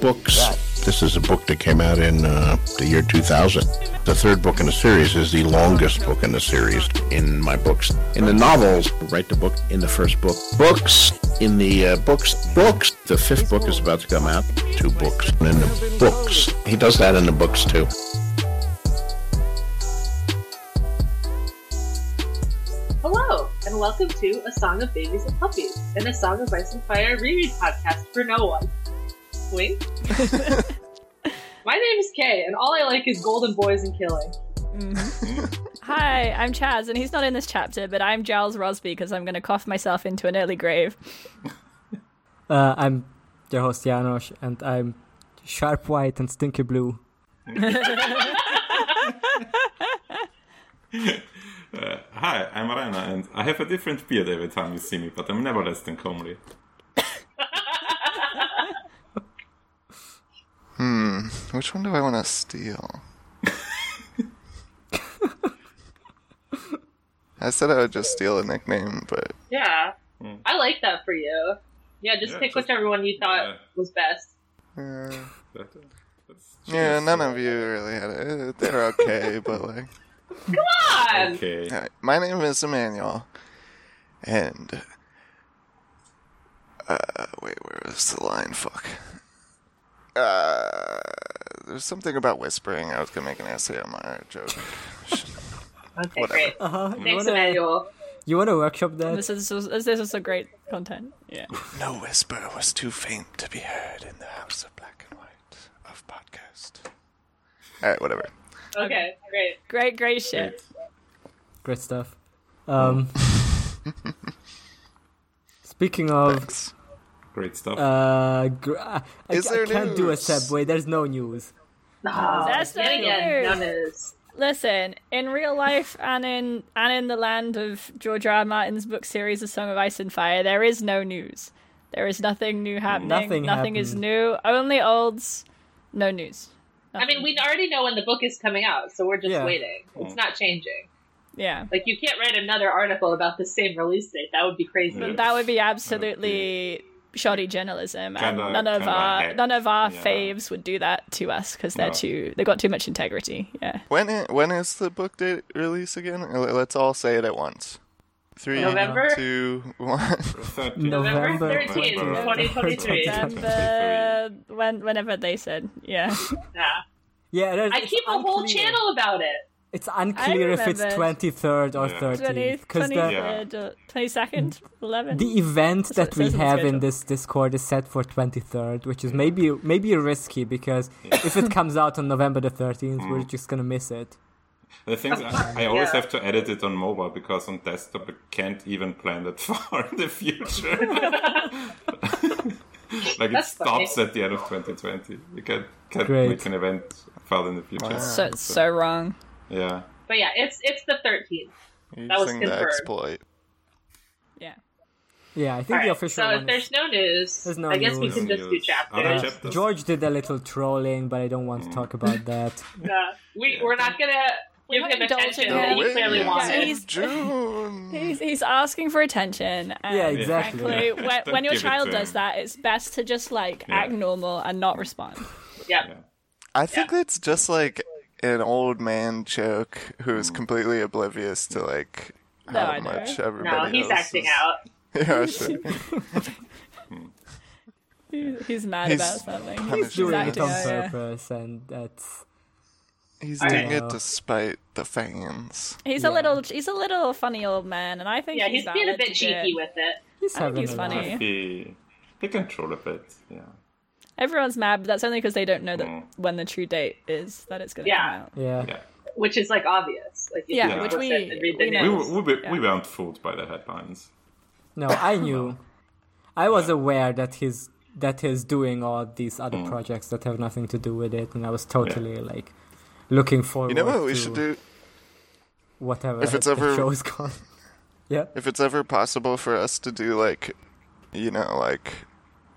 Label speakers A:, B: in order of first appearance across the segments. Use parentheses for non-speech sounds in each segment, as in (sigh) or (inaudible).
A: books. This is a book that came out in uh, the year 2000. The third book in the series is the longest book in the series in my books. In the novels, write the book in the first book. Books in the uh, books. Books. The fifth book is about to come out. Two books. And in the books. He does that in the books too.
B: Hello, and welcome to A Song of Babies and Puppies, and A Song of Ice and Fire reread podcast for no one.
C: (laughs)
B: Wink. My name is Kay, and all I like is golden boys and killing.
D: Hi, I'm Chaz, and he's not in this chapter, but I'm Giles Rosby because I'm going to cough myself into an early grave.
E: Uh, I'm your host Janos, and I'm sharp white and stinky blue.
C: Hi, I'm Raina, and I have a different beard every time you see me, but I'm never less than comely.
F: Which one do I want to steal? I said I would just steal a nickname, but
B: Yeah, I like that for you. Yeah, just
C: Hmm. Yeah,
B: pick
C: just-
B: whichever one you thought
C: yeah.
B: was best.
F: uh,
C: That, that's
F: yeah, none of you really had it. They're okay, but like,
B: Come on!
C: Okay.
F: All right, my name is Emmanuel, and uh, wait, where was the line? Fuck. Uh, there's something about whispering. I was gonna make an SAMR joke.
B: Okay,
F: Whatever.
B: great.
E: Uh, you,
B: Thanks,
E: wanna,
B: Emmanuel.
E: you wanna workshop that?
D: This is this is a great content. Yeah.
F: No whisper was too faint to be heard in the house of black and white of podcast. All right, whatever.
B: Okay, great.
D: Great, great shit.
E: Great stuff.
B: (laughs)
E: Um, speaking of,
F: Thanks.
C: Great stuff.
E: uh, gr- I, I
F: Is there
E: can't do a
F: news?
E: subway. There's no news. Oh,
D: That's
B: Yet again,
D: the
B: none
D: news.
B: is.
D: Listen, in real life and in and in the land of George R. R. Martin's book series, A Song of Ice and Fire, there is no news. There is nothing new happening.
E: Nothing
D: is
E: happened.
D: new. Only olds. No news.
B: I mean, we already know when the book is coming out, so we're just
E: Yeah.
B: waiting.
C: Hmm.
B: It's not changing.
D: Yeah.
B: Like, you can't write another article about the same release date. That would be crazy.
C: Yeah.
D: That would be absolutely shoddy journalism, and
C: Kinda-
D: none of
C: kinda
D: our
C: hack.
D: none of our
C: Yeah.
D: faves would do that to us because they're
C: No.
D: too they got too much integrity. Yeah,
F: When i when is the book date release again? L- Let's all say it at once. Three,
B: November?
F: two,
B: (laughs)
F: one.
C: 30.
E: November
B: November 13th,
E: (laughs)
C: November.
B: 2023.
C: Yeah.
D: Remember uh, when whenever they said, yeah,
B: Yeah.
E: Yeah, there's,
B: I
E: it's
B: keep a whole
E: unclear.
B: channel about it.
E: It's unclear if it's
D: remember.
E: 23rd or
D: (laughs)
C: Yeah.
E: 13th. Because the,
C: Yeah.
D: twenty second, uh, eleven.
E: the event
D: what
E: that
D: it
E: we
D: says on the
E: have in
D: schedule.
E: this Discord is set for 23rd, which is maybe maybe risky because if
D: (laughs)
E: it comes out on November the 13th,
F: Mm.
E: we're just gonna miss it.
C: The thing is, I, I always
B: Yeah.
C: have to edit it on mobile because on desktop I can't even plan that (laughs) far in the
B: (laughs)
C: future. like it
B: That's funny.
C: stops at the end of 2020. You can't, can't
E: Great.
C: make an event further in the future.
D: So it's so wrong.
C: Yeah.
B: But yeah, it's it's the 13th.
F: Using
B: That was
F: the
B: confirmed.
F: exploit.
D: Yeah,
E: Yeah, I think
B: All
E: the
B: right,
E: official
B: so
E: one.
B: if
E: is-
B: there's no news,
E: There's no
B: I guess we
E: news.
B: can just do
C: News. Other
B: chapters.
C: chapters.
E: George did
F: Mm.
E: a little trolling, but I don't want to talk about
D: (laughs)
E: that.
B: Yeah. We, We're not going to give
D: not
B: him attention
D: indulging
B: that
D: him.
B: he clearly
F: Yeah.
B: wanted.
D: he's-
F: June.
D: he's he's asking for attention. And
E: Yeah, exactly.
D: Frankly, when, when your
C: give it
D: child
C: to
D: does
C: him.
D: that, it's best to just like
C: Yeah.
D: act normal and not respond.
B: yeah.
F: I think that's just like an old man joke who's completely oblivious to like
D: No,
F: how
D: I know.
F: much
B: Hmm. No,
F: everybody
B: he's
F: else
B: acting
F: is-
B: out.
F: (laughs) Yeah, sure.
D: He- He's mad
F: He's
D: about something.
F: punished.
E: Doing
D: Exactly,
E: it on
D: yeah, yeah.
E: purpose, and that's
F: He's
B: All right.
F: doing it despite the fans.
D: He's a little he's a little funny old man, and I think
B: Yeah, he's being a
D: valid
B: bit
D: to do it.
B: cheeky with it.
E: he's
D: I think
E: having
D: he's
E: a
D: funny.
E: laugh.
C: He, he can troll a bit. Yeah.
D: Everyone's mad, but that's only because they don't know that
C: Mm.
D: when the true date is that it's going to
B: Yeah.
D: come out.
E: Yeah.
C: Yeah.
B: Which is like obvious. Like, if
D: Yeah,
B: you
D: which
B: look
D: we-
B: at it and read the
D: we know.
C: We,
B: news.
C: were- we, were- we weren't fooled by the headlines.
E: No, I knew. I was aware that he's that he's doing all these other
F: Mm.
E: projects that have nothing to do with it, and I was totally like looking forward.
F: You know what we
E: to
F: should do?
E: (laughs) Whatever.
F: If it's
E: the
F: ever-
E: show's (laughs) gone. yeah.
F: (laughs) if it's ever possible for us to do like you know like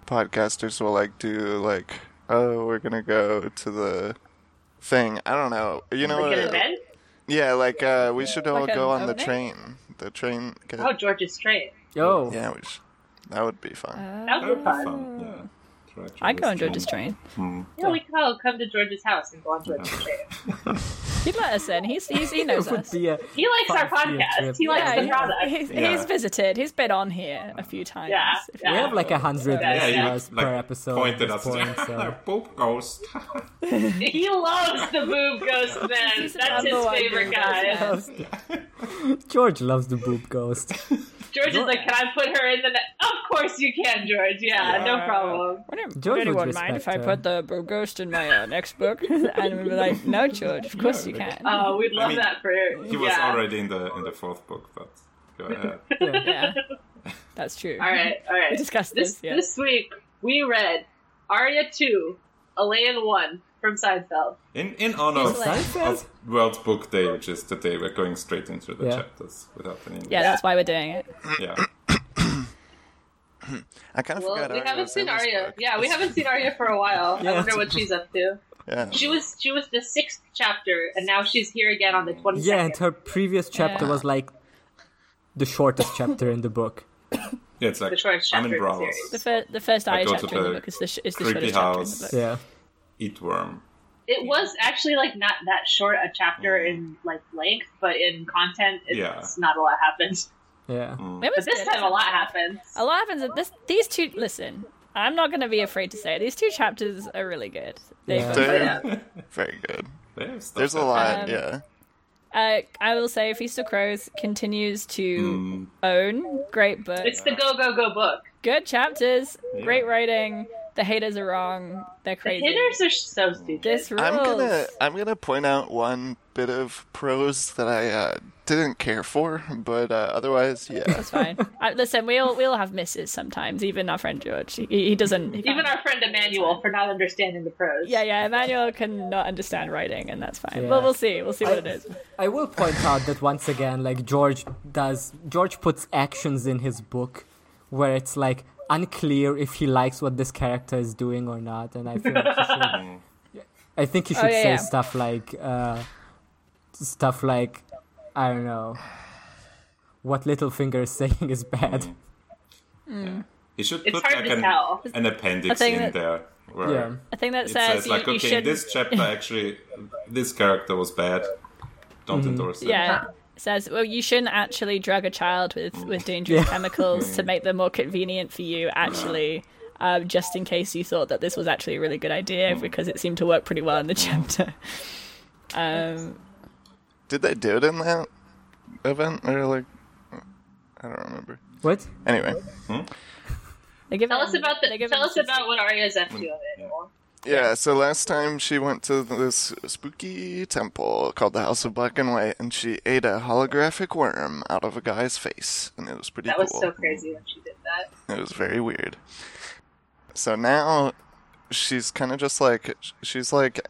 F: podcasters will like do like oh we're gonna go to the thing i don't know you know
B: Like an
F: what
B: event?
F: yeah like uh we should all
D: Like
F: go
D: an
F: on the
D: opening?
F: train the train get-
B: Oh, George's train.
E: Oh.
F: yeah we should, that would be fun
B: Uh, That would be fun.
C: Fun. Yeah. Try to
D: I'd go on
C: restrain.
D: George's train.
B: Yeah, we could all come to George's house and go on George's train.
D: He'd let us in.
B: (laughs)
D: He's, he's he knows us.
E: Yeah.
B: He likes our
E: Fuck you,
B: podcast.
E: Trip.
B: He likes
D: Yeah,
B: the product.
D: he's,
C: Yeah.
D: he's visited. He's been on here a few times.
B: Yeah,
D: If
B: yeah.
E: We have like a hundred
B: Yeah, yeah,
C: you,
E: listeners
C: like,
E: per episode. at
C: Pointed
E: this
C: us
E: point,
C: (laughs) at
E: so- (laughs)
C: Pope Ghost. (laughs)
B: He loves the boob ghost men.
D: He's
B: That's
D: number
B: his
D: one
B: favorite
D: boob ghost
B: guy.
D: man.
E: (laughs) George loves the boob ghost.
B: George is like, can I put her in the net? Of course you can, George. Yeah,
C: Yeah.
B: no problem.
D: I don't,
E: George
D: would anyone
E: would
D: mind if I put
E: respect
D: the bro ghost in my uh, next book? (laughs) and we'd be like, no, George,
E: (laughs)
D: of course you can.
B: Oh, we'd love
C: mean,
B: that for
C: He was
B: yeah.
C: already in the in the fourth book, but
B: (laughs)
C: go ahead.
D: yeah. That's true.
B: All right, all right.
D: We discussed
B: this
D: this, yeah.
B: this week. We read Arya two, Elaine one from Seinfeld.
C: In in honor of,
E: Seinfeld?
C: of World Book Day, which is today, we're going straight into the
E: Yeah.
C: chapters without any.
D: Yeah, that's why we're doing it.
C: yeah.
F: I kind of
B: Well,
F: forgot.
B: we
F: Arya
B: haven't
F: was in
B: seen
F: this
B: Arya.
F: book.
B: Yeah, we haven't seen Arya for a
D: (laughs)
B: while. I
E: Yeah.
B: wonder what she's up to.
F: Yeah.
B: She was she was the sixth chapter, and now she's here again on the twenty second.
E: Yeah, and her previous chapter
D: Yeah.
E: was like the shortest chapter in the book.
C: Yeah, it's like
B: The shortest
C: I'm
B: chapter
C: in
B: of the
C: Bravos.
B: series.
D: The, fir- the first Aya
C: go to
D: chapter in the
C: the
D: book is the, sh- is the
C: creepy
D: shortest chapter in the
C: house.
D: book.
E: Yeah.
C: Eat worm.
B: It was actually like not that short a chapter in like length, but in content, it's
C: Yeah.
B: not a lot happens.
C: Mm.
E: Yeah.
D: It was
B: But this
D: good.
B: time, a lot happens.
D: A lot happens. At this, these two. Listen, I'm not going to be afraid to say it. These two chapters are really good. They
E: Yeah.
D: both
F: Damn.
D: are.
F: Very good.
C: They have stuff
F: There's a
C: that-
F: lot.
D: Um,
F: yeah.
D: Uh, I will say, Feast of Crows continues
C: Hmm.
D: to own great books,
B: It's the go go go book.
D: good chapters,
C: Yeah.
D: great writing. The haters are wrong. They're crazy.
B: Hitters are so
C: Mm.
B: stupid.
D: This rules.
F: I'm gonna I'm gonna point out one bit of prose that I uh, didn't care for, but uh, otherwise, yeah.
B: (laughs)
D: That's fine. I, listen, we all we all have misses sometimes. Even our friend George, he, he doesn't. he can't-
B: Even our friend Emmanuel for not understanding the prose.
D: yeah, yeah. Emmanuel cannot understand writing, and that's fine.
E: Yeah.
D: Well, we'll see. We'll see what it is.
E: I will point out that once again, like George does, George puts actions in his book where it's like unclear if he likes what this character is doing or not, and I think he should, I think he
D: Oh,
E: should
D: yeah,
E: say
D: yeah.
E: stuff like uh, stuff like I don't know what Littlefinger is saying is bad.
C: You should
B: It's
C: put
B: hard
C: like
B: to
C: an,
B: tell.
C: an appendix
D: thing
C: in
D: that-
C: there where
E: Yeah.
D: I think that
C: it
D: says,
C: says
D: you,
C: like,
D: you
C: okay,
D: should.
C: this chapter actually, this character was bad. Don't
E: Mm-hmm.
C: endorse it.
D: yeah. it Says, well, you shouldn't actually drug a child with, with dangerous chemicals to make them more convenient for you, actually, um, just in case you thought that this was actually a really good idea because it seemed to work pretty well in the (laughs) chapter. Um,
F: Did they do it in that event or like? I don't remember.
E: What?
F: Anyway,
D: they give
B: Tell
D: him-
B: us about
D: they
B: the.
D: give
B: Tell
D: him
B: us
D: six-
B: about what Arya's up to, Emmanuel.
F: yeah. So last time she went to this spooky temple called the House of Black and White, and she ate a holographic worm out of a guy's face, and it was pretty.
B: That was
F: cool.
B: so crazy when she did that.
F: It was very weird. So now she's kind of just like she's like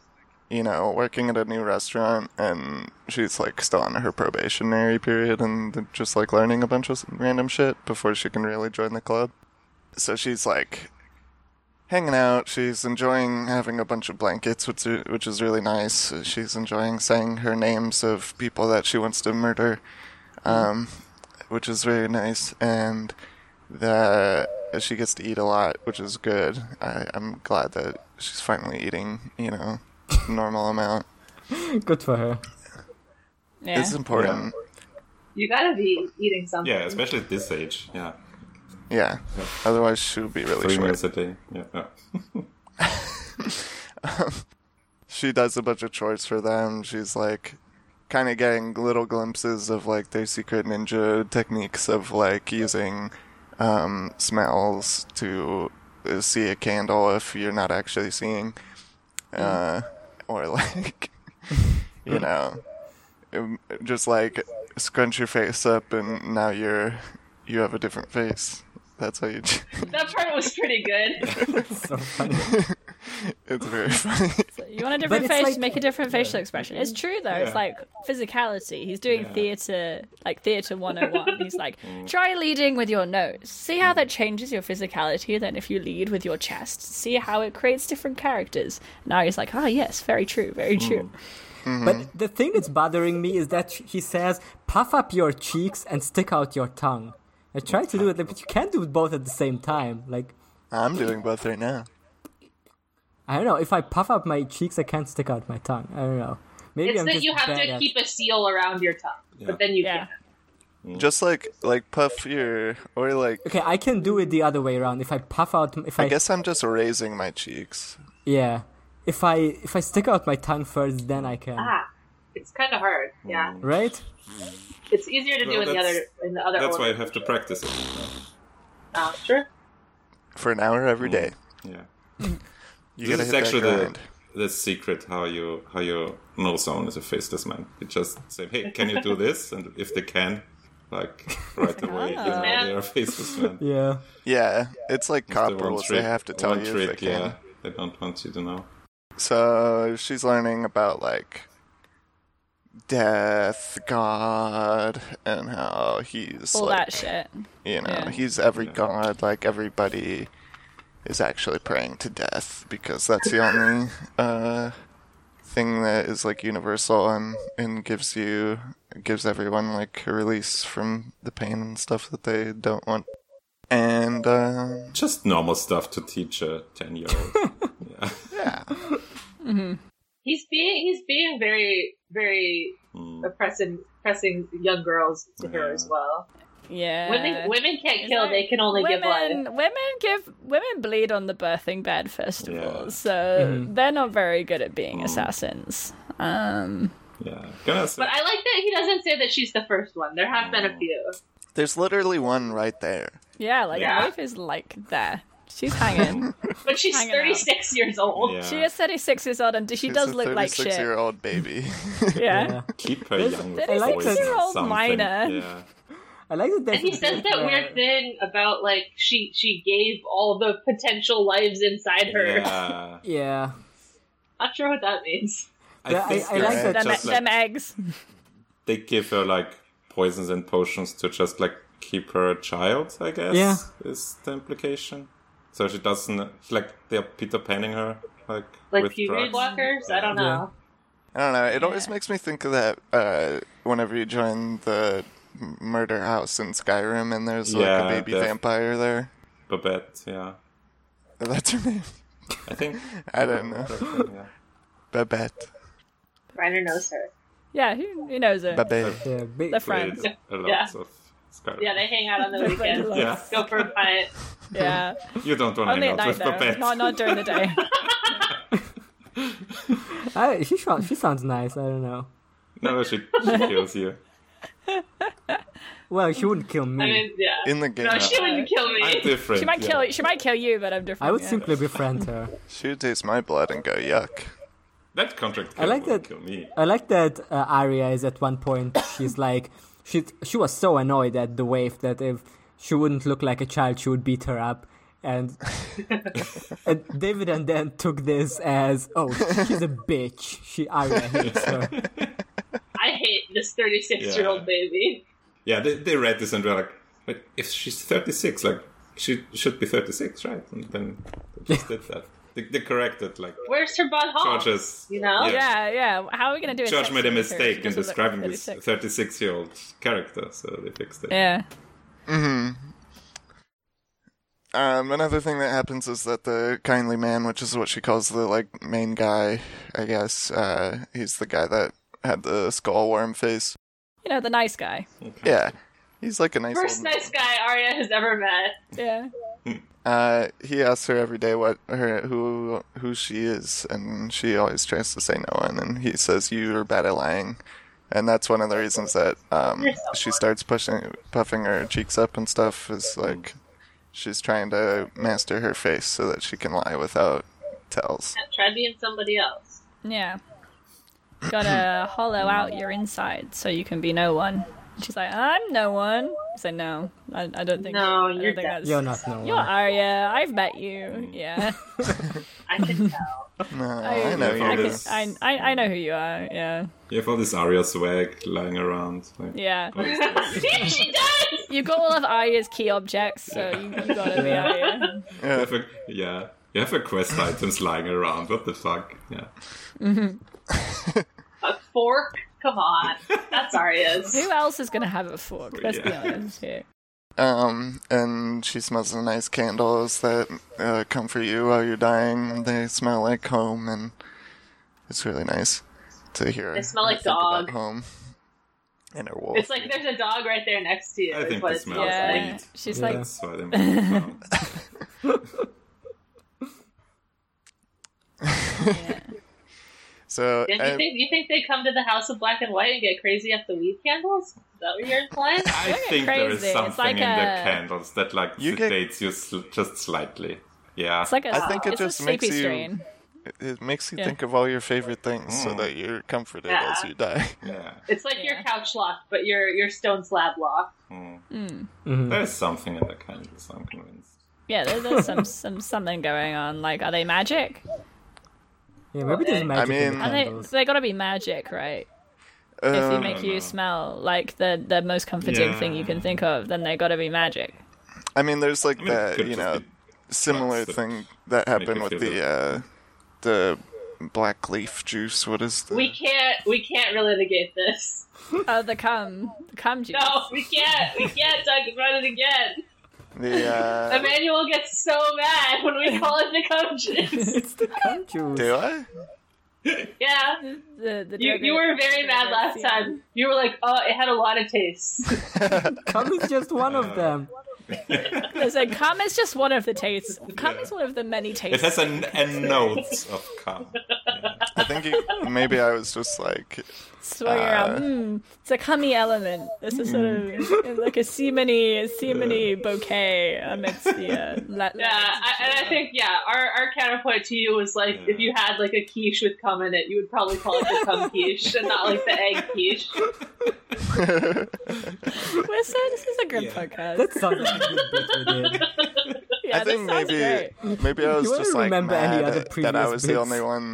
F: you know working at a new restaurant and she's like still on her probationary period and just like learning a bunch of random shit before she can really join the club. So she's like hanging out, she's enjoying having a bunch of blankets which are- which is really nice. She's enjoying saying her names of people that she wants to murder. Um which is very nice and that she gets to eat a lot, which is good. I, I'm glad that she's finally eating, you know, normal amount.
E: Good for her. (laughs)
D: Yeah.
F: It's important.
B: You gotta be eating something.
C: Yeah, especially at this age. Yeah.
F: Yeah. Otherwise, she'll be really
C: Three
F: short.
C: meals a day. Yeah. yeah.
F: She does a bunch of chores for them. She's like kind of getting little glimpses of like their secret ninja techniques of like using um, smells to uh, see a candle if you're not actually seeing, uh, or (laughs) like you know, um, just like scrunch your face up and now you're you have a different face. That's how you.
B: That part was pretty
D: (laughs)
B: good.
E: So funny.
F: (laughs) it's very funny.
D: You want a different
E: it's
D: face,
E: like-
D: make a different facial expression. It's true though. It's
C: Yeah.
D: like physicality. He's doing
C: Yeah. Mm.
D: theater, like theater 101. He's
C: (laughs)
D: like, try leading with your nose. See how that changes your physicality then if you lead with your chest. See how it creates different characters. Now he's like, ah, yes, very true, very
C: Mm.
D: true.
E: But the thing that's bothering me is that he says, puff up your cheeks and stick out your tongue. I tried to do it, but you can't do it both at the same time. Like,
F: I'm doing both right now.
E: I don't know. If I puff up my cheeks, I can't stick out my tongue. I don't know. Maybe
B: It's
E: I'm
B: that
E: just
B: you have
E: bad
B: to
E: at-
B: keep a seal around your tongue, but then you
D: Yeah.
B: can't.
F: Just like like puff your or like
E: Okay, I can do it the other way around. If I puff out, if I,
F: I guess I'm just raising my cheeks.
E: yeah, if I if I stick out my tongue first, then I can.
B: Ah, it's kind of hard. Yeah,
E: Right?
B: it's easier to do
C: Well,
B: in the
C: that's-
B: other in the other
C: That's why you
B: order.
C: have to practice it.
B: Uh, sure.
F: For an hour every day.
C: Yeah. This
F: You gotta
C: is
F: hit
C: actually
F: that
C: the,
F: grind.
C: the secret how you how you know someone is a faceless man. You just say, "Hey, can you
B: (laughs)
C: do this?" And if they can, like (laughs) right away, you know
B: Ah, Man.
C: they're a
B: (laughs)
C: faceless man. It's
E: Yeah.
F: Yeah, it's like
C: the
F: cop
C: one
F: rules.
C: trick-
F: They have to tell
C: one
F: you
C: trick,
F: if they can.
C: Yeah, they don't want you to know.
F: So she's learning about like death, God, and how he's
D: all
F: like
D: that shit.
F: you know
D: yeah.
F: he's every god. Like everybody is actually praying to death because that's the
D: (laughs)
F: only uh, thing that is like universal and and gives you gives everyone like a release from the pain and stuff that they don't want. And um,
C: Just normal stuff to teach a
F: (laughs)
C: ten-year-old. yeah.
F: yeah,
B: He's being he's being very very
C: Hmm.
B: oppressing pressing young girls to her as well.
D: Yeah.
B: Women women can't
D: Is
B: kill;
D: that-
B: they can only
D: women,
B: give blood.
D: Women give women bleed on the birthing bed first of
C: Yeah. Mm.
D: all, so
E: Mm-hmm.
D: they're not very good at being assassins. Um,
C: Yeah. Gonna say,
B: But I like that he doesn't say that she's the first one. There have
C: Oh.
B: been a few.
F: there's literally one right there.
D: yeah, like
B: Yeah.
D: life is like there. She's
C: (laughs)
D: hanging.
B: But she's
D: Hanging out.
B: 36 years old.
C: yeah.
D: she is 36 years old and she
F: She's
D: does
F: a
D: look like shit.
F: year old
D: (laughs)
F: baby.
D: Yeah.
C: keep her young. with
D: that is
E: like
C: poison or
D: six-year-old
C: something.
D: minor.
C: Yeah.
E: I like that.
B: And he says that weird thing about like she she gave all the potential lives inside her.
C: Yeah.
E: Yeah.
B: (laughs) Not sure what that means.
E: Yeah, I-
C: think
E: I like
C: it's
E: that-
D: Them,
C: just like-
D: them eggs.
C: they give her like poisons and potions to just like keep her a child, I guess.
E: Yeah.
C: Is the implication. So she doesn't like they're Peter Panning her like,
B: Like
C: with
B: puberty
C: drugs.
B: blockers? I don't know.
F: I don't know. It always makes me think of that uh, whenever you join the m- murder house in Skyrim and there's like
C: Yeah,
F: a baby
C: def-
F: vampire there.
C: Babette, yeah.
F: That's her name.
C: I
E: (laughs)
C: think
F: I don't know.
C: yeah.
F: Babette.
B: Reiner knows her.
D: Yeah, who, who knows it?
F: Babette.
E: Yeah, big,
D: They're friends.
C: Played a lot
B: Yeah.
C: of Skyrim.
B: Yeah, they hang out
D: (laughs)
B: on the weekends.
C: Yeah.
B: Go for a punt.
D: Yeah.
C: You don't want
D: Only
C: to
D: at
C: hang out
D: night
C: with
D: though.
C: Babette.
D: Not not during the day.
C: (laughs)
E: I, she sho- she sounds nice. I don't know.
C: No, she, she kills you.
E: Well, she wouldn't kill me.
B: I
E: I,
B: mean, yeah.
F: In the game,
B: no, she wouldn't kill
C: I'm
B: me.
C: different.
D: (laughs) She might
C: yeah.
D: kill she might kill you, but I'm different.
E: would
D: yeah.
E: simply befriend her.
F: she would taste my blood and go, yuck.
C: That contract
E: I like
C: would
E: that-
C: kill me.
E: I like that uh, Arya is at one point. She's (coughs) like, she she was so annoyed at the wave that if she wouldn't look like a child, she would beat her up. And, and David and Dan took this as, oh, she's a bitch. She Arya hates her.
B: I hate this 36 year
C: Yeah.
B: old baby.
C: Yeah, they, they read this and were like, but if she's 36, like, she should be 36, right? And then they just did
D: (laughs)
C: that. They, they corrected, like,
B: Where's her bud home?
C: George's.
B: You know?
D: Yeah, yeah. How are we gonna do it?
C: George made a mistake in describing this 36 year old character, so they fixed it.
D: Yeah.
F: Um, another thing that happens is that the kindly man, which is what she calls the like main guy, I guess, uh, he's the guy that had the skull worm face.
D: You know, the nice guy.
F: Yeah. He's like a nice
B: First
F: old
B: nice guy Arya has ever met.
D: Yeah.
F: Uh, he asks her every day what her who who she is, and she always tries to say no one. And he says, "You are bad at lying," and that's one of the reasons that um, she starts pushing puffing her cheeks up and stuff. Is like she's trying to master her face so that she can lie without tells.
B: Try being somebody else.
D: Yeah.
C: (clears throat)
D: Gotta hollow out your inside so you can be no one. She's like, I'm no one. I say, no, I, I don't think.
B: No,
D: I don't
B: you're
D: think
B: dead.
D: that's,
E: You're not no
D: You're
E: one.
D: Arya. I've met you. Yeah.
B: I can tell. (laughs)
F: No, I, know
C: I
F: you.
C: can-
F: do.
D: I, I I know who you are. Yeah.
C: You have all this Arya swag lying around. Like,
D: Yeah.
C: all this stuff.
B: See, she does!
D: You got all of Arya's key objects, so you, you gotta be Arya.
C: you have a, yeah. You have a
D: (laughs)
C: quest items lying around. What the fuck? Yeah.
B: A fork? Come on. That's Arya's.
D: Who else is gonna have a fork? Let's be
C: Yeah.
D: honest here.
F: Um, and she smells the nice candles that uh, comfort you while you're dying. They smell like home, and it's really nice to hear.
B: They smell
F: her
B: like
F: think about
B: dog.
F: Home and her wolf.
B: It's like there's a dog right there next to you.
C: I
B: is
C: think
B: what
C: they
B: it
C: smell
B: smells
C: like
B: like.
C: weed.
D: She's
E: Yeah.
D: like,
C: That's why
D: (laughs)
C: they found.
F: so.
B: Yeah, you
F: I-
B: think you think they come to the house of black and white and get crazy up the weed candles? Is that what you're implying?
C: I
D: Don't get
C: think there is
D: crazy. It's
C: something
D: like
C: in the
D: a-
C: candles that like
F: You get-
C: sedates you sl- just slightly. Yeah.
D: it's like a,
F: I think it
D: it's a
F: just
D: sleepy
F: makes you-
D: strain.
F: It makes you
D: Yeah.
F: think of all your favorite things
C: Mm.
F: so that you're comforted
B: Yeah.
F: as you die.
C: yeah.
B: It's like your
D: Yeah.
B: couch lock, but your your stone slab lock.
C: There is something in the candles. I'm convinced.
D: Yeah, there, there's some, some something going on. Like, are they magic?
E: Yeah, maybe there's magic in
F: mean-
E: the
D: Are they?
E: candles.
D: They gotta be magic, right? (laughs) if you
F: Um,
D: make
C: no, no.
D: you smell like the the most comforting
C: Yeah.
D: thing you can think of, then they gotta be magic.
F: I mean, there's like
C: I mean, it
F: that,
C: could
F: you
C: just
F: know,
C: be
F: similar
C: drugs that
F: thing that
C: you
F: happened with
C: feel
F: the uh, the black leaf juice. What is the?
B: We can't we can't really negate this. (laughs)
D: Oh, the cum, the cum juice.
B: No, we can't. We can't talk about it again.
F: The
B: (laughs)
F: uh,
B: Emmanuel gets so mad when we call it the cum juice.
E: (laughs) It's the cum juice.
F: do I?
B: (laughs) Yeah.
D: The, the
B: You,
D: drug-
B: you were very mad last
D: Yeah.
B: time. You were like, oh, it had a lot of taste. Uh,
E: Cum is just one of them.
D: There's a cum is just one of the tastes. Cum
C: Yeah.
D: is one of the many
C: It
D: tastes.
C: has a, a note of cum.
F: I think you, maybe I was just like, (laughs)
D: Swung around. Mm, it's a cummy element. This is sort of it's like a semeny, a semeny bouquet amidst the uh, la-
B: Yeah, I, and I think yeah, our, our counterpoint to you was like if you had like a quiche with cum in it, you would probably call it the
D: (laughs)
B: cum quiche and not like the egg quiche.
D: We're so, this is a good podcast.
E: That's something good bit we did.
D: yeah,
F: I
D: this
F: think
D: sounds
F: maybe
D: great.
F: maybe I was
E: wanna
F: just like
E: remember any
F: mad
E: other
F: at- that I
E: previous
F: was
E: bits?
F: the only one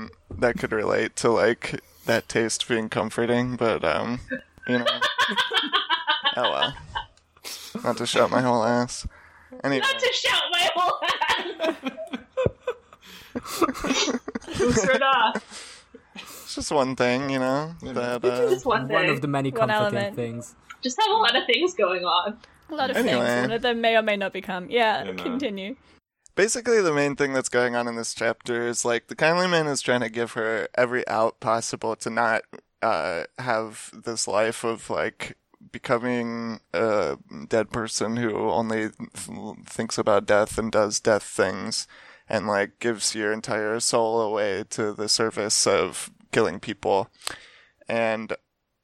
F: that could relate to like that taste being comforting, but um, you know, oh well, not to shout my whole ass. Anyway,
B: Not to shout my whole ass. (laughs) Sure enough.
F: it's just one thing, you know. That, uh,
B: Just one thing.
E: One of the
D: (laughs)
E: many
D: One
E: comforting
D: element.
E: things.
B: Just have a lot of things going on.
D: A lot of
F: Anyway.
D: things. One of them may or may not become. Yeah,
C: You know.
D: continue.
F: basically the main thing that's going on in this chapter is like the kindly man is trying to give her every out possible to not uh have this life of like becoming a dead person who only th- thinks about death and does death things and like gives your entire soul away to the service of killing people and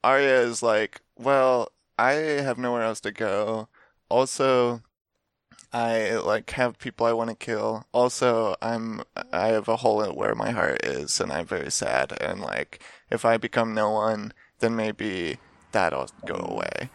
F: Arya is like, "Well, I have nowhere else to go. Also, I like have people I want to kill. Also, I'm I have a hole where my heart is, and I'm very sad. And like, if I become no one, then maybe that'll go away."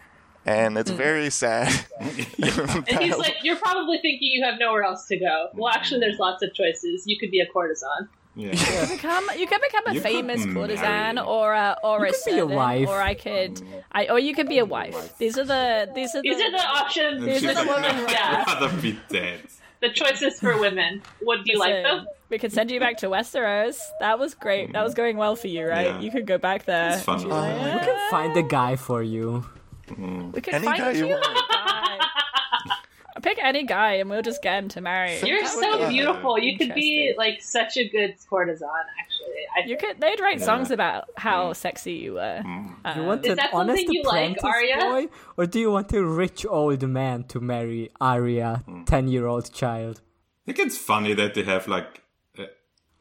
F: And it's very sad. (laughs)
B: And he's like, You're probably thinking you have nowhere else to go. Well actually there's lots of choices. You could be a courtesan.
C: Yeah.
D: Become, you could become a
C: You could
D: famous
C: marry.
D: courtesan or a or a
E: could be a
D: servant,
E: wife.
D: or I could, I or you could be a wife. These are the these are
B: These
D: the,
B: are the options.
C: And
D: These
C: she's
D: are the
C: like, no, (laughs)
D: women-
B: yeah.
C: I'd rather be dead.
B: The choices for women. Would you like
D: Listen,
B: them?
D: We could send you back to Westeros. That was great. That was going well for you, right?
C: Mm-hmm. Yeah.
D: You could go back there.
B: Uh,
C: It's fun.
E: We can find a guy for you.
D: We could
F: Any
D: find
F: guy you
B: (laughs)
F: want.
D: guy. (laughs) Pick any guy, and we'll just get him to marry.
B: You're
F: That
B: so
F: would be
B: beautiful. You could be
D: interesting.
B: like such a good courtesan, actually. I,
D: You could. They'd write songs about
C: Mm.
D: how sexy you were.
E: You want
B: Is
E: an
B: that something
E: honest
B: you like,
E: apprentice
B: Arya?
E: boy, or do you want a rich old man to marry Arya, ten-year-old child?
C: I think it's funny that they have like uh,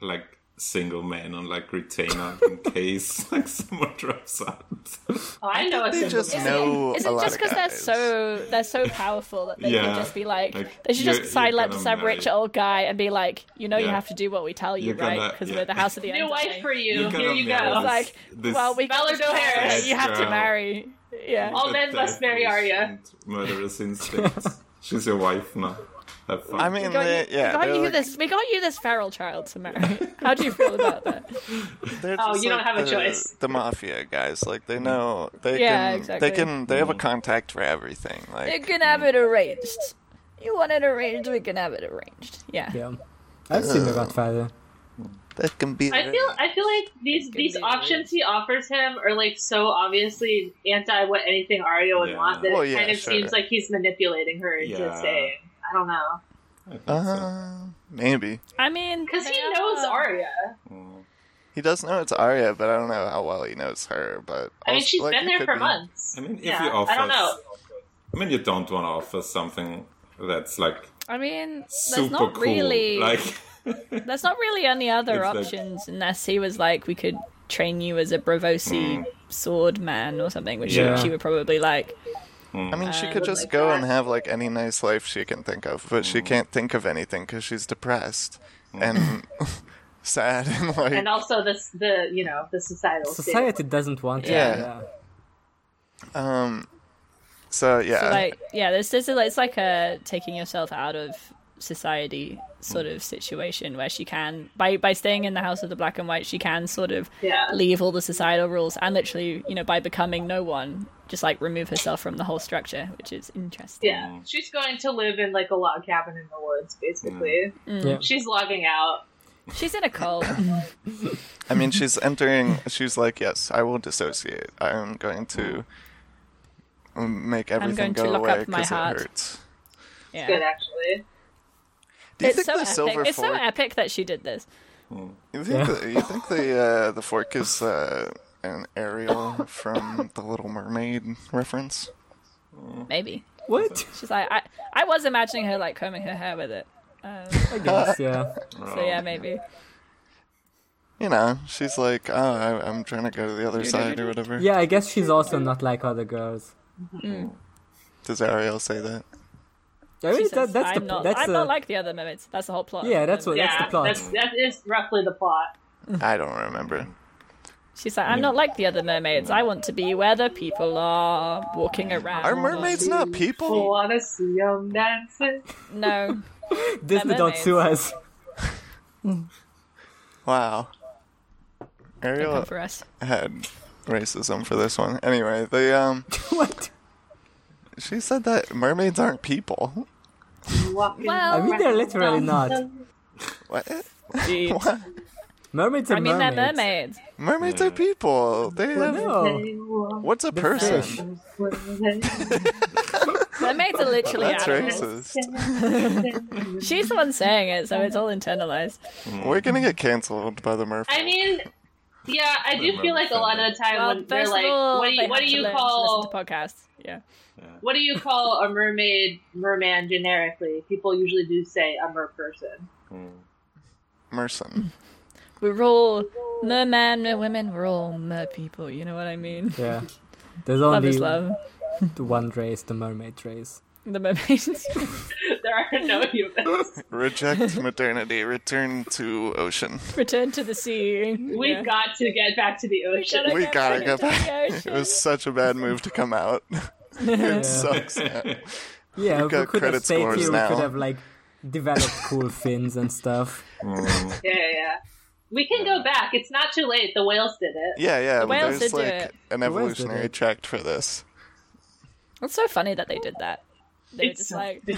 C: like single men on like retainer
B: (laughs)
C: in case like someone drops out.
B: oh, I know a
F: They
B: single
F: just
B: man.
C: Oh,
F: know
D: Is
F: a
D: it
F: lot
D: just
F: of
D: because they're
F: guys.
D: so they're so powerful that they
C: Yeah.
D: can just be like,
C: Like,
D: they should
C: you-
D: just
C: you
D: sign up to
C: gotta
D: some rich
C: marry-
D: old guy and be like, you know, you
C: Yeah.
D: have to do what we tell you,
C: You're gonna-
D: right? Because
C: yeah.
D: we're the house of the
B: New
D: end.
B: wife for you.
C: You're
B: Here
C: gonna
B: you
C: marry
B: go.
C: this-
D: Like,
C: this
D: well, we
B: Ballard O'Hare.
D: you have to
C: girl.
D: marry. Yeah.
B: All men
C: that
B: must marry
C: deadly
B: Arya.
C: and Murderous instinct. She's your wife now. Have fun.
F: I mean,
D: We got
F: they-
D: you, we
F: Uh, yeah,
D: got
F: they're
D: you
F: like-
D: this. We got you this feral child to marry. How do you feel about
C: (laughs)
D: that?
F: They're
B: Oh,
F: just
B: you don't
F: like
B: have a
F: the-
B: choice.
F: The mafia guys, like they know they
D: Yeah,
F: can,
D: exactly.
F: they can, they have a contact for everything.
D: You
F: Like,
D: can have it
C: mm.
D: arranged. You want it arranged? We can have it arranged. Yeah. Uh.
E: Yeah, I've seen The Godfather.
F: That can be.
B: I feel I feel like these
D: Could
B: these
D: be
B: options he offers him are like so obviously anti what anything Arya would
C: Yeah.
B: want that
F: Well,
B: it
F: yeah,
B: kind of
F: sure.
B: seems like he's manipulating her into
C: Yeah.
B: saying. I don't know
C: I think so.
F: Uh, maybe
D: I mean,
B: because he
D: they are-
B: knows Arya.
C: Mm.
F: he does know it's Arya, but I don't know how well he knows her. But
B: I mean,
F: also,
B: she's
F: like,
B: been
F: it
B: there
F: could
B: for
F: be-
B: months.
C: I mean, if
B: yeah,
C: you offer,
B: I don't know.
C: I mean, you don't want to offer something that's like
D: I mean, there's
C: super
D: not
C: cool.
D: really
C: Like,
D: there's not really any other
C: It's like-
D: options unless he was like, we could train you as a Bravosi
F: Hmm.
D: sword man or something, which
C: Yeah.
D: she would probably like.
F: I mean, she
D: I
F: could
B: would
F: just
B: like
F: go
B: that.
F: and have like any nice life she can think of, but
D: Mm.
F: she can't think of anything because she's depressed and (laughs) sad and like.
B: And also this the you know the societal state.
E: Society doesn't want
F: Yeah.
E: it. Yeah.
F: um, so yeah,
D: So like, yeah, this this is it's like a taking yourself out of society sort
F: Hmm.
D: of situation where she can by by staying in the house of the black and white she can sort of
B: Yeah.
D: leave all the societal rules and literally you know by becoming no one just like remove herself from the whole structure which is interesting
B: Yeah,
F: Mm.
B: she's going to live in like a log cabin in the woods, basically.
F: Mm.
D: Hmm.
E: Yeah.
B: She's logging out.
D: she's in
B: (coughs)
D: a cult
F: I mean, she's entering. She's like, yes, I will dissociate. I'm going to make
D: Mm. going
F: everything
D: to
F: go
D: lock
F: away
D: up my
F: because it
D: heart.
F: hurts.
D: yeah
B: Good, actually.
F: Do you
D: it's
F: think
D: so
F: the
D: epic.
F: silver
D: it's so
F: fork?
D: epic that she did this.
F: you think the, you think the uh, the fork is uh, an Ariel from the Little Mermaid reference? Hmm.
D: Maybe (laughs)
E: What?
D: she's like, I, I was imagining her like combing her hair with it.
E: I guess. Yeah.
D: So yeah, maybe.
F: You know, she's like, oh, I, I'm trying to go to the other side or whatever.
E: Yeah. I guess she's also not like other girls.
F: Does Ariel say that?
E: I mean,
D: She
E: that,
D: says,
E: that's
D: I'm
E: the
D: not.
E: that's
D: I'm
E: the-
D: not like the other mermaids. That's the whole plot.
E: yeah. That's what
B: yeah,
E: that's the plot.
B: That's, that is roughly the plot.
E: Mm.
F: I don't remember.
D: She's like, I'm not like the other mermaids. I want to be where the people are walking around.
F: Are mermaids not people?
B: Wanna see 'em dancing?
D: no,
E: Disney don't
D: mermaids.
E: sue us. (laughs)
F: Wow.
D: come
F: Ariel
D: for us.
F: had racism for this one. Anyway, the um,
E: what?
F: she said that mermaids aren't people.
B: Walking
D: Well-
E: I mean, they're
B: around
E: literally
B: the-
E: not.
F: What?
D: Jeez.
E: Mermaids are
D: I mean, they're
E: mermaids.
D: mermaids.
F: Mermaids are people. They have.
E: No.
B: They walk
F: What's a person?
E: fish.
B: where they
D: Mermaids are literally
F: That's
D: animals.
F: racist.
B: (laughs)
D: (laughs)
B: stand.
D: She's the one saying it, so it's all internalized.
F: We're gonna get canceled by the Murph.
B: I mean, yeah, I do feel like a lot of the time
D: Well,
B: when Um, they're
D: first
B: like,
D: of all,
B: what do
D: they
B: you, what
D: have
B: do
D: to
B: you
D: learn to
B: call
D: listen to podcasts? Yeah.
B: what do you call a mermaid merman generically? People usually do say a mer person. (laughs)
F: Merson.
D: We're all mermen, mer women. We're all mer people. You know what I mean?
E: Yeah. There's
D: Love
E: only
D: is love.
E: one race, the mermaid race.
D: The mermaids.
B: There are no
E: (laughs)
B: humans.
F: (laughs) Reject maternity. Return to ocean.
D: Return to the sea.
B: We've
D: Yeah.
B: got to get back to the ocean.
D: gotta
F: We
D: go
F: gotta
D: back
F: go
D: into the
F: back. It
D: ocean.
F: was such a bad move to come out. (laughs)
E: Yeah.
F: It sucks. Yeah.
E: Yeah, we
F: got
E: could have
F: credit
E: stayed here.
F: scores
E: We could
F: now.
E: have like developed
F: (laughs)
E: cool fins and stuff.
B: Yeah, yeah, yeah. We can go back. It's not too late. The whales did it.
F: Yeah, yeah.
D: whales did
F: There's
D: do
F: like
D: it.
F: an
E: whales did
F: evolutionary
E: it.
F: tract for this.
D: It's so funny that they did that. They were
B: It's-
D: just like (laughs) they're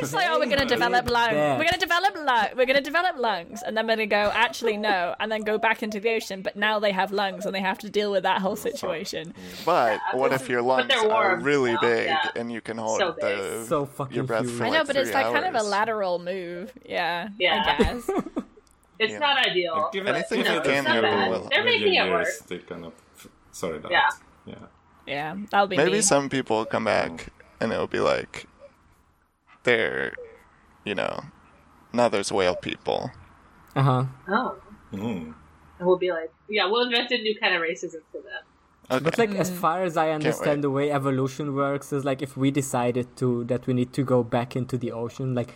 D: just like, oh, we're (laughs) gonna develop
E: did
D: lungs.
E: that.
D: We're gonna develop lungs. We're gonna develop lungs, and then we're gonna go. Actually, (laughs) no, and then go back into the ocean. But now they have lungs, and they have to deal with that whole situation.
F: But what if your lungs
B: they're
F: are
B: warm
F: really
B: now,
F: big
B: yeah.
F: and you can hold
B: So big.
F: the
E: So fucking
F: your breath
E: huge.
F: for
E: I
D: I
F: like
D: know, but it's
F: three
D: like kind of a
F: hours.
D: lateral move. Yeah,
B: Yeah.
D: I guess.
B: It's
F: Yeah.
B: not ideal.
C: give it,
F: Anything
C: give
F: you
C: it
F: can
B: do,
C: a few
B: Will. They're
C: million
B: making it
C: years,
B: work.
C: They're gonna f- sort it out.
B: Yeah.
D: (laughs)
C: yeah.
E: Uh,
D: Yeah, that'll be
F: Maybe
D: me.
F: some people will come back and it'll be like they're you know now there's whale people.
E: Uh huh.
B: Oh.
E: Hmm.
C: Mm.
B: And we'll be like, yeah, we'll invent a new kind of racism for them.
F: Okay.
E: But like, as far as I
F: wait.
E: understand, the way evolution works is like if we decided to that we need to go back into the ocean, like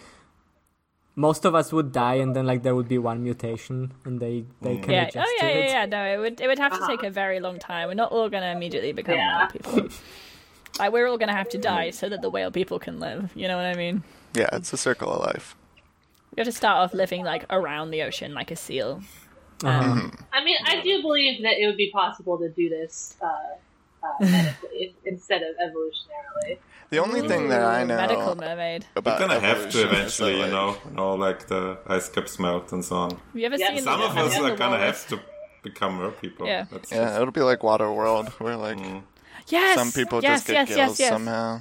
E: most of us would die, and then like there would be one mutation, and they they
F: Mm.
E: can
D: yeah.
E: adjust
D: Oh yeah,
E: to it.
D: yeah, yeah. No, it would it would have
F: Uh-huh.
D: to take a very long time. We're not all gonna immediately become
B: Yeah.
D: whale people. like we're all gonna have to die so that the whale people can live. You know what I mean?
F: Yeah, it's a circle of life.
D: You have to start off living like around the ocean, like a seal.
E: Uh-huh.
F: Mm-hmm.
B: I mean, I do believe that it would be possible to do this uh, uh, medically instead of evolutionarily.
F: The only thing that I
D: Ooh,
F: know
D: Medical mermaid.
F: about
C: Gonna have to
F: evolution is that,
C: eventually, you
F: like-
C: know, when all like the ice caps melt and so on.
D: Have you ever
B: Yeah.
D: seen
C: Some
D: the,
C: of us
D: yeah.
C: are gonna have to become mer people.
D: Yeah.
C: That's
F: Yeah, it'll be like Water World, where like
C: Mm.
D: Yes,
F: some people
D: yes,
F: just get
D: yes,
F: gills
D: yes, yes.
F: somehow.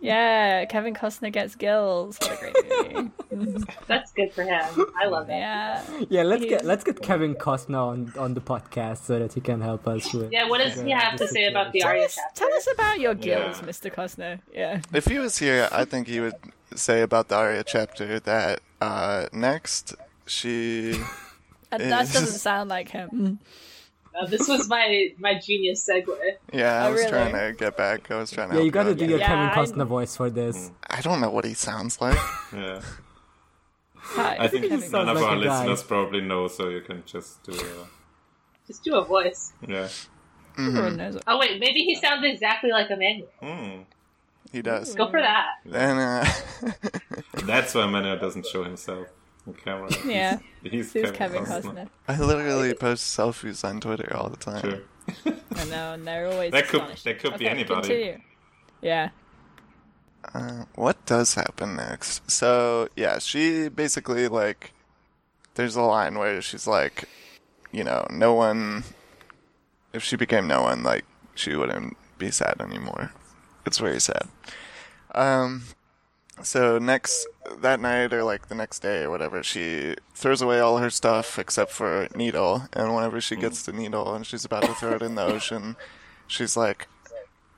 D: Yeah, Kevin Costner gets gills. What a great
F: (laughs)
D: movie.
B: That's good for him. I love it.
D: yeah.
E: Yeah, let's get let's get Kevin Costner on, on the podcast so that he can help us with.
B: Yeah, what does he have to say about the
D: Tell
B: Arya
D: us,
B: chapter?
D: tell us about your gills,
C: Yeah.
D: Mr. Costner. Yeah.
F: If he was here, I think he would say about the Arya chapter that uh, next she.
D: And
F: Yeah,
D: (laughs) that
F: this
D: doesn't
F: is-
D: sound like him.
B: Uh, this was my my genius segue.
F: (laughs) Yeah, I
D: Oh,
F: was
D: really?
F: trying to get back. I was trying to.
E: Yeah, you
F: help
E: gotta
F: out.
E: do your
D: Yeah,
E: Kevin
D: I-
E: Costner voice for this.
F: I don't know what he sounds like.
C: yeah.
D: Hi.
C: I think
D: Kevin
C: none
E: sounds
C: of
E: like
C: our
E: a guy.
C: listeners probably know, so you can just do. Uh,
B: Just do a voice.
C: yeah.
D: Costner,
F: Mm-hmm.
D: everyone knows it.
B: Oh wait, maybe he sounds exactly like Emmanuel.
C: Mm.
F: He does.
B: Go for that.
F: Then uh, (laughs)
C: That's why Manuel doesn't show himself on camera.
D: Yeah.
C: He's,
D: This
C: he's
D: is Kevin Costner.
F: I literally post selfies on Twitter all the time.
C: Sure.
D: I know, and they're always
C: That could-
D: astonished.
C: that could be
D: Okay,
C: anybody.
D: continue. Yeah.
F: what does happen next? So yeah, she basically like there's a line where she's like, you know, no one if she became no one, like she wouldn't be sad anymore. It's very sad. Um so next that night or like the next day or whatever, she throws away all her stuff except for needle, and whenever she gets the needle and she's about to throw it in the ocean, she's like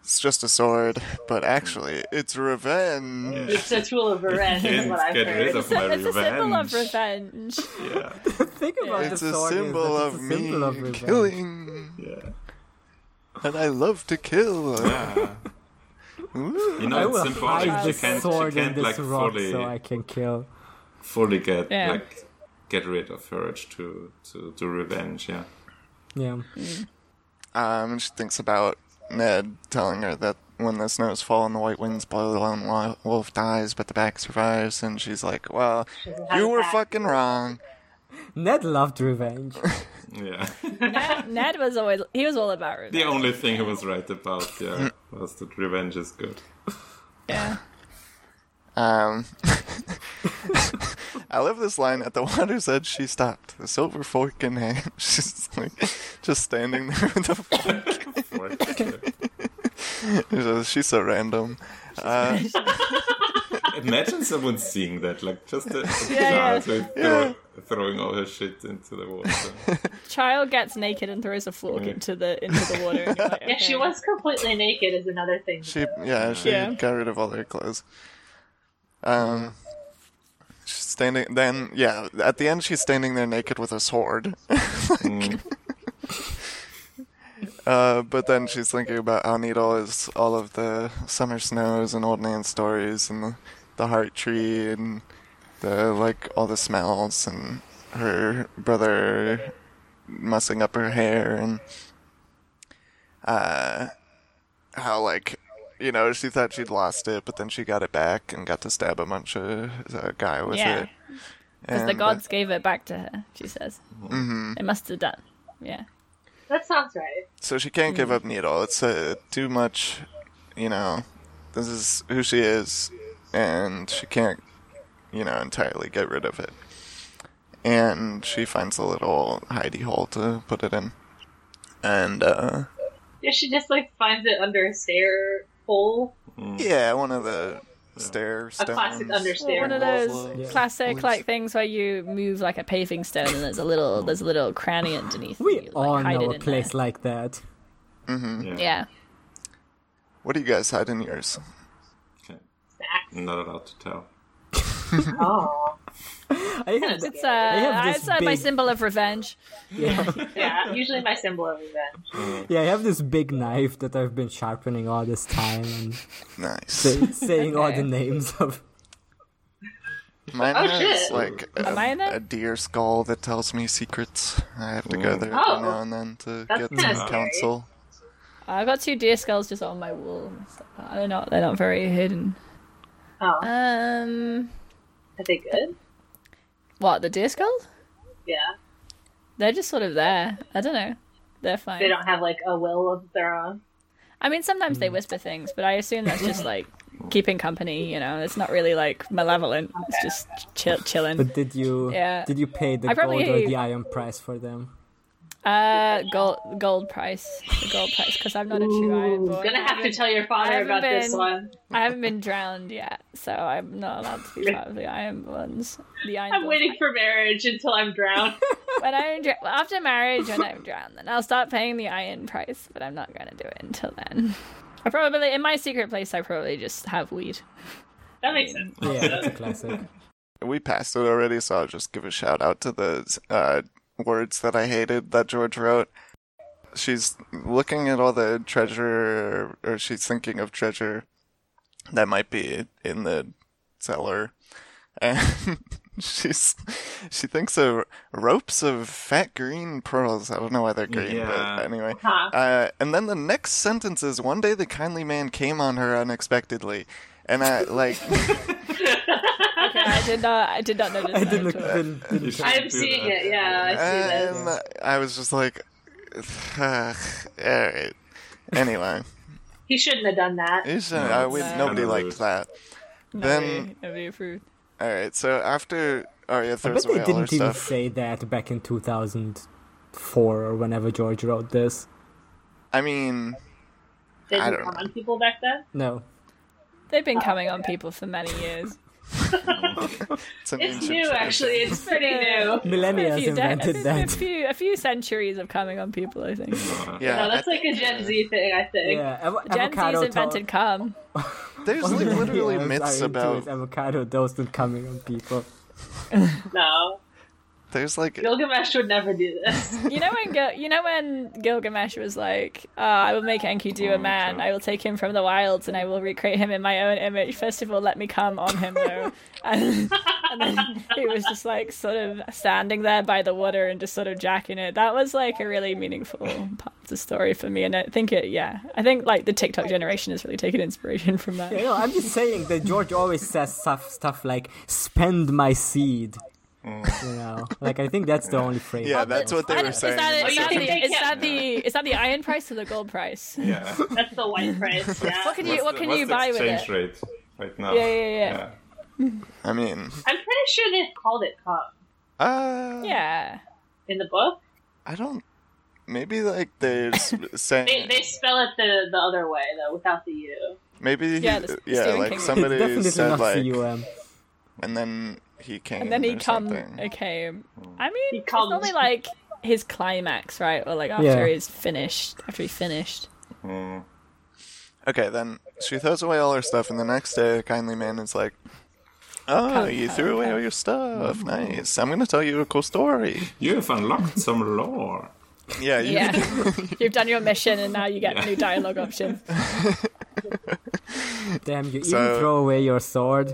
F: it's just a sword, but actually, it's revenge.
B: It's a tool of revenge, is what I've
C: Get rid
B: heard. (laughs)
C: of
D: So
C: my
D: it's a symbol of
C: revenge.
D: revenge.
C: yeah.
E: Think about
F: It's
E: the
F: a
E: sword is
F: symbol
E: that
F: of
E: it's a
F: me
E: symbol of revenge.
F: killing,
C: Yeah.
F: and I love to kill.
C: Yeah.
F: Ooh.
C: You
E: I
C: know,
E: will
C: it's symbolic.
E: hide
C: She
E: this
C: can't,
E: sword
C: she
E: in
C: can't
E: this
C: like
E: rock
C: fully,
E: so I can kill.
C: fully get
D: Yeah.
C: like get rid of her urge to to to revenge. Yeah.
E: Yeah.
D: Mm.
F: Um, and she thinks about Ned telling her that when the snows fall and the white winds blow, the lone wi- wolf dies, but the pack survives. And she's like, "Well,
B: have
F: you
B: a
F: were
B: pack."
F: fucking wrong."
E: Ned
D: (laughs)
E: loved revenge.
C: Yeah. (laughs)
D: Ned, Ned was always he was all about
C: the
D: revenge.
C: only thing he was right about, yeah, was that revenge is good.
D: Yeah.
F: Um, (laughs) I love this line. At the water's edge, she stopped, the silver fork in hand. (laughs) She's like, just standing there with a fork.
D: (laughs)
F: She's so random. Uh,
C: Imagine someone seeing that, like just a, a
D: yeah.
C: child with throw, throwing all her shit into the water.
D: Child gets naked and throws a fork into the into the water. And you're like,
B: (laughs) Yeah, she
D: okay.
B: was completely naked is another thing.
F: She yeah, she
D: Yeah.
F: got rid of all her clothes. Um she's standing then yeah, at the end she's standing there naked with a sword. (laughs) uh but then she's thinking about how neat all is all of the summer snows and old man stories and the, the heart tree and the like all the smells and her brother mussing up her hair and uh, how like you know she thought she'd lost it but then she got it back and got to stab a bunch of a guy with
D: Yeah.
F: it
D: Because the
F: And, uh,
D: gods gave it back to her, she says.
E: Mm-hmm.
D: It must have done. Yeah.
B: That sounds right.
F: so she can't
B: Mm.
F: give up needle it's uh, too much you know this is who she is and she can't you know entirely get rid of it and she finds a little hidey hole to put it in and uh
B: Yeah, she just like finds it under a stair hole,
F: yeah one of the stair
B: a
F: stones
B: classic under stair.
D: One of
B: hole.
D: those classic like things where you move like a paving stone and there's a little there's a little cranny underneath. and
E: We
D: you, like,
E: all
D: hide
E: know
D: it
E: a
D: in
E: place
D: there. (laughs)
E: like that.
D: Yeah.
F: what do you guys hide in yours
C: Okay. I'm not allowed to tell.
B: Oh,
E: I have,
D: It's
E: have
D: uh
E: this
D: it's uh, my
E: big-
D: symbol of revenge.
B: yeah. Usually my symbol of revenge.
E: yeah, I have this big knife that I've been sharpening all this time and
F: nice
D: (laughs)
E: say- saying all
D: Okay.
E: the names of.
F: Mine
B: Oh,
F: has
B: shit.
F: like a,
D: Am I in there?
F: a deer skull that tells me secrets. I have to go there every
B: Oh.
F: now and then to
B: That's
F: get
B: kinda
F: some
B: scary.
F: counsel.
D: I've got two deer skulls just on my wall. They're not they're not very hidden.
B: Oh,
D: Um
B: are they good?
D: what, the deer skulls?
B: Yeah,
D: They're just sort of there. I don't know. They're fine.
B: they don't have like a will of their own.
D: I mean, sometimes they whisper things, but I assume that's just like keeping company. You know, it's not really like malevolent. It's just chill, chilling.
E: But did you
D: Yeah.
E: did you pay the
D: I probably-
E: gold
D: (laughs)
E: or the iron price for them?
D: Uh, gold, gold price, the gold price, because I'm not a true iron boy.
B: Gonna have to tell your father
D: haven't
B: about this
D: been-
B: one.
D: I haven't been drowned yet, so I'm not allowed to be part of the iron ones. The iron.
B: I'm
D: Ones.
B: waiting for marriage until I'm drowned.
D: (laughs) When I'm dr- after marriage, when
E: (laughs)
D: I'm drowned, then I'll start paying the iron price. But I'm not gonna do it until then. I probably in my secret place. I probably just have weed.
B: that makes sense.
E: Yeah, that's a
F: (laughs)
E: classic.
F: We passed it already, so I'll just give a shout out to the uh, words that I hated that George wrote. She's looking at all the treasure, or she's thinking of treasure that might be in the cellar, (laughs) and she's she thinks of ropes of fat green pearls. I don't know why they're green,
C: Yeah.
F: but anyway.
B: Huh.
F: Uh, and then the next sentence is, "One day the kindly man came on her unexpectedly," and I like. (laughs)
D: Okay, I did not. I did not notice.
E: (laughs) I
D: that
E: didn't,
D: at all.
E: didn't, didn't
C: should-
B: I'm
C: do
B: seeing it.
C: that.
B: Yeah, (laughs) I see this.
F: Um, I was
E: (sighs)
F: just like, alright. (laughs) Anyway,
B: He shouldn't have done that.
F: it's, uh, I would- nobody
C: kinda
F: liked
C: rude.
F: that.
D: Nobody,
F: Then,
D: nobody approved.
F: alright, so after Arya
E: I
F: throws
E: bet
F: away
E: they
F: all her
E: didn't even
F: stuff,
E: say that back in 2004 or whenever George wrote this.
F: I mean,
B: They
F: I
B: didn't
F: don't
B: come on people back then.
E: No.
D: They've been coming on people for many years.
E: (laughs)
F: it's an
B: It's
F: ancient
B: new,
F: tradition.
B: actually. It's
D: (laughs)
B: pretty new.
D: Yeah.
E: Millennia
D: few de- (laughs)
E: invented
D: a,
E: that.
D: few, a few centuries of coming on people, I think.
C: Uh,
F: Yeah,
B: No, that's
F: I
B: like a Gen Z thing, I think.
E: Yeah, av-
D: Gen
E: avocado
D: Z's invented
E: toast.
D: cum.
F: think there's
E: (laughs)
F: like literally
E: Yeah, I
F: myths
E: into
F: about.
E: it, avocado toast and coming on people.
B: No,
F: There's like
B: Gilgamesh would never do this.
D: (laughs) You know when Gil- you know when Gilgamesh was like, uh, "I will make Enkidu a man. I will take him from the wilds, and I will recreate him in my own image." First of all, let me come on him though, and, and then he was just like sort of standing there by the water and just sort of jacking it. That was like a really meaningful part of the story for me, and I think it, yeah, I think like the TikTok generation has really taken inspiration from that.
E: You know, I'm just saying that George always says stuff, stuff like "spend my seed." You know, like I think that's the only phrase.
F: Mm. yeah,
E: (laughs)
F: that's what they
D: I don't-
F: were
D: Is that, is,
F: saying.
B: Oh, you
D: that
B: think
D: the,
B: they
D: is
B: can't-
D: that the is that the iron price or the gold price?
C: Yeah.
B: That's the white price. Yeah.
D: What can you
C: What's
D: what
C: the-
D: can
C: what's
D: you
C: the
D: buy with
C: exchange
D: it?
C: rate right now?
D: Yeah, yeah, yeah.
F: I mean,
B: I'm pretty sure they called it cum
F: uh,
D: Yeah.
B: in the book.
F: I don't. Maybe like they're s- saying
B: They, they spell it the the other way though, without the U.
F: maybe
D: Yeah, the-
F: yeah,
D: Stephen
F: like
D: King.
E: It's
F: somebody
E: definitely
F: said
E: not uh,
F: like,
E: cum.
F: and then he came,
D: And then he
F: or
D: come
F: something. Hmm.
D: okay. I mean
B: He
D: it's
B: comes.
D: only like his climax, right? Or like after
E: Yeah.
D: he's finished after he finished.
F: Okay, then she throws away all her stuff, and the next day, a kindly man is like, "Oh, you threw away all your stuff. Nice. I'm gonna tell you a cool story.
C: You have unlocked some lore.
F: (laughs) Yeah, you,
D: Yeah. (laughs) You've done your mission and now you get new dialogue
F: (laughs)
D: options.
E: Damn, you
F: So-
E: even throw away your sword.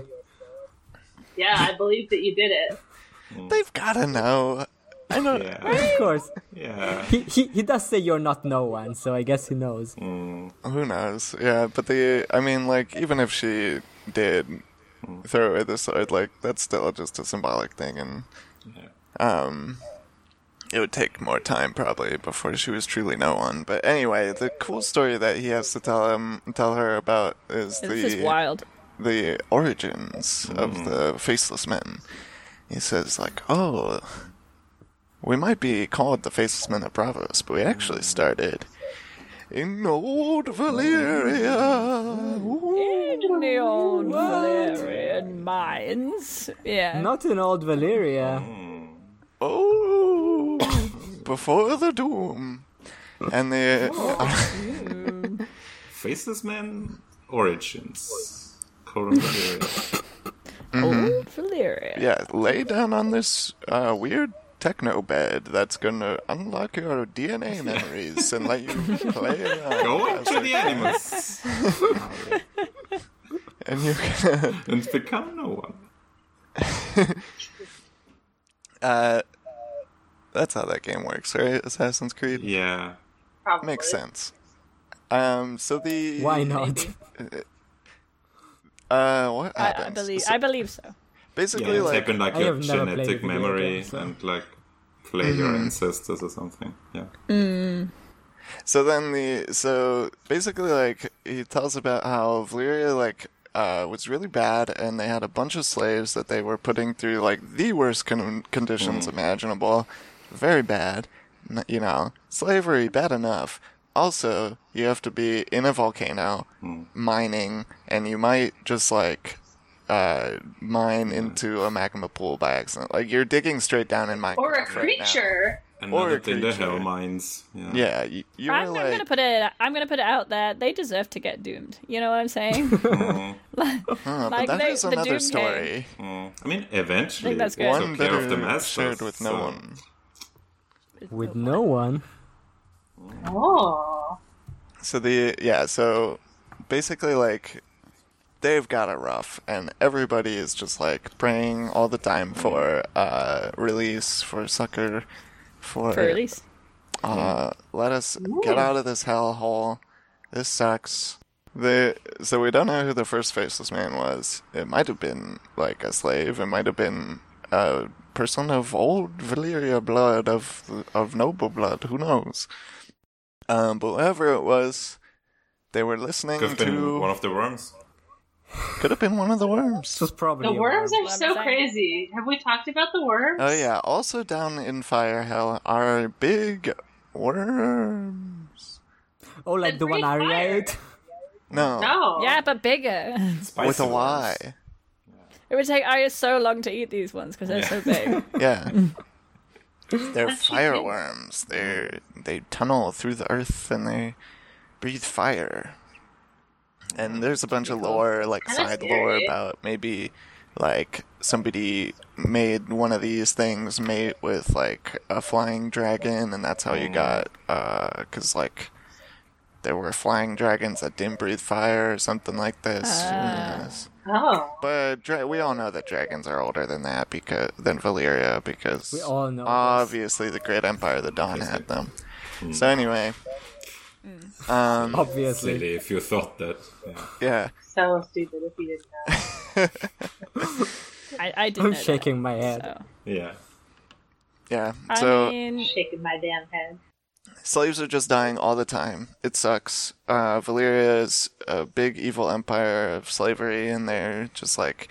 B: Yeah, I believe that you did it.
F: (laughs) they've gotta know. I know.
C: Yeah.
E: Of course,
C: yeah.
E: he, he he does say you're not no one, so I guess he knows.
F: Mm. Who knows? Yeah, but the I mean, like, even if she did throw away the sword, like, that's still just a symbolic thing, and um, it would take more time probably before she was truly no one. But anyway, the cool story that he has to tell him, tell her about is the
D: This is wild.
F: the origins of the faceless men. He says like, "Oh, we might be called the faceless men of Bravos, but we actually started in old Valyria." Ooh.
D: In the old Valyrian mines. Yeah.
E: Not in old Valyria.
F: Mm. Oh, before the doom. And the uh,
C: Faceless Man Origins. Corona period.
D: Old Valyria.
F: yeah, lay down on this uh, weird techno bed that's gonna unlock your DNA memories and let you play uh, around.
C: Go into (laughs) the animals
F: And you can
C: and become no one.
F: Uh, that's how that game works, right? Assassin's Creed
C: Yeah.
B: Probably
F: makes sense. Um, so the
E: Why not?
F: Uh, what
D: I,
F: happens?
D: I believe
F: So
D: I believe so.
C: Yeah,
F: basically,
C: it's
F: like
C: happened like
E: I
C: your
E: have never played
C: genetic
E: a video
C: memory
E: game, so-
F: Mm-hmm. Mm.
C: and like play your ancestors or something. Yeah.
F: So then the so basically like he tells about how Valyria like uh, was really bad and they had a bunch of slaves that they were putting through like the worst con- conditions imaginable, very bad. N- You know, slavery bad enough. Also, you have to be in a volcano mining, and you might just like uh, mine into a magma pool by accident. Like you're digging straight down in Minecraft
B: Or a
F: right now.
B: creature.
C: Another
F: a
C: thing, the
F: creature.
C: hell mines. Yeah.
F: Yeah, you, you were
D: I'm, I'm
F: like,
D: gonna put it. I'm gonna put it out there. They deserve to get doomed. You know what I'm saying?
F: Hmm. "Huh,
D: (laughs) like,
F: but that
D: they-
F: is
D: the
F: another
D: Doom
F: story.
C: I mean, eventually,
D: I think that's
C: they
D: good.
C: took
F: One
C: care of the
F: that is
C: masters,
F: shared with no
C: so- uh,
F: one.
E: with no one.
B: Oh.
F: So the yeah, so basically like they've got it rough, and everybody is just like praying all the time for uh, release, for succor, for
D: For release.
F: uh, let us get out of this hellhole. This sucks. The so we don't know who the first faceless man was. It might have been like a slave. It might have been a person of old Valyria blood, of of noble blood. Who knows? Um, but whoever it was, they were listening
C: Could have
F: to.
C: been one of the worms.
F: could have been one of the worms.
E: This was probably
B: The
E: a
B: worms
E: worm.
B: are so
D: Worms, eh?
B: crazy. Have we talked about the worms?
F: Oh yeah. Also down in Fire Hell are big worms.
E: Oh, like the one
B: Great
E: Arya
B: fire.
E: ate.
F: No.
B: No.
D: Yeah, but bigger. (laughs)
C: Spicy
F: With a
C: worms.
F: Y.
D: It would take Arya so long to eat these ones because they're so big.
B: (laughs)
F: Yeah. They're fireworms. They they tunnel through the earth and they breathe fire. And there's a bunch of lore, like
B: Kinda
F: side lore
B: scary.
F: about maybe like somebody made one of these things mate with like a flying dragon, and that's how you
B: Mm.
F: got because like there were flying dragons that didn't breathe fire or something like this. Mm. Who knows?
B: Oh.
F: But dra- we all know that dragons are older than that because than Valyria because
E: We all know this.
F: obviously the Great Empire of the Dawn had them. So anyway,
E: Obviously.
F: Um,
C: Silly, if you thought that. Yeah.
F: yeah,
B: So stupid if you didn't know.
D: I, I didn't.
E: I'm
D: know that,
E: shaking my head.
D: so.
C: yeah.
F: yeah.
D: I
F: so
D: mean,
B: Shaking my damn head.
F: slaves are just dying all the time. It sucks. Uh, Valyria is a big evil empire of slavery, and they're just like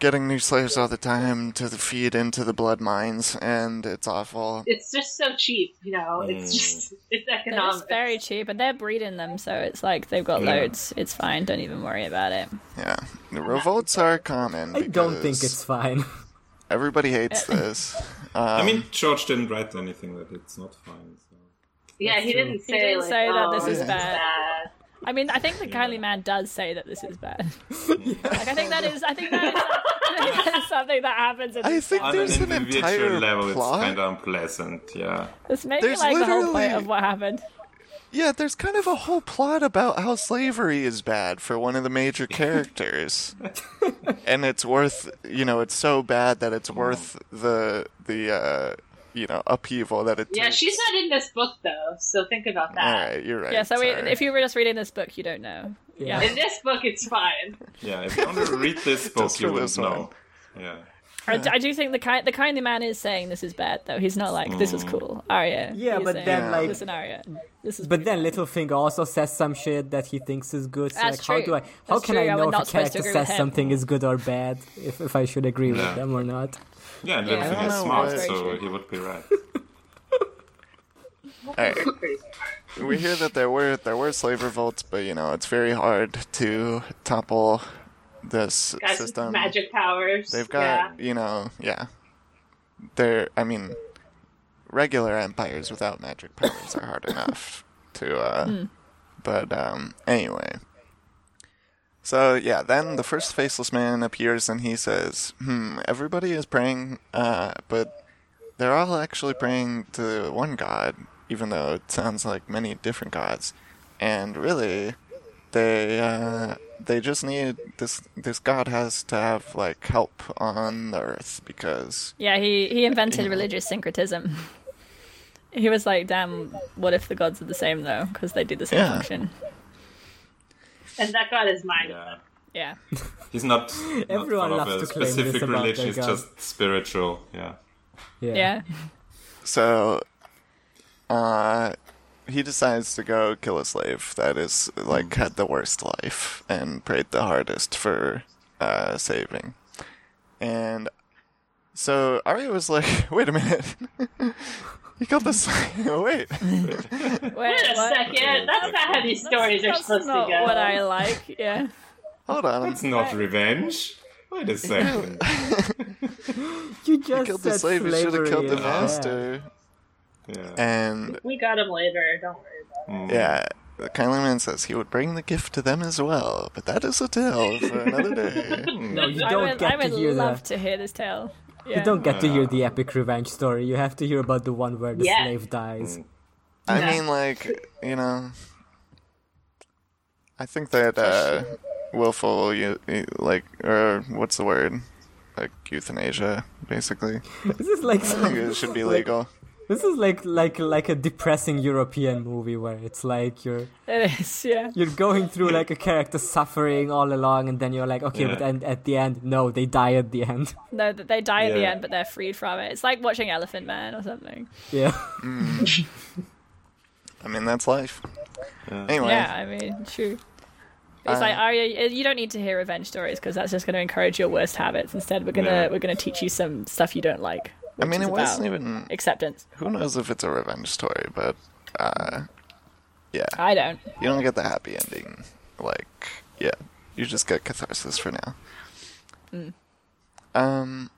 F: getting new slaves all the time to feed into the blood mines, and it's awful.
B: It's just so cheap, you know.
F: Mm.
B: It's just (laughs) it's
D: they're
B: economic.
D: just very cheap, and they're breeding them, so it's like they've got
C: Yeah.
D: loads. It's fine. Don't even worry about it.
F: Yeah, the revolts are common.
E: I don't think
F: because
E: it's fine.
F: everybody
D: (laughs)
F: hates this. Uh,
C: I
F: Um,
C: mean, George didn't write anything that it's not fine. So.
B: yeah, he didn't say
D: didn't
B: like,
D: say that
B: oh,
D: this is bad.
B: bad.
D: I mean, I think the kindly man does say that this is bad. Like, I think that is. I think that is, I think that is something that happens. In
F: I
D: this
F: think
D: film.
C: On
F: there's
C: an
F: an
C: individual
F: entire
C: level,
F: plot.
C: it's kind of unpleasant. Yeah.
D: It's maybe
F: There's
D: like the whole point
F: literally-
D: of what happened.
F: Yeah, there's kind of a whole plot about how slavery is bad for one of the
C: (laughs)
F: major characters, and it's worth you know it's so bad that it's worth the the uh, you know upheaval that it.
B: Yeah,
F: takes.
B: she's not in this book though, so think about
F: All
B: that.
F: right, you're right.
D: Yeah. So we,
F: sorry.
D: if you were just reading this book, you don't know. Yeah.
B: In this book, it's fine.
C: Yeah, if you want to read
F: (laughs)
C: this book,
F: Just
C: you
F: for
C: would
F: this
C: know. Yeah.
D: I, d- I do think the kind the kindly man is saying this is bad though. He's not like this is cool, Arya.
E: Yeah,
D: He's
E: but
D: saying,
E: then, like-
D: listen, Arya, this is.
E: But then Littlefinger also says some shit that he thinks is good. So
D: That's
E: like,
D: true.
E: how do I? How
D: That's
E: can
D: true,
E: I
D: I was
E: know if
D: not
E: a
D: supposed to
E: character
D: agree with
E: says
D: him.
E: something is good or bad? If if I should agree with them or not?
C: Yeah, and
D: Yeah,
C: everything
F: I
C: is
F: don't know
C: smart,
F: why-
C: so he would be right.
F: All right.
B: Crazy.
F: we hear that there were there were slave revolts, but you know it's very hard to topple this
B: Guys with
F: system.
B: magic powers.
F: They've got, you know, yeah. They're, I mean, regular empires without magic powers are hard enough to, uh, but, um, anyway. So, yeah, then the first faceless man appears and he says, hmm, everybody is praying, uh, but they're all actually praying to one god, even though it sounds like many different gods. And really, they uh, they just need this this god has to have like help on the earth because
D: Yeah, he he invented religious syncretism. (laughs) He was like, "Damn, what if the gods are the same though? Because they do the same
F: Yeah.
D: function."
B: and that god is mine.
C: Yeah.
D: Yeah,
C: He's not,
E: (laughs)
C: not
E: Everyone
C: one of
E: loves
C: a
E: to claim this
C: specific
E: about
C: religion,
E: their
C: it's
E: god.
C: just spiritual. Yeah.
D: yeah.
F: so uh he decides to go kill a slave that is like had the worst life and prayed the hardest for uh, saving. And so Arya was like, (laughs) "Wait a minute, you killed the (laughs) slave. Wait,
B: Wait a
D: Wait, what?
B: second. That's not how these stories are
D: That's
B: supposed
D: not
B: to go.
D: what I like. Yeah.
F: hold on,
C: It's not revenge. Wait a
E: (laughs)
C: second.
E: You just
F: killed
E: said
F: the slave. You should
E: slavery
F: have killed
E: is
F: the
E: bad.
F: master."
E: (laughs)
C: Yeah.
F: And
B: we got him later. Don't worry about it.
F: Yeah, the kindly man says he would bring the gift to them as well, but that is a tale for another
D: (laughs)
F: day.
E: No, you
D: I
E: don't
D: would,
E: get
D: I would
E: to hear
D: love
E: the.
D: to hear this tale. Yeah.
E: You don't get to hear the epic revenge story. You have to hear about the one where the
B: Yeah.
E: slave dies.
F: I mean, like, you know, I think that uh, willful, you, you- like, or what's the word? Like euthanasia, basically.
E: This is like
F: I think it
D: (laughs)
F: should be legal.
E: this is like like like a depressing European movie where it's like you're
D: (laughs) It is. Yeah.
E: you're going through like a character suffering all along, and then you're like, okay,
C: Yeah.
E: but and at the end, no, they die at the end. (laughs)
D: No, that they die at the
C: Yeah.
D: end, but they're freed from it. It's like watching Elephant Man or something.
E: Yeah,
F: I mean, that's life. Anyway,
D: Yeah, I mean, true. It's
F: Um,
D: like Arya, you don't need to hear revenge stories because that's just going to encourage your worst habits. Instead, we're gonna
C: Yeah.
D: we're gonna teach you some stuff you don't like.
F: I mean,
D: is
F: it wasn't
D: about-
F: even.
D: Acceptance.
F: Who knows if it's a revenge story, but uh, yeah.
D: I don't.
F: You don't get the happy ending. Like, yeah, you just get catharsis for now. Um.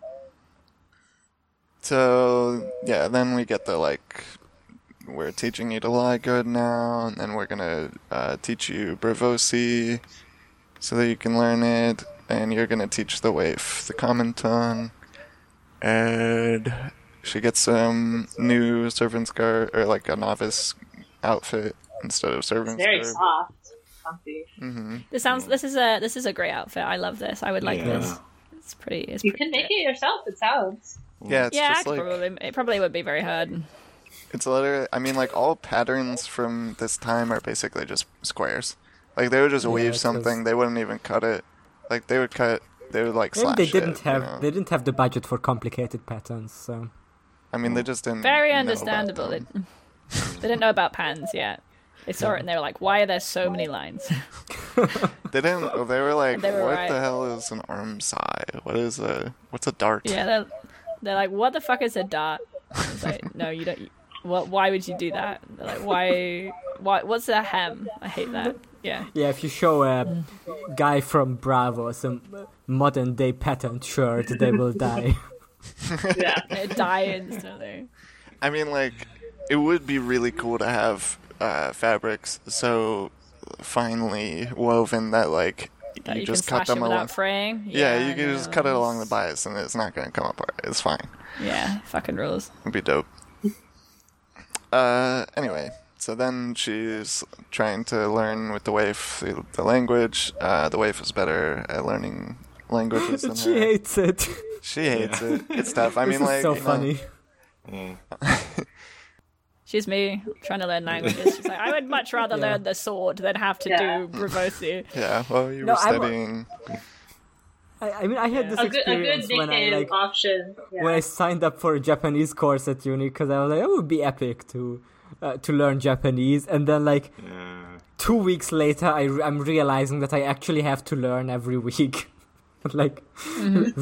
F: So yeah, then we get the like, we're teaching you to lie good now, and then we're gonna uh, teach you bravosi, so that you can learn it, and you're gonna teach the waif the common tongue, and she gets some new servant's garb or like a novice outfit instead of servant's
B: Very
F: garb.
B: soft. Comfy.
D: This sounds. This is a this is a great outfit. I love this. I would like
C: Yeah.
D: this. It's pretty. It's
B: You
D: pretty
B: can make it yourself, it sounds.
F: Yeah, it's
D: Yeah, I
F: just
D: could
F: like
D: probably. It probably would not be very hard.
F: it's literally. I mean, like all patterns from this time are basically just squares. Like they would just weave
E: it's
F: something. They wouldn't even cut it. Like they would cut. They would like
E: and
F: slash
E: they didn't
F: it, you
E: have
F: know?
E: they didn't have the budget for complicated patterns, so.
F: I mean, they just didn't.
D: Very
F: know about
D: understandable. They,
F: them.
D: they didn't know about pans yet. They saw it and they were like, "Why are there so many lines?"
F: They didn't. oh, They were like,
D: They were
F: "What
D: right.
F: the hell is an arm sigh? What is a what's a dart?"
D: yeah, they're, they're like, "What the fuck is a dart?" It's
F: (laughs)
D: like, no, you don't. What? Why would you do that? They're like, why? Why? What's a hem? I hate that.
F: (laughs)
D: Yeah.
E: Yeah, if you show a guy from Bravo some modern day pattern shirt, they
F: (laughs)
E: will die.
B: Yeah.
D: They die instantly.
F: I mean, like, it would be really cool to have uh, fabrics so finely woven that like
D: That you,
F: just
D: can
F: cut
D: slash them
F: them along.
D: without fraying.
F: Yeah, you can
D: no.
F: just cut it along the bias and it's not gonna come apart. It's fine.
D: Yeah, fucking rules.
F: It'd be dope. (laughs) Uh, anyway, so then she's trying to learn with the waif the, the language. Uh, the waif is better at learning languages
E: (laughs)
F: than
E: she
F: her.
E: hates it.
F: she hates it. It's tough. I mean,
E: It's
F: like,
E: so
F: you know,
E: funny.
D: She's me trying to
F: (laughs)
D: learn languages. She's like, I would much rather
E: Yeah.
D: learn the sword than have to
B: Yeah.
D: do
F: (laughs)
D: bravosi.
F: yeah. Well, you
E: No,
F: were
E: I'm-
F: studying.
E: I, I mean, I had this
B: A good, a good
E: experience when I
B: nickname
E: like
B: option. Yeah.
E: when I signed up for a Japanese course at uni because I was like, it would be epic to uh, to learn Japanese, and then like
C: Yeah.
E: two weeks later, I re- I'm realizing that I actually have to learn every week, (laughs) like re-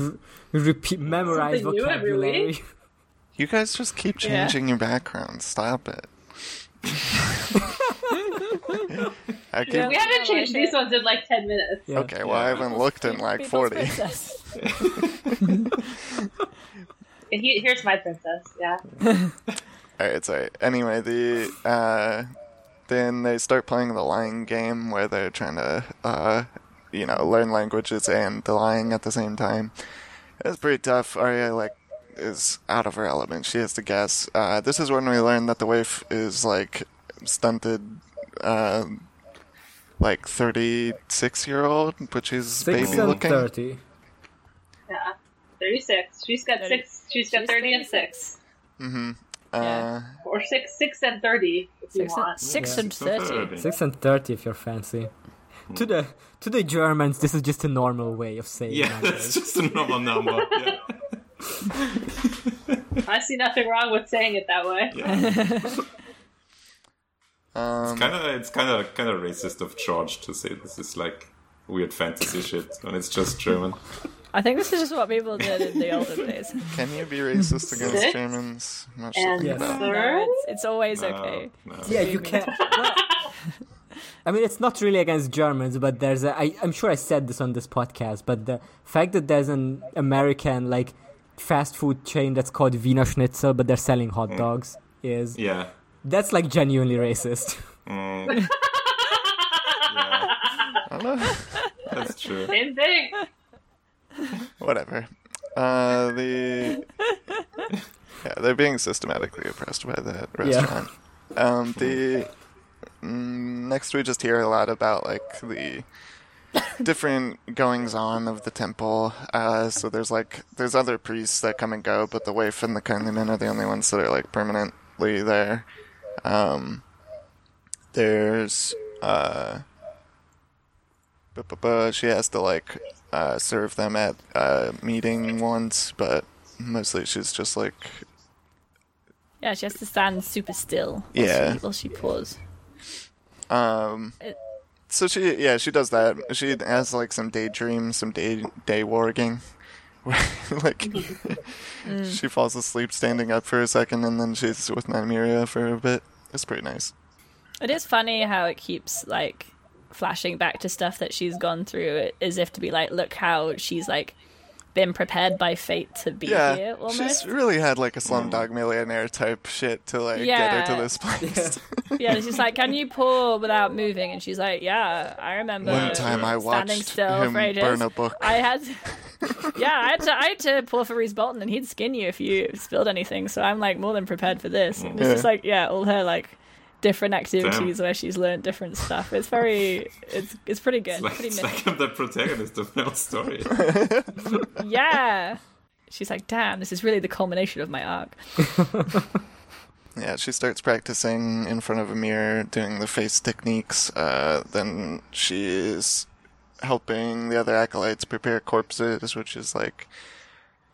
E: repeat memorize
B: Mm-hmm. Something new every
E: vocabulary.
B: week?
F: You guys just keep
D: Yeah.
F: changing your background.
E: (laughs)
F: Stop it. (laughs) I keep.
B: we haven't changed
D: I like
B: these ones in like 10 minutes.
E: Yeah.
F: Okay, well, I haven't looked in like
D: People's
F: 40.
D: princess.
B: And he, here's my princess. Yeah.
F: Alright, sorry. Uh, Anyway, the uh, then they start playing the lying game where they're trying to uh, you know, learn languages and the lying at the same time. It's pretty tough. Arya like is out of her element. She has to guess. Uh, this is when we learn that the waif is like stunted uh, like thirty six year old, but she's
E: (laughs) Six
F: baby
E: and
F: looking.
E: thirty.
B: Yeah. 36. She's got
D: 30.
B: six. She's got
D: She's
B: 30 and
D: 36.
B: six.
F: Uh,
D: Yeah.
B: Or six, six and 30 if you
D: Six, and,
B: want.
D: six
C: Yeah.
D: and
C: Six and
F: (laughs)
D: thirty.
C: thirty.
E: Six and thirty, if you're fancy. To the to the Germans, this is just a normal way of saying.
C: (laughs) Yeah, that's
E: numbers.
C: just a normal number. Yeah.
E: (laughs)
B: I see nothing wrong with saying it that way.
C: yeah.
F: um,
C: It's kind of it's kind of kind of racist of George to say this is like weird fantasy shit when it's just
E: (laughs)
C: German.
D: I think this is just what people did in the olden
B: (laughs)
D: days.
F: Can you be racist against
B: Six
F: Germans? Much
B: And
F: like that.
D: No,
B: third?
D: it's, it's always okay.
C: Uh, No, no.
E: Yeah, you can't. well, (laughs) I mean, it's not really against Germans, but there's a. I, I'm sure I said this on this podcast, but the fact that there's an American like fast food chain that's called Wiener Schnitzel, but they're selling hot dogs is
C: Yeah. Mm.
E: that's like
D: (laughs)
E: genuinely racist. (laughs)
C: yeah,
F: I don't know.
C: that's true.
B: Same thing.
F: Whatever. Uh, the yeah, they're being systematically oppressed by that restaurant. Um, the mm, next we just hear a lot about like the different goings on of the temple. Uh, so there's like there's other priests that come and go, but the waif and the kindly men are the only ones that are like permanently there. Um, there's uh, bu- bu- bu- she has to like uh, serve them at a meeting once, but mostly she's just like
D: Yeah, she has to stand super still. While
F: Yeah.
D: She, while she pours.
F: so she yeah she does that she has like some daydreams some day day warging (laughs) where like she falls asleep standing up for a second and then she's with Nymeria for a bit it's pretty nice
D: It is funny how it keeps like flashing back to stuff that she's gone through, as if to be like, look how she's like been prepared by fate to be here.
F: yeah
D: Almost.
F: she's really had like a slumdog millionaire type shit to like get her
D: Yeah.
F: to this place
D: Yeah, she's like, can you pour without moving? And she's like, yeah, I remember.
F: one time I
D: standing
F: watched
D: still
F: him
D: for ages.
F: burn a book
D: I had, (laughs) yeah, I had to, I had to pour for Reese Bolton, and he'd skin you if you spilled anything. So I'm like more than prepared for this. And It's just like, yeah, all her like different activities where she's learned different stuff. It's very, it's it's pretty good,
C: Like,
D: pretty
C: it's
D: mint.
C: like I'm the protagonist of my own
F: (laughs)
C: story.
D: yeah. She's like, damn, this is really the culmination of my arc.
F: Yeah, she starts practicing in front of a mirror, doing the face techniques. Uh, then she's helping the other acolytes prepare corpses, which is like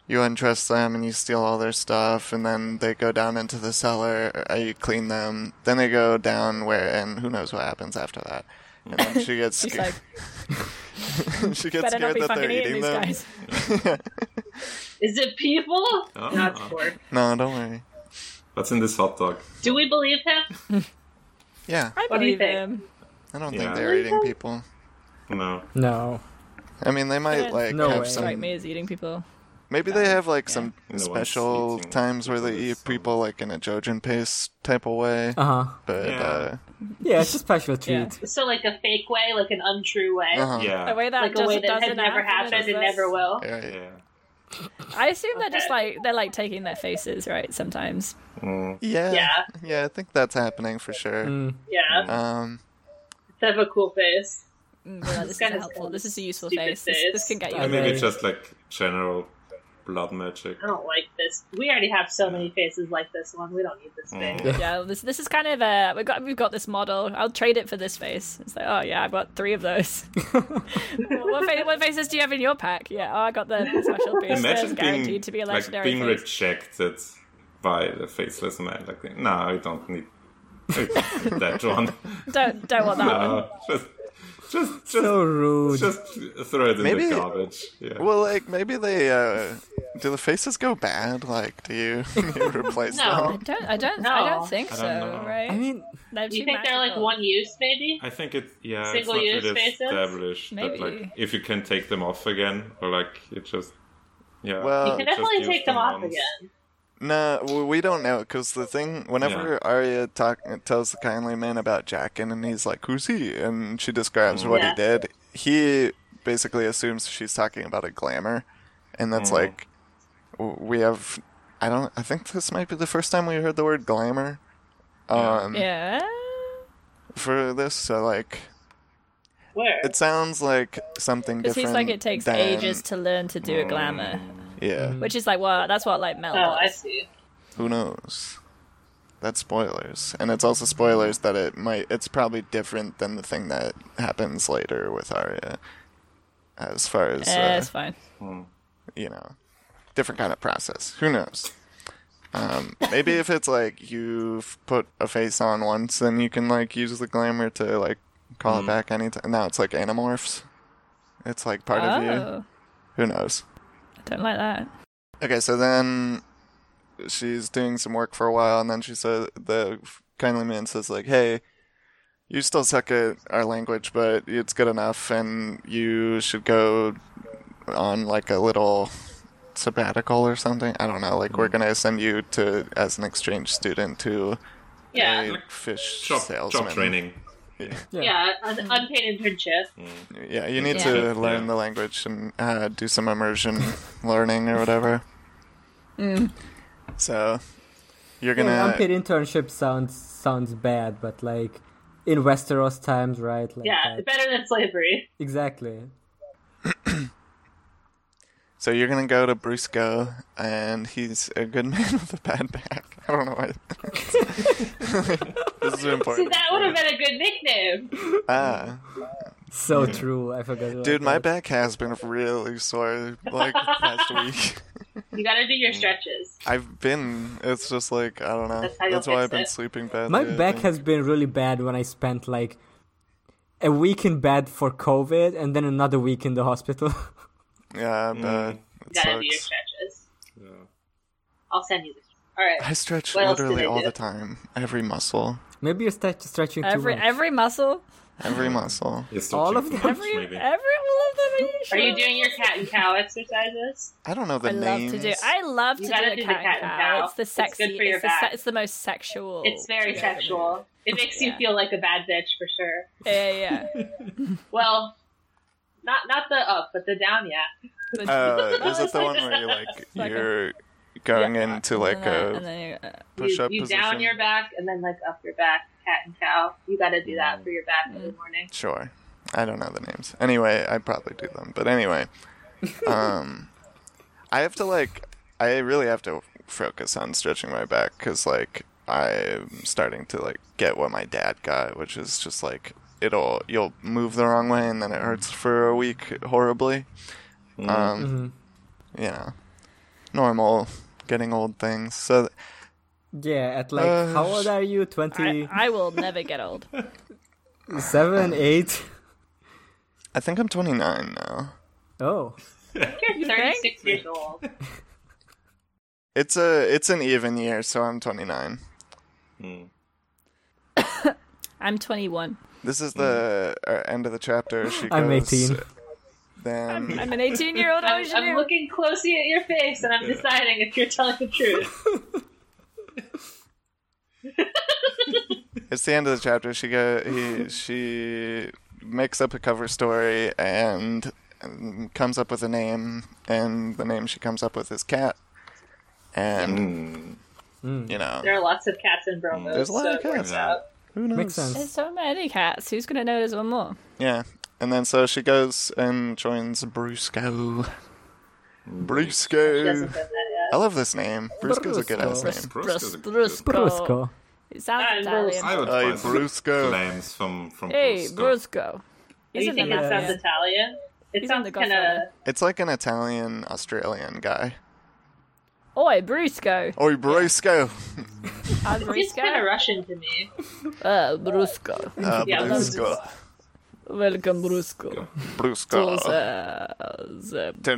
F: you undress them and you steal all their stuff, and then they go down into the cellar. Uh, you clean them. Then they go down where, and who knows what happens after that. And then she
D: (laughs)
F: gets
D: She's
F: scared.
D: like,
F: (laughs) she gets
D: better not
F: scared
D: be
F: that
D: fucking
F: they're
D: eating
F: eating
D: these
F: them.
D: guys.
B: Is it people? Not sure.
F: (laughs) No, don't worry.
C: What's in this hot dog?
B: Do we believe him?
F: Yeah,
D: I
B: What do you
D: believe
B: think?
D: him.
F: I don't
C: Yeah.
F: think they're eating people.
C: No.
E: No,
F: I mean, they might like
E: No
F: have
E: way.
F: some
D: Strike me as eating people.
F: Maybe they have like some
C: No one's
F: special
C: eating
F: times where they eat
C: this, um,
F: people like in a Jojen pace type of way.
E: uh huh.
F: But
C: Yeah.
F: uh,
E: Yeah, it's a special treat.
D: Yeah.
B: So like a fake way, like an untrue way,
D: Oh,
F: uh-huh.
C: Yeah.
D: A way that
B: like a
D: doesn't,
B: way that had
D: doesn't
B: never
D: happen,
B: happened and
D: does
B: never
D: this.
B: will.
F: yeah, yeah.
C: Yeah.
D: I assume they're just
B: Okay.
D: like they're like taking their faces, right? Sometimes.
F: Yeah.
B: Yeah.
F: I think that's happening for sure.
B: Yeah,
F: Um,
B: they have a cool face.
D: Mm, well, this is
B: kinda
D: a helpful.
B: sounds
D: This is a useful
B: stupid
D: face. This,
B: face.
D: this can get you.
E: I
C: Or
D: a
E: mean-
C: maybe
E: Right.
C: just like general blood magic.
B: I don't like this. We already have so many faces like this one. We don't need this thing.
C: Mm.
D: yeah, this this is kind of a we have got we've got this model. I'll trade it for this face. It's like, oh yeah, I've got three of
C: (laughs)
D: those. what, fa- what faces do you have in your pack? Yeah, oh, I got the special boost. That's
C: Imagine
D: guaranteed
C: being
D: to be a
C: like
D: legendary
C: being
D: face.
C: rejected by the faceless man. Like, no, I don't need (laughs) I don't need that one.
F: (laughs)
D: Don't don't want that one.
C: No, just, just, just,
E: So rude.
C: just throw it in
F: Maybe-
C: the garbage. Yeah.
F: well, like maybe they uh, do the faces go bad? Like, do you, (laughs) you replace
D: I
B: No.
D: don't. I don't. I
B: No.
D: don't think
C: I don't
D: so.
C: know.
D: Right?
E: I mean,
D: They're
B: Do you
D: too
B: think they're like
D: magical.
B: one use, maybe?
C: I think it yeah,
B: Single
C: it's
B: use
C: not really
B: faces?
C: established that
D: Maybe.
C: like if you can take them off again or like it just yeah.
F: Well-
C: it
B: You can
C: just
B: definitely
C: used
B: take them off
C: once.
B: again.
F: them? No, w- we don't know because the thing whenever
C: Yeah.
F: Arya talk tells the kindly man about Jackin and he's like, "Who's he?" and she describes what
B: Yeah.
F: he did. He basically assumes she's talking about a glamour, and that's like w- we have. I don't. I think this might be the first time we heard the word glamour um,
D: Yeah.
F: for this. So like,
B: Where?
F: it sounds like something
D: It
F: different.
D: seems like it takes
F: than-
D: ages to learn to do a glamour,
C: Mm.
F: Yeah.
D: which is like what that's what like Mel.
B: oh, I
D: does.
B: see.
F: Who knows? That's spoilers, and it's also spoilers that it might. It's probably different than the thing that happens later with Arya, as far as
D: Eh,
F: uh,
D: it's fine.
F: you know, different kind of process. Who knows? Um, maybe if it's like you've put a face on once, then you can like use the glamour to like call it back anytime. Now it's like animorphs. It's like part of you.
D: Oh,
F: Who knows?
D: I don't like that.
F: Okay, so then she's doing some work for a while, and then she says the kindly man says like, "Hey, you still suck at our language, but it's good enough, and you should go on like a little sabbatical or something. I don't know. Like we're gonna send you to as an exchange student to
B: Yeah.
F: a fish
C: Job,
F: salesman.
C: job training.
B: Yeah, an unpaid internship.
C: Mm.
F: Yeah, you need
D: Yeah.
F: to learn
C: Yeah.
F: the language and uh, do some
E: (laughs)
F: immersion learning or whatever. So you're gonna
E: Mm. Yeah, unpaid internship sounds sounds bad, but like in Westeros times, right? Like
B: Yeah,
E: that.
B: better than slavery.
E: exactly.
F: So you're gonna go to Brusco, and he's a good (laughs) man with a bad back. I don't know why. (laughs) this is
B: See,
F: important.
B: that would have been a good nickname.
F: Ah,
E: So true. I forgot. about
F: Mm-hmm. dude, my
E: that.
F: back has been really sore like the past
B: (laughs)
F: week.
B: You gotta do your
C: Mm.
B: stretches.
F: I've been. It's just like I don't know.
B: That's
F: That's,
B: how you'll
F: why
B: fix
F: I've been
B: it.
F: sleeping badly.
E: My
F: I
E: back
F: think.
E: has been really bad when I spent like a week in bed for COVID and then another week in the hospital. (laughs)
F: Yeah, but
B: You
F: it
B: Mm. gotta do your
F: sucks.
B: stretches. I'll send you this. All right.
F: I stretch
B: What else did
F: literally
B: I
F: all
B: do?
F: the time. Every muscle.
E: Maybe you're stretch- stretching
D: Every
E: too much.
D: every muscle,
F: Every muscle.
C: It's
E: All
C: touching
E: of them? e-
C: too much,
D: every every
C: maybe.
D: all of them. Are you,
B: Are
D: sure?
B: you doing your cat and cow exercises?
F: I don't know the
D: I love
F: names.
D: to do. I love
B: You
D: to do,
B: gotta
D: a
B: do the
D: cat,
B: cat
D: and
B: and
D: cow.
B: cow.
D: It's the
B: It's good
D: sexy.
B: for your
D: it's, the se-
B: back.
D: it's the most sexual.
C: Oh,
B: It's very sexual. It makes you
D: Yeah.
B: feel like a bad bitch for sure.
D: Yeah, yeah.
B: (laughs)
D: yeah.
B: Well, not not the up, but the down. Yeah.
D: But- (laughs)
F: Uh, is it the one where you like
D: like a-
F: you're going into like
D: and then, and
F: a
D: then you- uh,
F: push
B: you,
F: up
B: you
F: position?
B: down your back and then like up your back, cat and cow. You got to do that
F: Mm.
B: for your back in the morning.
F: Sure. I don't know the names. Anyway, I probably do them. But anyway, um, I have to like, I really have to focus on stretching my back because like I'm starting to like get what my dad got, which is just like it'll you'll move the wrong way and then it hurts for a week horribly. Um, you know, normal getting old things. So. Th-
E: Yeah, at like
F: Uh,
E: how old are you?
D: I,
E: Twenty
D: I will never get old.
E: seven, eight.
F: I think I'm 29 now.
E: Oh,
B: You're
D: think?
B: 36
F: (laughs)
B: years old.
F: It's a it's an even year, so I'm 29.
D: I'm 21.
F: This is the uh, end of the (laughs) chapter. She
E: I'm
F: goes,
E: 18.
F: Then
D: I'm an 18 year
B: (laughs)
D: old
B: I'm, I'm
D: engineer.
B: looking closely at your face and I'm deciding if you're telling the
F: (laughs)
B: truth.
F: it's the end of the chapter. She go he she makes up a cover story and, and comes up with a name, and the name she comes up with is cat. And you know,
B: There are lots of cats in Bromos.
F: There's a lot
B: so it
F: of
B: works
F: cats.
B: out.
F: who knows?
E: makes sense.
D: There's so many cats. Who's going to know there's one more?
F: Yeah, and then so she goes and joins
B: She
F: Brusco.
B: hasn't
F: Brusco.
B: done that
F: I love this name. Brusco's a good ass name.
C: Brusco's a good-
D: Brusco.
E: Brusco.
D: It
B: Ah,
D: sounds Italian.
C: I would
F: Hey,
C: buy some
F: Brusco.
C: clams from from
D: Hey,
C: Brusco.
B: yet.
D: Brusco.
B: Do you
D: Isn't
B: think
D: that
B: that sounds
D: nice?
B: Italian? It
D: He's in
B: sounds
D: The
B: kind of.
D: Godfather.
F: It's like an Italian Australian guy.
D: Oi, Brusco.
F: Oi, Brusco.
D: I'm
B: He's kind of
D: Brusco.
B: Russian to me.
D: Uh, Brusco.
F: Uh,
B: Yeah,
F: Brusco.
D: Welcome, Brusco. To
F: Brusco.
D: the, the,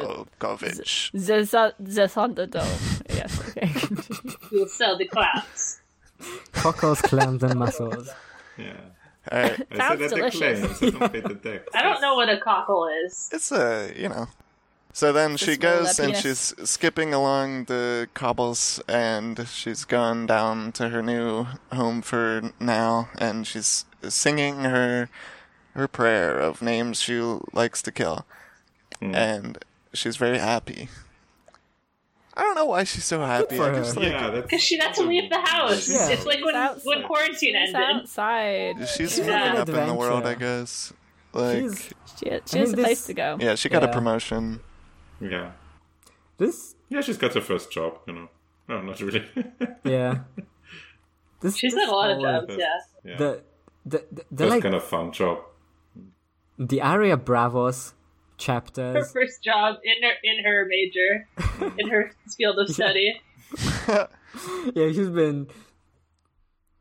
F: Ternestovkovich.
D: the, the, the
B: (laughs)
D: Thunderdome. Yes, okay.
B: You'll sell the
F: (laughs)
B: clouds.
E: Cockles, clams, and
C: (laughs)
E: mussels.
C: Yeah.
F: Alright.
C: I said that the
D: delicious.
C: clams. I don't fit the text.
B: (laughs) I don't know what a cockle is.
F: It's a, you know. So then she
D: small, uh,
F: goes and
D: penis.
F: she's skipping along the cobbles and she's gone down to her new home for now and she's singing her her prayer of names she likes to kill.
E: Hmm.
F: And she's very happy. I don't know why she's so happy.
E: for
F: I just
E: her.
F: like
C: Yeah, that's
B: Because she got to leave the house.
E: Yeah.
B: It's like when,
D: Outside.
B: when quarantine
D: She's
B: ended.
D: outside.
F: She's
B: Yeah.
F: moving up in the
E: Adventure.
F: world, I guess. Like,
E: She's,
D: She, she has a
E: think this-
D: place to go.
F: yeah, she got a
E: Yeah.
F: promotion.
C: Yeah.
E: this,
C: Yeah, she's got her first job, you know. No, not really. (laughs)
E: yeah. This,
B: She's
E: this
B: had a lot of
E: whole-
B: jobs, yeah.
C: yeah.
E: The, the, the, the
C: That's
E: like
C: kind of fun job.
E: the Aria Bravos
B: Her (laughs)
E: chapters.
B: first job in her in her major, in her field of study.
E: Yeah, she's been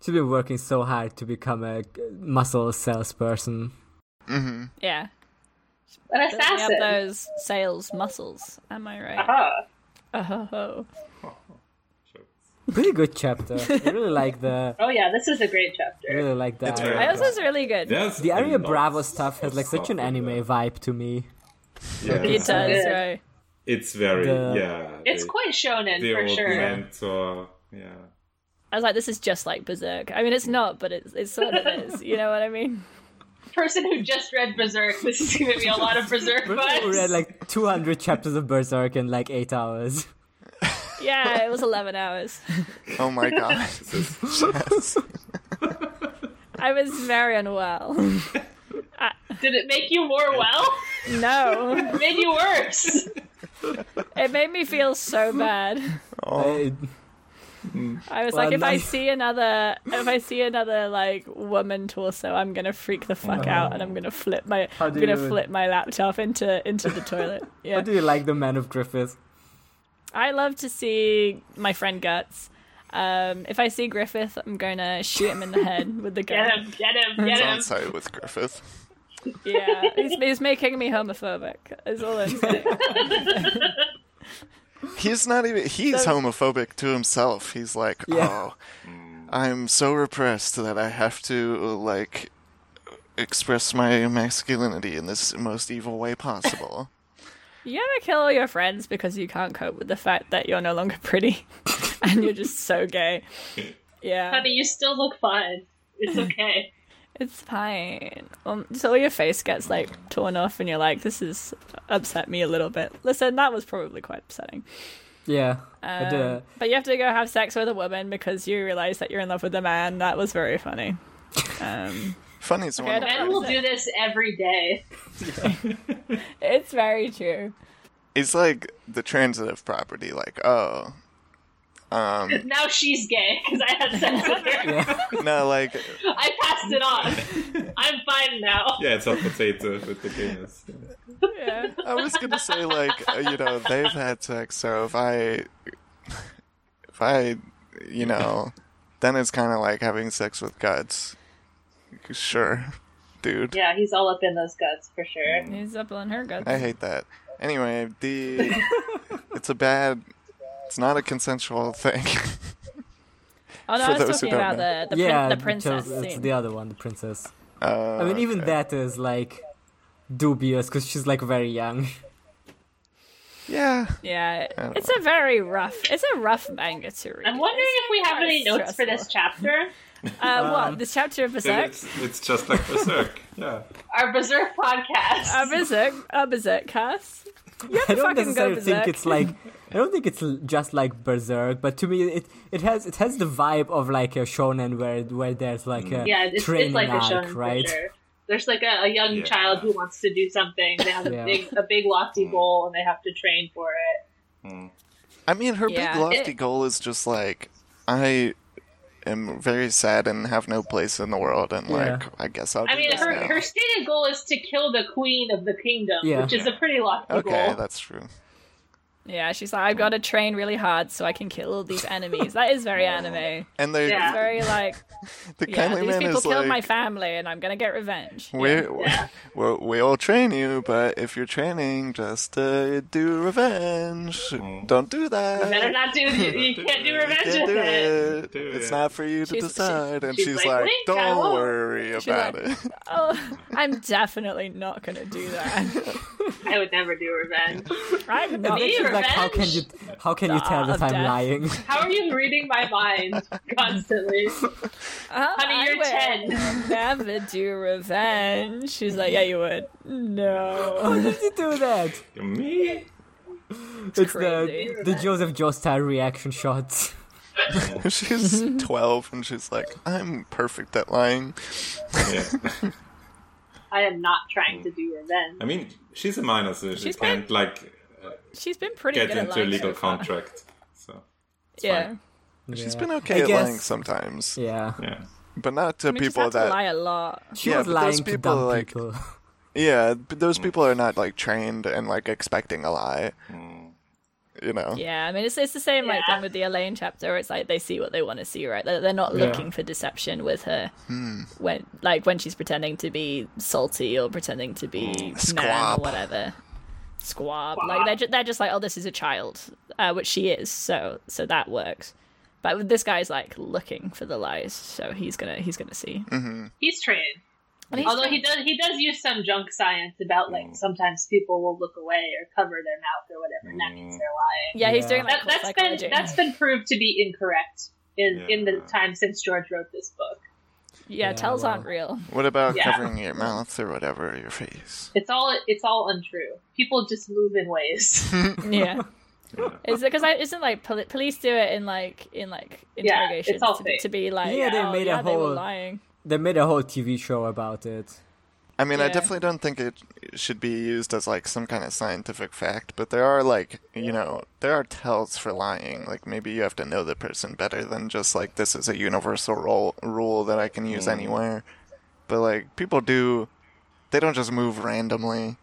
E: she's been working so hard to become a muscle salesperson.
D: Yeah.
B: An
D: Building up
B: assassin.
D: those sales muscles. Am I right?
B: Huh.
D: Oh,
E: Pretty good chapter. I really like the
B: Oh yeah, this is a great
E: I
B: chapter.
E: really like the
C: It's
E: Aria.
C: very-
D: that was really good.
C: There's
E: the
C: a
E: Aria
C: lot
E: Bravo stuff has
C: of
E: like such an
C: stuff in
E: anime
C: there.
E: vibe to me.
C: Yeah.
D: It does,
B: good.
D: right?
C: It's very
E: The-
C: yeah.
B: It's
C: the-
B: quite shonen (laughs)
C: the
B: for
C: old
B: sure.
C: mentor. Yeah.
D: I was like, this is just like Berserk. I mean, it's not, but it's it's sort of is. You know what I mean?
B: Person who just read Berserk, (laughs) this is gonna be a lot of Berserk
E: We read
B: vibes.
E: like 200 chapters of Berserk in like eight hours.
D: Yeah, it was eleven hours.
E: (laughs)
F: Oh my god. Yes.
D: I was
B: (laughs)
D: very unwell.
B: Did it make you more well?
D: No,
B: It made you worse.
D: it made me feel so bad.
F: Oh,
E: It-
D: I was
E: Well,
D: like, if I
E: none-
D: see another, if I see another like woman torso, I'm gonna freak the fuck out, and I'm gonna flip my, I'm
E: Oh. do
D: gonna
E: you-
D: flip my laptop into into the
E: (laughs)
D: toilet. Yeah,
E: What do you like the Man of Griffith?
D: I love to see my friend Guts. Um, if I see Griffith, I'm gonna shoot him in the head
E: (laughs)
D: with the
B: Get
D: gun.
B: him, get him, get
F: it's
B: him.
F: on site with Griffith.
D: Yeah, he's, he's making me homophobic. Is all I'm
E: (laughs)
D: saying.
F: He's not even. He's homophobic to himself. He's like,
E: Yeah.
F: oh, I'm so repressed that I have to like express my masculinity in this most evil
E: (laughs)
F: way possible.
D: You ever kill all your friends because you can't cope with the fact that you're no longer pretty, (laughs) and you're just so gay? Yeah.
B: Honey, you still look fine. It's okay.
D: It's fine. Um, so your face gets like torn off, and you're like, "This is upset me a little bit." Listen, that was probably quite upsetting.
E: Yeah. I do.
D: But you have to go have sex with a woman because you realize that you're in love with a man. That was very funny. Um,
F: Funny's one.
D: I
B: Men
D: don't-
B: will do this every day.
D: it's very true.
F: It's like the transitive property. Like, oh, um,
E: (laughs)
B: Now she's gay because I had sex with her.
F: no, like
B: (laughs) I passed it on. I'm fine now.
C: Yeah, it's a potato with the gayness.
B: (laughs)
D: Yeah.
F: I was gonna say, like uh, you know, they've had sex, so if I, if I, you know, then it's kind of like having sex with guts. Sure, dude.
B: Yeah, he's all up in those guts for sure.
D: He's up on her guts.
F: I hate that. Anyway, the it's a bad. It's not a consensual thing. (laughs)
D: Oh no,
F: For
D: I was
F: those who
D: talking
F: don't
D: about
F: know.
D: the the,
E: yeah,
D: prin- the
E: because
D: princess
E: it's
D: scene.
E: the other one, the princess.
F: Uh,
E: I mean, even that is like dubious because she's like very young. (laughs)
F: yeah.
D: yeah,
F: don't
D: it's a very rough. It's a rough manga to read.
B: I'm wondering if we have
D: Quite
B: any notes for this
D: stressful.
B: chapter.
D: uh,
E: Um,
D: what this chapter of Berserk.
C: It's, it's just like Berserk. Yeah.
B: Our Berserk podcast.
D: A berserk, a berserk cast.
E: I don't
D: fucking go
E: necessarily think
D: berserk.
E: it's like I don't think it's l- just like Berserk, but to me it it has it has the vibe of like a shonen where where there's like
F: Mm.
E: a
B: yeah, it's,
E: training
B: it's like a show
E: arc, right?
B: For sure. There's like a, a young
C: Yeah.
B: child who wants to do something. They have
E: Yeah.
B: a big, a big lofty goal, and they have to train for it.
F: I mean, her
D: Yeah,
F: big lofty
D: it-
F: goal is just like I am very sad and have no place in the world, and like I guess I'll.
B: I
F: do
B: mean,
F: this
B: her
F: now.
B: her stated goal is to kill the queen of the kingdom,
E: Yeah.
B: which is a pretty lofty
F: Okay,
B: goal.
F: that's true.
D: Yeah, she's like, I've got to train really hard so I can kill all these enemies. That is very anime.
F: And they,
B: Yeah.
D: Very like,
F: the
D: yeah,
F: kindly
D: these
F: man
D: people
F: is
D: killed
F: like,
D: my family and I'm gonna get revenge.
F: we we we'll train you, but if you're training just to do revenge, don't do that.
B: Better not do. You, you can't do revenge
F: Can't
B: with
F: do
B: it.
F: it.
C: Do
F: It's
C: it.
F: not for you to
D: She's- she-
F: decide. and
B: she's
F: she's,
B: like,
F: like,
B: "Wait, I
F: don't
B: won't."
F: worry about
D: like-
F: it.
D: Oh, I'm definitely not gonna do
F: (laughs)
D: that.
B: I would never do revenge.
D: I'm not.
B: Me?
E: Oh, She's like, how can you how can you tell that
D: of
E: I'm
D: death. (laughs)
E: lying?
B: How are you reading my mind constantly?
D: Oh,
B: Honey, you're
D: I would
B: 10.
D: never do revenge. She's like, yeah, you would. No.
E: Did you do that?
C: Me?
E: It's,
D: crazy.
E: the the Joseph Joestar reaction shots.
D: (laughs)
F: (laughs) she's 12 and she's like, I'm perfect at lying.
C: Yeah.
B: I am not trying to do revenge.
C: I mean, she's a minor, so she
D: She's
C: can't like
D: She's been pretty
C: get
D: good at
C: into a
D: lying
C: legal
D: so far.
C: contract. So
D: Yeah.
C: fine.
F: She's
E: Yeah.
F: been okay
E: I
F: at
E: guess-
F: lying sometimes,
E: Yeah,
C: yeah.
F: but not to
D: I mean, she's
F: people
D: had to
F: that.
D: lie a lot.
E: she
F: Yeah,
E: was
F: but
E: lying
F: those
E: to
F: people,
E: dumb
F: like-
E: people.
F: Yeah, but those people are not like trained and like expecting a lie. you know.
D: Yeah, I mean it's it's the same like
B: Yeah.
D: done with the Elaine chapter. Where it's like they see what they want to see, right? They're, they're not
E: Yeah. Hmm.
D: looking for deception with her when like when she's pretending to be salty or pretending to
E: Hmm,
D: be man
F: Squab.
D: or whatever. Squab, like they're ju- they're just like oh this is a child, uh, which she is. So so that works. But this guy's like looking for the lies, so he's gonna he's gonna see.
E: Mm.
B: He's trained.
D: And he's
B: Although he
D: trained.
B: does he does use some junk science about
C: Mm.
B: like sometimes people will look away or cover their mouth or whatever, and that means
C: Mm.
B: they're lying.
D: yeah, he's
E: Yeah.
D: doing like
B: That,
D: cool
B: that's
D: psychology.
B: been that's been proved to be incorrect in in the
C: Yeah.
B: time since George wrote this book.
D: yeah,
E: Yeah,
D: tells
E: well.
D: aren't real.
F: What about
B: Yeah.
F: covering your mouth or whatever, or your face?
B: It's all it's all untrue. People just move in
C: (laughs)
B: ways.
D: Yeah.
C: Yeah.
D: Is it because isn't like poli- police do it in like in like
B: Yeah,
D: interrogations
B: it's all
D: to, be-
B: fake.
D: to be like
E: Yeah, they
D: oh,
E: made a
D: yeah, they were
E: whole-
D: lying.
E: They made a whole TV show about it.
F: I mean, I
D: Yeah.
F: definitely don't think it should be used as like some kind of scientific fact, but there are like, you know, there are tells for lying. Like maybe you have to know the person better than just like this is a universal role, rule that I can use anywhere. But like people do, they don't just move randomly.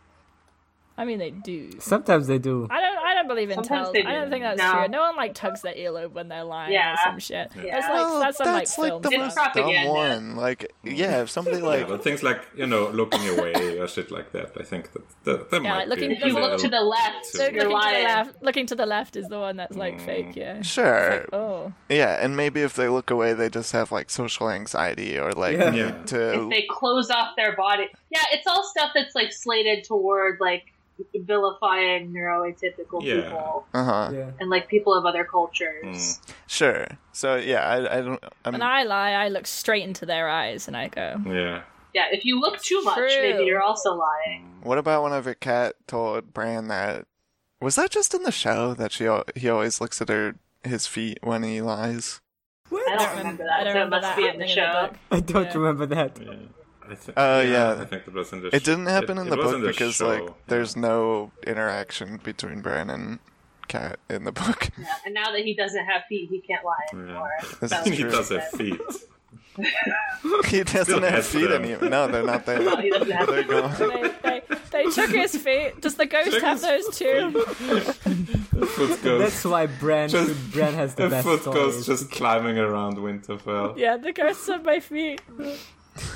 D: I mean, they do.
E: Sometimes they do.
D: I don't. I don't believe in
B: Sometimes
D: tells.
B: they
D: I don't
B: do.
D: think that's
B: No.
D: true. No one like tugs their earlobe when they're lying or
B: Yeah.
D: some shit. That's like
F: Well,
D: that's some like, film
F: Oh, the
D: stuff.
B: It's
F: most dumb
B: propaganda.
F: one. Like, yeah, if somebody
C: Yeah,
F: like
C: but things like you know looking away or shit like that. I think that that, that
D: Yeah,
C: might
D: like looking-
C: be
B: if you look to the left,
C: So
D: Look-
B: you're
D: looking to the
B: lying. Mm.
D: left. Looking to the left is the one that's like fake. Yeah.
F: sure,
D: Oh,
F: yeah, and maybe if they look away, they just have like social anxiety or like
E: Yeah.
C: Yeah.
F: need to
B: If they close off their body, yeah, it's all stuff that's like slated toward like vilifying neuroatypical
C: Yeah. Mm.
B: people
F: uh huh.
E: Yeah.
B: and like people of other cultures.
F: Sure. So yeah, I, I don't. I'm,
D: when I lie, I look straight into their eyes and I go.
C: yeah.
B: Yeah, if you look too much,
D: True.
B: maybe you're also lying.
F: what about whenever Kat told Bran that? Was that just in the show that she al- he always looks at her his feet when he lies?
B: I
E: What?
B: don't remember
D: Mm.
B: that, so
D: I don't
B: it
D: remember
B: must
D: that
B: be in the
D: happening in the
B: show.
D: book.
E: I don't
D: Yeah.
E: remember that.
C: Yeah. I think,
F: Oh, yeah.
C: I think it was in the.
F: It
C: sh-
F: didn't happen in
C: it
F: the
C: was
F: book because
C: show.
F: like there's no interaction between Bran and Kat in the book. (laughs)
B: Yeah, And now that he doesn't have feet, he can't lie anymore.
F: This
B: So-
C: (laughs)
F: is
C: he
F: true.
C: does have feet. (laughs)
F: he doesn't have
C: has
F: feet
C: them.
F: anymore. No, they're not there.
B: (laughs) (laughs) he doesn't have
F: (laughs) they're gone.
D: They, they, they took his feet. Does the ghost
C: Took
D: have
C: his
D: those too?
C: Foot goes.
E: That's why Bran
C: Just-
E: Bran has the
C: (laughs) The
E: best
C: foot goes
E: stories.
C: just climbing around Winterfell.
D: Yeah, the ghosts have my feet.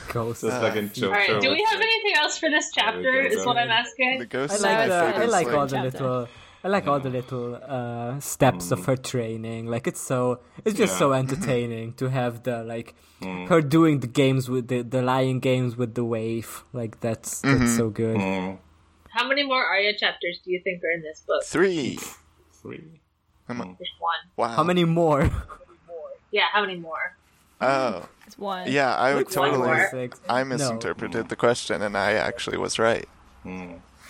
E: Ghosts.
C: Just like in JoJo.
B: All right, do we have anything else for this chapter?
C: Okay,
B: Is what
C: sorry.
B: I'm asking.
F: The ghost.
E: I
F: of
E: like
D: it's
E: the,
F: my
D: like-
F: feet
E: I
F: is
E: like all
F: like-
E: the
D: Chapter.
E: little I like all the little uh, steps of her training. Like it's so it's just
C: Mm. Yeah. Mm.
E: so (laughs) entertaining to have the like her doing the games with the, the lying games with the wave. Like that's that's
C: Mm-hmm.
E: so good.
C: Mm.
B: How many more Arya chapters do you think are in this book?
F: three.
C: Three.
B: Just one.
F: Wow.
E: How many more? (laughs)
B: Yeah, how many more?
F: Oh,
D: It's one.
F: yeah. I would
B: one
F: totally.
B: more.
E: Six.
F: I
E: No.
F: misinterpreted the question, and I actually was right.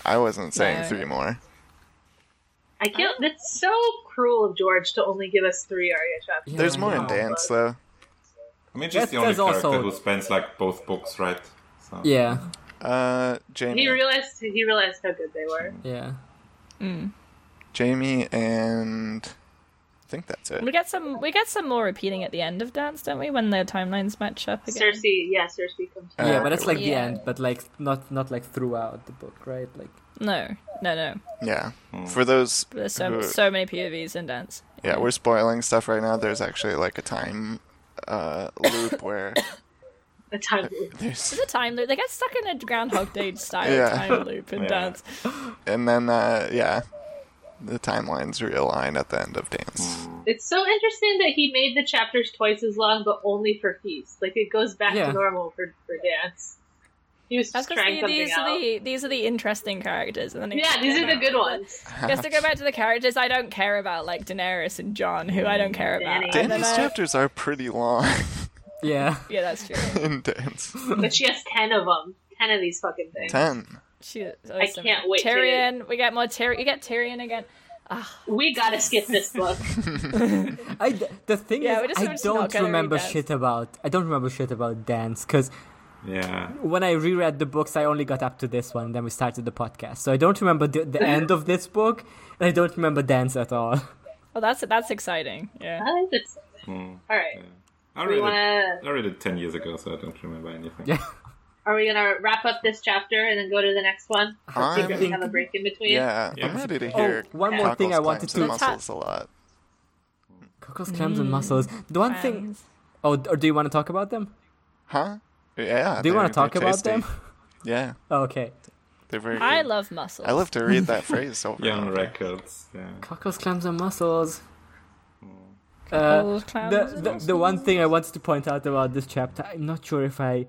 F: I wasn't saying
D: No.
F: three more.
B: I can't.
D: Um,
B: That's so cruel of George to only give us three Arya chapters.
F: There's more in
E: no.
F: dance, though.
C: I mean, she's
E: That's-
C: the only
E: that's also-
C: character who spends like both books, right? So.
E: Yeah,
F: Uh,
B: He
F: Jamie,
B: realized he realized how good they were.
E: yeah.
F: Jamie, and I think that's
D: We
F: it.
D: get some. We get some more repeating at the end of dance, don't we? When the timelines match up again.
B: Cersei, yeah, Cersei comes.
F: Uh,
E: Yeah, but that's
F: okay,
E: like the
D: Yeah.
E: end, but like not not like throughout the book, right? Like
D: No, no, no.
F: Yeah, for those,
D: There's so
F: who-
D: so many POVs in dance.
F: yeah, we're spoiling stuff right now. There's actually like a time uh
D: (coughs)
F: loop where
B: A time loop.
F: there's
D: The time loop. They get stuck in a Groundhog
F: (laughs)
D: Day style
F: Yeah.
D: time loop in
C: Yeah.
D: dance.
F: and then uh yeah, the timelines realign at the end of dance.
B: It's so interesting that he made the chapters twice as long, but only for feast. Like it goes back
E: Yeah.
B: to normal for, for dance. He was just
D: That's because
B: trying
D: the,
B: something
D: these
B: out.
D: are the these are the interesting characters, and then he-
B: Yeah, these are the good
F: (laughs)
B: ones.
D: He has to go back to the characters I don't care about, like Daenerys and John, who I don't care about.
B: Danny.
D: And then
F: Danny's
D: I-
F: chapters are pretty long (laughs)
E: yeah, (laughs)
D: Yeah, that's true.
F: in dance.
B: But she has ten of them. Ten of these fucking things.
F: Ten.
D: She,
B: I can't wait to-
D: Tyrion, we get more Tyrion. You get Tyrion again.
B: We gotta skip this
F: (laughs)
B: book.
E: I d- the thing
D: Yeah, we're
E: is
D: just- we're
E: I
D: just not
E: don't
D: gonna read
E: remember
D: dance.
E: shit about I don't remember shit about dance because
C: Yeah.
E: when I reread the books, I only got up to this one. Then we started the podcast, so I don't remember the, the end of this book, and I don't remember dance at all. (laughs)
D: Oh, that's that's exciting. Yeah.
B: I think that's all right.
C: I
B: We
C: read,
B: wanna
C: it, I read it 10 years ago, so I don't remember anything. Yeah.
B: Are we gonna wrap up this chapter and then go to the next one?
F: I'm-
B: Because we have a break in between.
F: Yeah,
C: Yeah.
F: I'm ready to
E: Oh,
F: hear.
E: one more thing
F: Cockles
E: I wanted to-
F: climbs and muscles a lot.
E: Cockles, clams,
D: Mm.
E: and mussels. The one thing.
D: Clams.
E: Oh, d- or do you want to talk about them?
F: Huh?
E: Do
F: Yeah.
E: you
F: they're-
E: want to talk
F: they're
E: about them?
F: tasty. (laughs) Yeah,
E: Oh, Okay.
F: they're very.
D: I
F: good.
D: love mussels.
F: I love to read
E: (laughs)
F: that phrase over.
C: (laughs) Young
F: and over.
C: records. Yeah.
E: Cockles, clams, and mussels.
D: Cockles,
E: Uh,
B: Um,
D: clams,
E: the,
D: and
E: the, the one thing I wanted to point out about this chapter, I'm not sure if I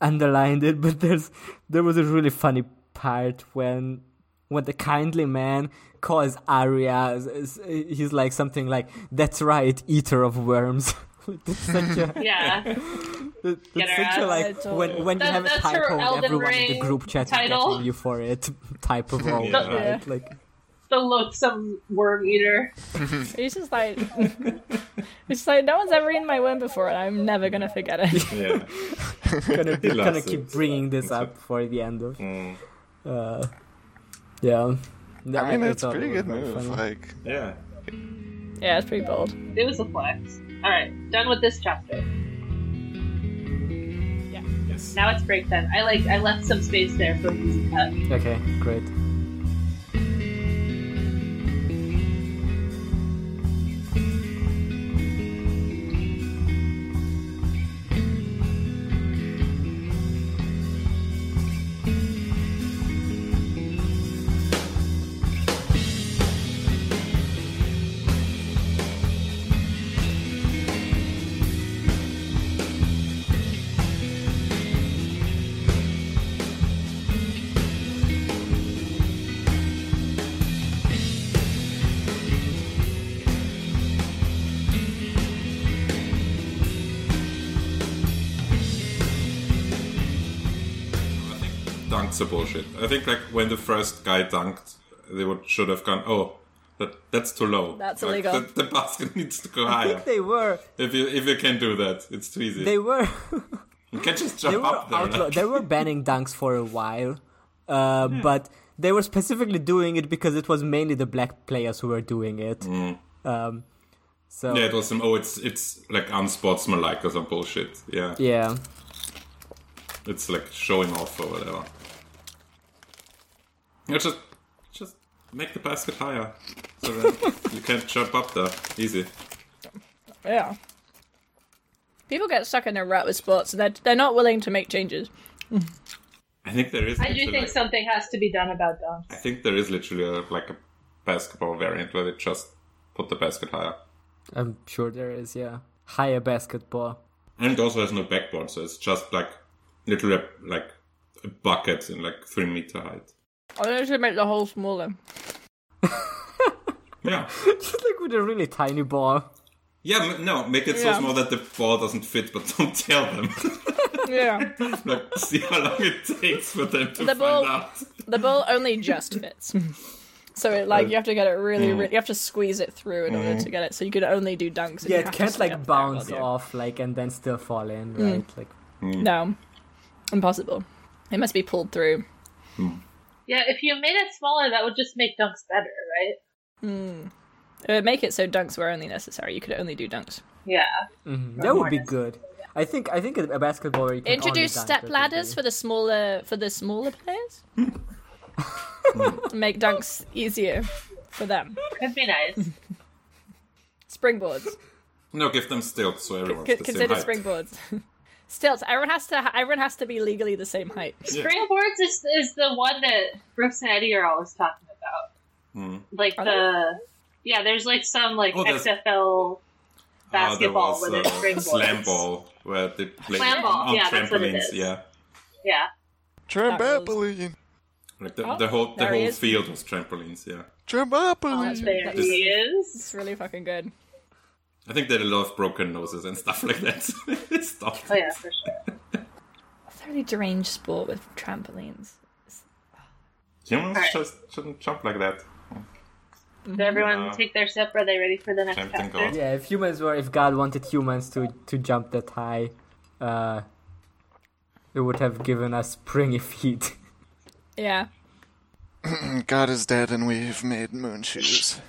E: underlined it, (laughs) but there's there was a really funny part when when the kindly man calls Arya, s- s- he's like something like, "That's right, eater of worms." (laughs) it's such a,
F: (laughs)
B: Yeah.
E: it's
B: Get her
E: such a
B: out.
E: like when when you
B: That-
E: have a
B: that's her
E: typo, and
B: Elden
E: everyone in the
B: Ring
E: group chat
B: title.
E: is getting you for it. (laughs) Type of all,
C: Yeah.
E: right? Like.
B: the loathsome worm eater.
D: He's just like, (laughs) he's just like, no one's ever eaten my worm before, and I'm never gonna forget
E: (laughs)
D: it.
C: Yeah.
E: gonna,
C: He
E: gonna
C: loves
E: keep
C: it.
E: bringing this
C: It's a-
E: up for the end of.
C: Mm.
E: Uh, yeah. No,
F: I mean, it's
E: thought it
F: pretty
E: was
F: good
E: very
F: move.
E: funny.
F: Like,
C: Yeah.
D: yeah, it's pretty bold.
B: It was a flex. All right, done with this chapter.
C: Yes.
B: Now it's break time. I like. I left some space there for an easy cut.
E: Okay, great.
C: I think dunks are bullshit. I think like when the first guy dunked, they would should have gone, oh, that that's too low.
D: That's
C: Like,
D: illegal.
C: The, the basket (laughs) needs to go
E: I
C: higher.
E: think they were
C: If you if you can do that, it's too easy.
E: they were
C: you can just
E: they
C: jump
E: were
C: up there.
E: outlaw.
C: like-
E: They were banning dunks for a while, uh, but they were specifically doing it because it was mainly the black players who were doing it. Um, so
C: yeah,
E: yeah.
C: it was some. Oh, it's it's like unsportsmanlike or some bullshit. Yeah, it's like showing off or whatever. You just just make the basket higher, so then you can jump up there easy.
D: Yeah. People get stuck in a rut with sports, and they're they're not willing to make changes.
C: I think there is.
B: I do
C: actually,
B: think
C: like-
B: something has to be done about dunks.
C: I think there is literally a, like a basketball variant where they just put the basket higher.
E: I'm sure there is. Yeah, higher basketball.
C: And it also has no backboard, so it's just like literally a, like a bucket in like three meter height.
D: Or they should make the hole smaller.
C: Yeah.
E: Just like with a really tiny ball.
C: Yeah, m- no, make it
D: Yeah.
C: so small that the ball doesn't fit, but don't tell them. (laughs)
E: (laughs)
D: Yeah.
C: like, see how long it takes for them to
D: The
C: find
D: ball-
C: out.
D: The ball only just
E: (laughs)
D: fits. So it, like
E: Uh,
D: you have to get it really, really you have to squeeze it through in order to get it. So you can only do dunks. if
E: Yeah,
D: you
E: it
D: have to
E: can't
D: stay
E: like
D: up there all
E: bounce
D: day.
E: off like and then still fall in, right? Like
D: No, impossible. It must be pulled through.
B: Yeah, if you made it smaller, that would just make dunks better, right?
D: It would make it so dunks were only necessary. You could only do dunks.
B: Yeah.
E: That would be good. I think I think a basketball where you can only
D: Introduce
E: dunk,
D: step
E: that would
D: ladders for the smaller for the smaller players. (laughs)
C: Hmm.
D: Make dunks easier for them.
B: Could be (laughs) nice.
D: Springboards.
C: No, give them stilts so everyone's
D: C-
C: the
D: consider
C: same height.
D: springboards. (laughs) Stilts. Everyone has to. Everyone has to be legally the same height.
B: Springboards is, is the one that Brooks and Eddie are always talking about. Like
D: Are
B: the yeah, there's like some like
C: Hmm. Oh, there's-
B: XFL
C: Ah, there
B: basketball
C: was,
B: where there's
C: uh,
B: springboards.
C: slam ball where they play
B: Slam ball,
C: on
B: yeah, that's what it
C: trampolines.
B: is.
C: Yeah,
B: Yeah,
F: trampoline,
C: like the,
D: Oh,
C: the whole the
D: there he
C: whole
D: is.
C: field was trampolines. Yeah,
F: trampoline.
B: there
D: That's-
B: he is.
D: It's really fucking good.
C: I think they had a lot of broken noses and stuff (laughs) like that. Stop.
B: Oh yeah, for sure.
D: It's a really deranged sport with trampolines.
C: Humans
B: Alright.
C: just shouldn't jump like that.
B: Did everyone
C: Yeah.
B: take their sip? Are they ready for the next
C: Tempting
B: chapter?
C: God.
E: Yeah, if humans were, if God wanted humans to to jump that high, uh, it would have given us springy (laughs) feet.
D: Yeah.
F: God is dead, and we've made moon shoes.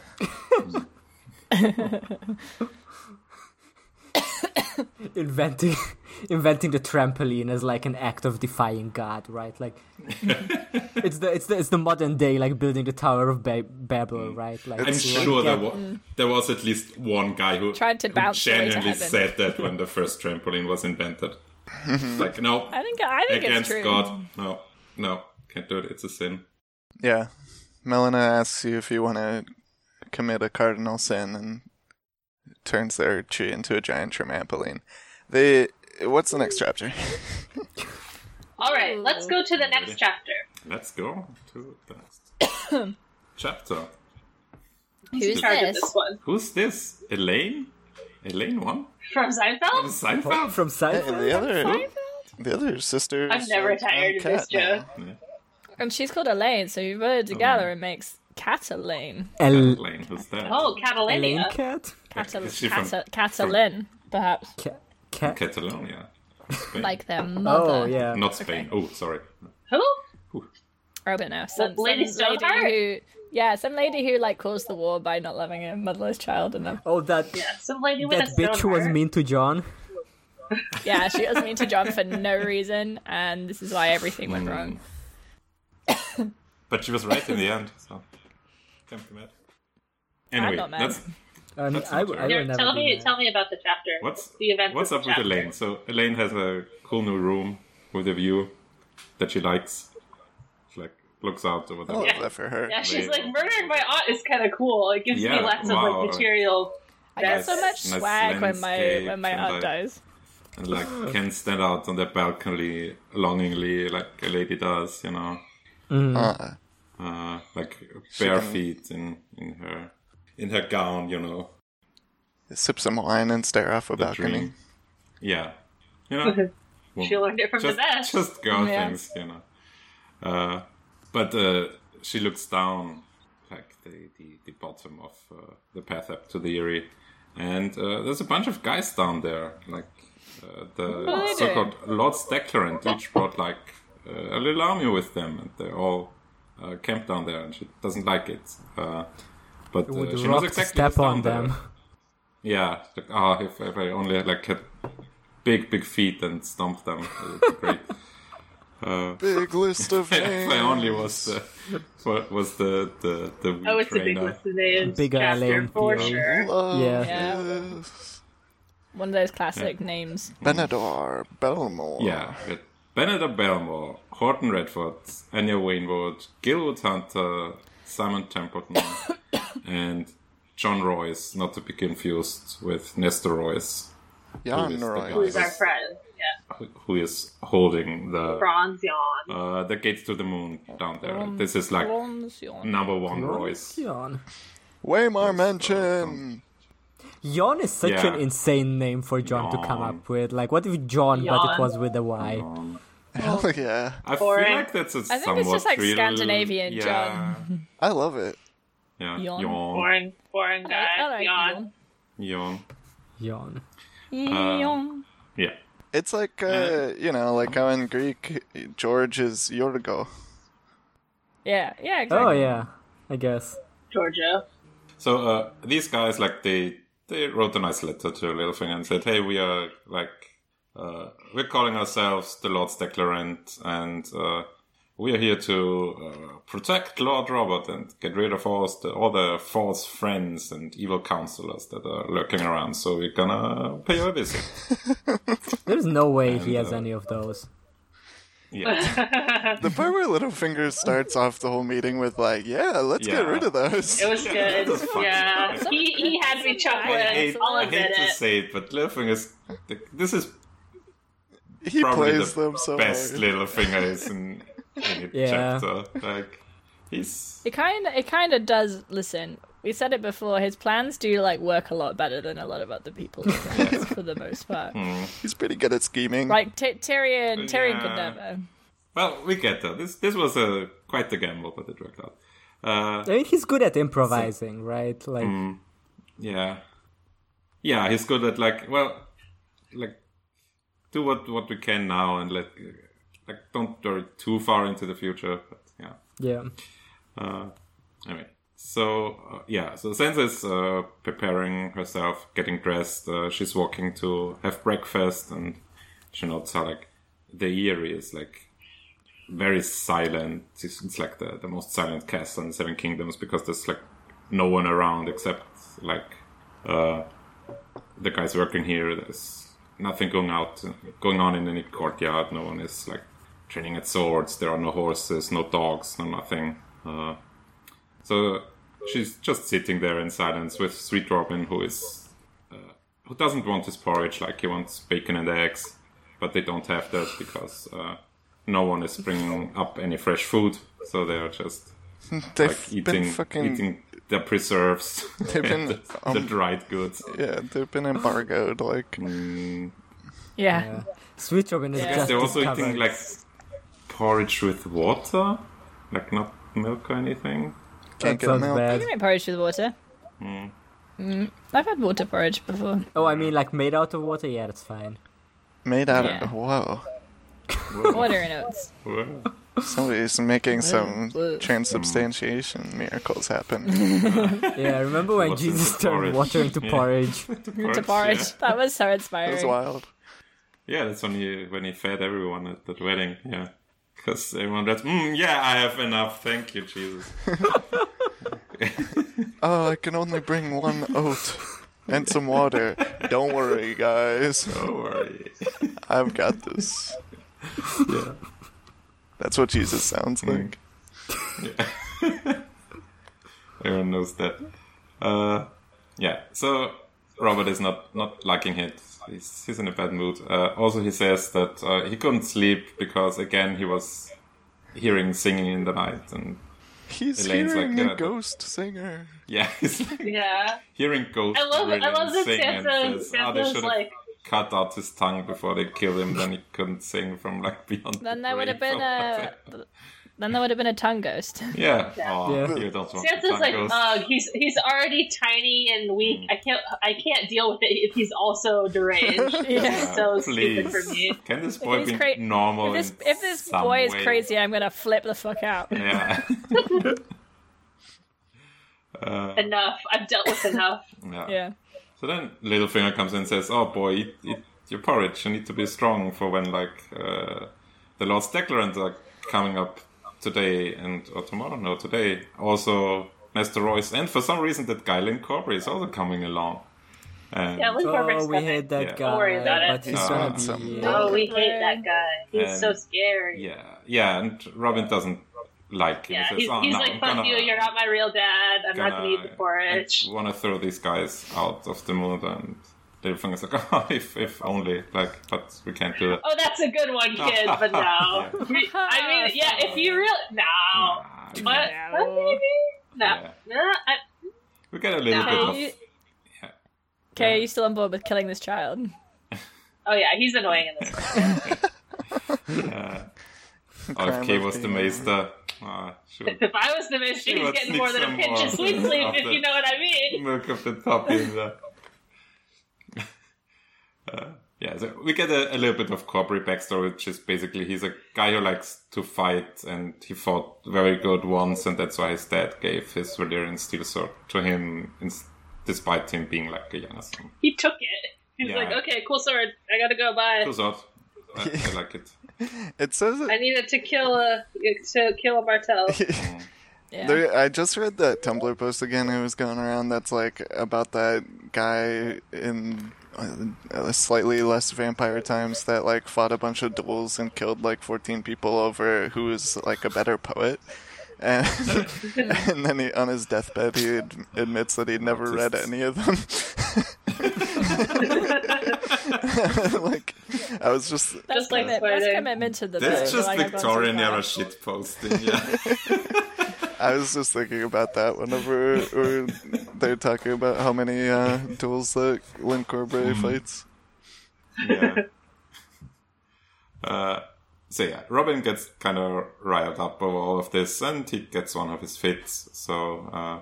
E: inventing (laughs) inventing the trampoline as like an act of defying God, right? (laughs) Like it's the it's the it's the modern day like building the Tower of ba- Babel, right? Like
C: I'm
E: it's like,
C: sure there
E: yeah,
C: was there was at least one guy who
D: Mm. Tried to
C: who
D: bounce the way to
C: genuinely
D: heaven.
C: said that when
D: (laughs)
C: the first trampoline was invented. It's like no,
D: I think I think it's
C: against
D: true.
C: God, no, no, can't do it. It's a sin.
F: Yeah. Melina asks you if you want to commit a cardinal sin and turns their tree into a giant trampoline. They. What's the next chapter?
B: All right, let's go to the next chapter.
C: Let's go to the next
B: (coughs)
C: chapter.
B: Who's in charge of this one?
C: Who's this? Elaine? Elaine one?
B: From Seinfeld? Oh.
C: Seinfeld?
E: (laughs) from
F: And
E: sci
F: the other, the other sister.
B: I'm never tired of this joke.
D: And she's called Elaine, so you put it
C: Oh.
D: together and makes Cataline.
E: El-
C: Elaine, who's that?
B: Oh,
E: Elaine
B: Catalina.
E: cat.
D: Catal-
C: Is she from-
D: Cata- Catalin, perhaps.
E: Ca- cat.
C: Catalonia. Spain.
D: Like their mother.
E: Oh yeah.
C: Not Spain. Oh, sorry.
B: Who?
D: I don't know. Some,
B: Lady
D: some lady
B: Stoneheart?
D: who, yeah, some lady who like caused the war by not loving a motherless child, and then
E: Oh that
B: Some lady with
E: that
B: a
E: bitch who
B: stone
E: was
B: heart.
E: mean to John.
D: yeah, she was mean to John for no reason, and this is why everything
C: Hmm.
D: went wrong.
C: Mm. (coughs) But she was right in the end, so can't be mad. Anyway,
D: not mad.
C: that's
E: I mean,
C: That's
E: I, I
C: not true.
E: will
B: Here,
E: never
B: tell
E: do
B: me,
E: that.
B: tell me about the chapter.
C: what's
B: the event?
C: what's
B: of
C: up
B: the
C: with
B: chapter.
C: Elaine. So Elaine has a cool new room with a view that she likes. She like looks out over
F: I love
C: the
F: that for her.
B: Yeah, she's
C: Wait.
B: like murdering my aunt is kind of cool. It gives
C: Yeah,
B: me lots of
C: wow.
B: like material.
D: I get so
C: Nice-
D: much
C: nice
D: swag when my when my
C: landscapes
D: aunt
C: and, like,
D: dies.
C: and like can stand out on the balcony longingly like a lady does, you know.
F: Uh,
C: Uh, like bare feet in, in her in her gown, you know.
F: sip some wine and stare off a
C: The
F: balcony.
C: dream. Yeah. You know.
B: She learned it from
C: just,
B: the best.
C: Just girl
D: Yeah.
C: things, you know. Uh, but uh, she looks down, like the, the, the bottom of uh, the path up to the Erie, and uh, there's a bunch of guys down there, like uh, the
D: are they
C: so-called Lord Steckler and each brought like uh, a little army with them, and they're all uh, camped down there, and she doesn't like it. Uh, but
E: Would
C: uh, she
E: rock
C: knows exactly
E: step
C: what's down
E: on
C: there.
E: them.
C: Yeah, like, ah, if, if I only had like had big, big feet and stomped them, it would be great.
F: Big
C: (laughs)
F: list of
C: if
F: names.
C: I only was the, what was the the the wheel
B: Oh, it's a big
C: trainer.
B: list of names.
E: Big
B: chapter
E: Elaine
B: for
E: Peel.
B: sure.
F: Love
E: Yeah.
D: Yeah.
F: this.
D: One of those classic names.
F: Benador Belmore.
C: Yeah, but Benedict Belmore, Horton Redford, Anya Wainwood, Gilwood Hunter, Simon
B: (coughs)
C: Templeton, and John Royce, not to be confused with Nestor Royce,
F: Jan
C: is the
F: Roy.
C: guy?
B: Who's our friend? Yeah,
C: who- who is holding the
B: Bronze Yawn.
C: uh, the gates to the moon down there.
D: Um,
C: this is like
D: Bronzion.
C: number one Royce.
E: John.
F: Waymar (laughs) Mansion.
E: Yon is such
C: Yeah.
E: an insane name for John to come
C: Yon.
E: up with. Like, what if John, but
B: Yon.
E: it was with a Y?
F: Hell Oh, yeah.
C: I
B: Boring.
C: feel like that's a
D: it's
C: somewhat
D: just like
C: trivial-
D: Scandinavian,
C: yeah,
D: John.
F: I love it.
C: Yeah,
D: Yawn.
C: yawn,
B: Foreign, foreign guy.
D: I like
B: Yawn.
C: yawn.
E: Yon.
D: Eon.
C: Yeah.
F: It's like uh, you know, like how in Greek George is Yorgo.
D: Yeah, yeah, exactly.
E: Oh, yeah. I guess.
B: Georgia.
C: So uh, these guys, like they they wrote a nice letter to Littlefinger and said, "Hey, we are like uh, we're calling ourselves the Lords Declarant, and uh, we are here to uh, protect Lord Robert and get rid of all the, all the false friends and evil counselors that are lurking around. So we're gonna pay you a visit." (laughs)
E: There's no way he
C: And,
E: has
C: uh,
E: any of those.
C: Yeah,
F: The part where
C: (laughs)
F: Littlefinger starts off the whole meeting with like, "Yeah, let's get
C: Yeah.
F: rid of
C: (laughs)
F: those."
B: It was
C: was
B: good.
C: fun.
B: yeah, he he had me
C: I
B: chuckling.
C: hate,
B: I'll
C: I
B: admit
C: hate to
B: it.
C: say it, but Littlefinger's this is
F: he
C: probably
F: plays
C: the
F: them so
C: best
F: hard.
C: little finger is
F: (laughs)
C: in any
E: Yeah.
C: chapter. Like he's
D: It kind of it kind of does. Listen, we said it before. His plans do like work a lot better than a lot of other people's plans for the most part.
F: He's pretty good at scheming.
D: Like T- Tyrion, Tyrion could
C: Yeah.
D: never.
C: well, we get that. This this was a quite the gamble, but it worked out. Uh,
E: I mean, he's good at improvising, right? Like,
C: Mm. yeah, yeah, he's good at like well, like do what what we can now and let like don't worry too far into the future. But yeah.
E: yeah.
C: Anyway, so uh, yeah, so Sansa's uh, preparing herself, getting dressed. Uh, she's walking to have breakfast, and she notes how like the Eerie is like very silent. It's, it's like the, the most silent castle in Seven Kingdoms because there's like no one around except like uh, the guys working here. There's nothing going out going on in any courtyard. No one is like training at swords. There are no horses, no dogs, no nothing. Uh, so she's just sitting there in silence with Sweet Robin, who is uh, who doesn't want his porridge. Like he wants bacon and eggs, but they don't have that because uh, no one is bringing up any fresh food. So they are just
F: They've
C: like
F: been
C: eating
F: fucking.
C: eating the preserves,
F: (laughs) They've been,
C: the, the
F: um,
C: dried goods.
F: Yeah, they've been embargoed. Like,
C: Mm,
D: Yeah.
E: Sweet Robin is
D: Yeah.
E: just
C: they're also
E: discovered.
C: eating like porridge with water, like not milk or anything.
F: can't
E: that
F: get
E: sounds
F: milk.
E: bad.
D: You make porridge with water. Mm. I've had water porridge before.
E: Oh, I mean, like made out of water. Yeah, that's fine.
F: Made out
D: Yeah.
F: of. Whoa.
D: Water and oats.
F: Somebody's making some
D: Whoa.
F: transubstantiation miracles happen.
C: (laughs)
E: Yeah, remember when
C: Water
E: Jesus
C: into
E: turned
C: porridge.
E: water into
C: (laughs) Yeah.
E: porridge?
D: To porridge.
C: Yeah.
D: That was so
F: It was
D: inspiring.
F: wild.
C: Yeah, that's when he when he fed everyone at that wedding. Yeah, because everyone that's mm, yeah, I have enough. Thank you, Jesus.
F: Oh, I can only bring one oat and some water. Don't worry, guys.
C: Don't worry.
F: I've got this.
C: yeah. Hmm.
F: That's what Jesus sounds like.
C: Everyone knows that. Uh, yeah. So Robert is not not liking it. He's he's in a bad mood. Uh, also, he says that uh, he couldn't sleep because again he was hearing singing in the night and
F: He's
C: Elaine's like,
F: hearing
C: "Yeah,
F: a
C: but-"
F: ghost singer.
C: yeah, (laughs) he's like
B: Yeah.
C: hearing ghosts.
B: I love
C: really
B: I love that
C: sing and
B: Santa
C: says, "Ah, they
B: Santa's
C: should've
B: like
C: cut out his tongue before they kill him. Then he couldn't sing from like beyond.
D: Then
C: the
D: there would have
C: grave
D: been uh,
C: or
D: a.
C: whatever.
D: Then there would have been a tongue ghost.
C: (laughs) Yeah.
B: Yeah.
C: Oh,
E: Yeah.
C: you don't want
B: Santa's
C: tongue
B: like,
C: ghost.
D: oh,
B: ugh, he's he's already tiny and weak.
C: Mm.
B: I can't I can't deal with it if he's also
E: (laughs)
B: deranged.
D: Yeah.
B: so
C: Please.
B: stupid for me.
C: Can this boy
D: he's
C: be
D: cra- If
C: normal?
D: this,
C: in
D: if this
C: some
D: boy is
C: way?
D: crazy, I'm gonna flip the fuck out. (laughs)
C: Yeah.
B: Enough. I've dealt with enough.
C: yeah.
D: Yeah.
C: So then Littlefinger comes in and says, "Oh boy, eat, eat your porridge. You need to be strong for when like uh, the Lord's Declarant are coming up today and or tomorrow. No, today. Also, Nestor Royce, and for some reason that guy Lynn Corby is also coming along. And
B: Yeah, Lynn
E: Oh,
B: Corbett's
E: we
B: coming.
E: hate that
C: Yeah.
E: guy,
B: Don't worry about it.
E: but he's
C: No,
E: gonna
C: it's
E: be.
F: a-
B: Oh, we hate that guy. He's so
C: And-
B: scary.
C: Yeah, yeah, and Robin doesn't like him.
B: Yeah,
C: he says,
B: he's,
C: oh,
B: he's
C: no, I'm
B: like, fuck
C: gonna-
B: you, you're not my real dad. I'm not gonna eat the porridge.
C: want to throw these guys out of the mood, and Littlefinger's like, (laughs) oh, if if only, like, but we can't do that.
B: Oh, that's a good
C: (laughs)
B: one, kid, but no.
C: Yeah.
B: (laughs) I mean, yeah, if you real, no.
C: Ah,
B: What? What,
D: No.
B: maybe? No.
C: Yeah.
B: No, I,
C: We get a little
B: No.
C: bit of.
D: Are you,
C: Yeah.
D: okay, are you still on board with killing this child?
B: oh, yeah, he's annoying in this one. (laughs)
C: Oh, if Kay
F: of
C: was the
F: being-
C: maester, ah, sure.
B: If I was the mission,
C: She
B: he's
C: would
B: getting
C: sneak
B: more than a
C: some
B: pinch
C: more
B: of sweet sleep,
C: off
B: if
C: the-
B: you know what I mean.
C: milk of the top in there. (laughs) Uh, yeah, so we get a, a little bit of Corbury backstory, which is basically he's a guy who likes to fight, and he fought very good once, and that's why his dad gave his Valyrian steel sword to him, in, despite him being like a young son.
B: He took it. He's
C: Yeah.
B: like, okay, cool sword. I gotta go. Bye.
C: Cool sword. I, I
D: (laughs)
C: like it.
F: It says it
B: I needed to kill a to kill a
C: (laughs)
B: Martell.
D: Yeah.
F: There, I just read that Tumblr post again. It was going around. That's like about that guy in uh, slightly less vampire times that like fought a bunch of duels and killed like fourteen people over who was like a better poet. And, and then he, on his deathbed, he ad- admits that he'd never read
C: Autists.
F: any of them. (laughs) like, I was just
D: That's,
B: Just like
D: commi-
B: fighting.
D: that's commitment to the
C: That's
D: book,
C: just
D: like, I've gone too
C: Victorian
D: far.
C: era shit posting. Yeah.
F: I was just thinking about that whenever or they're talking about how many uh, duels that Lynn Corbray
C: Mm-hmm.
F: fights.
C: yeah. (laughs) Uh, so yeah, Robin gets kind of riled up over all of this, and he gets one of his fits. So uh,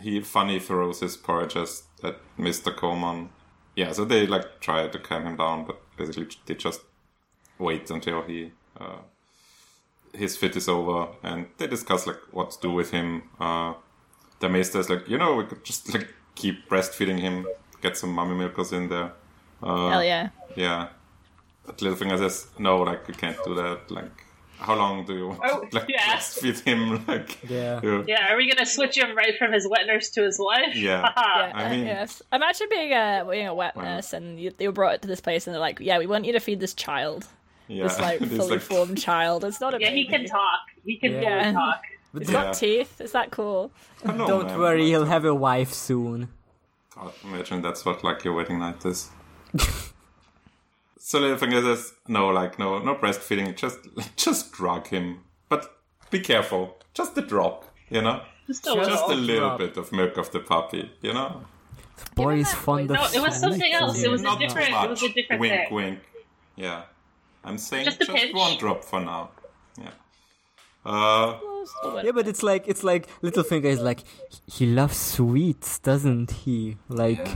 C: he funny throws his porridge at at Mister Coleman. Yeah, so they like try to calm him down, but basically they just wait until he uh, his fit is over, and they discuss like what to do with him. Uh, the maester is like, you know, we could just like keep breastfeeding him, get some mummy milkers in there.
D: Hell yeah.
C: Yeah. But Littlefinger says, "No, like you can't do that. Like, how long do you want
B: Oh,
C: to like
B: yeah.
C: rest with him? (laughs) Like,
E: Yeah.
C: you-
B: Yeah, are we gonna switch him right from his wet nurse to his wife? (laughs)
C: Yeah.
B: Haha.
C: I mean-
D: yes. Imagine being a being a wet
C: Wow.
D: nurse and you, you were brought to this place and they're like, yeah, we want you to feed this child,
C: yeah.
D: this
C: (laughs)
D: like
C: It's
D: fully formed child. It's not a
B: yeah, he
D: baby.
B: can talk. He can
E: Yeah.
B: really talk.
D: It's
C: Yeah.
D: got teeth. Is that cool?
C: I know,
E: Don't
C: man.
E: worry,
C: Like,
E: he'll have a wife soon.
C: God, imagine that's what like your wedding night is. so Littlefinger says, "No, like no, no breastfeeding. Just, (laughs) just drug him, but be careful. Just a drop, you know."
B: Just a little.
C: Just a little
E: drop.
C: bit of milk of the puppy, you know.
E: Boy is
D: that
E: fond of
D: voice.
B: No, Oh, it was something else. It was a
C: Not too
B: different. It was a
C: much.
B: different
C: wink,
B: thing.
C: wink. Yeah, I'm saying
B: Just
C: just,
B: a pinch.
C: one drop for now. Yeah. Uh,
D: Oh,
E: Yeah, but it's like it's like Littlefinger is like he loves sweets, doesn't he? Like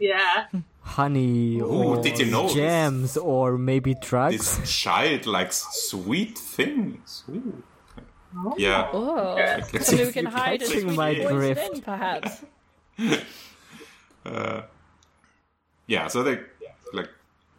B: Yeah,
E: honey or
C: did you know this?
E: jams or maybe drugs.
C: this child likes sweet things. Ooh. Yeah.
D: Oh, something we can
C: You're
D: hide as
E: catching
D: we
E: my drift.
D: in, perhaps.
C: uh, Yeah, so they like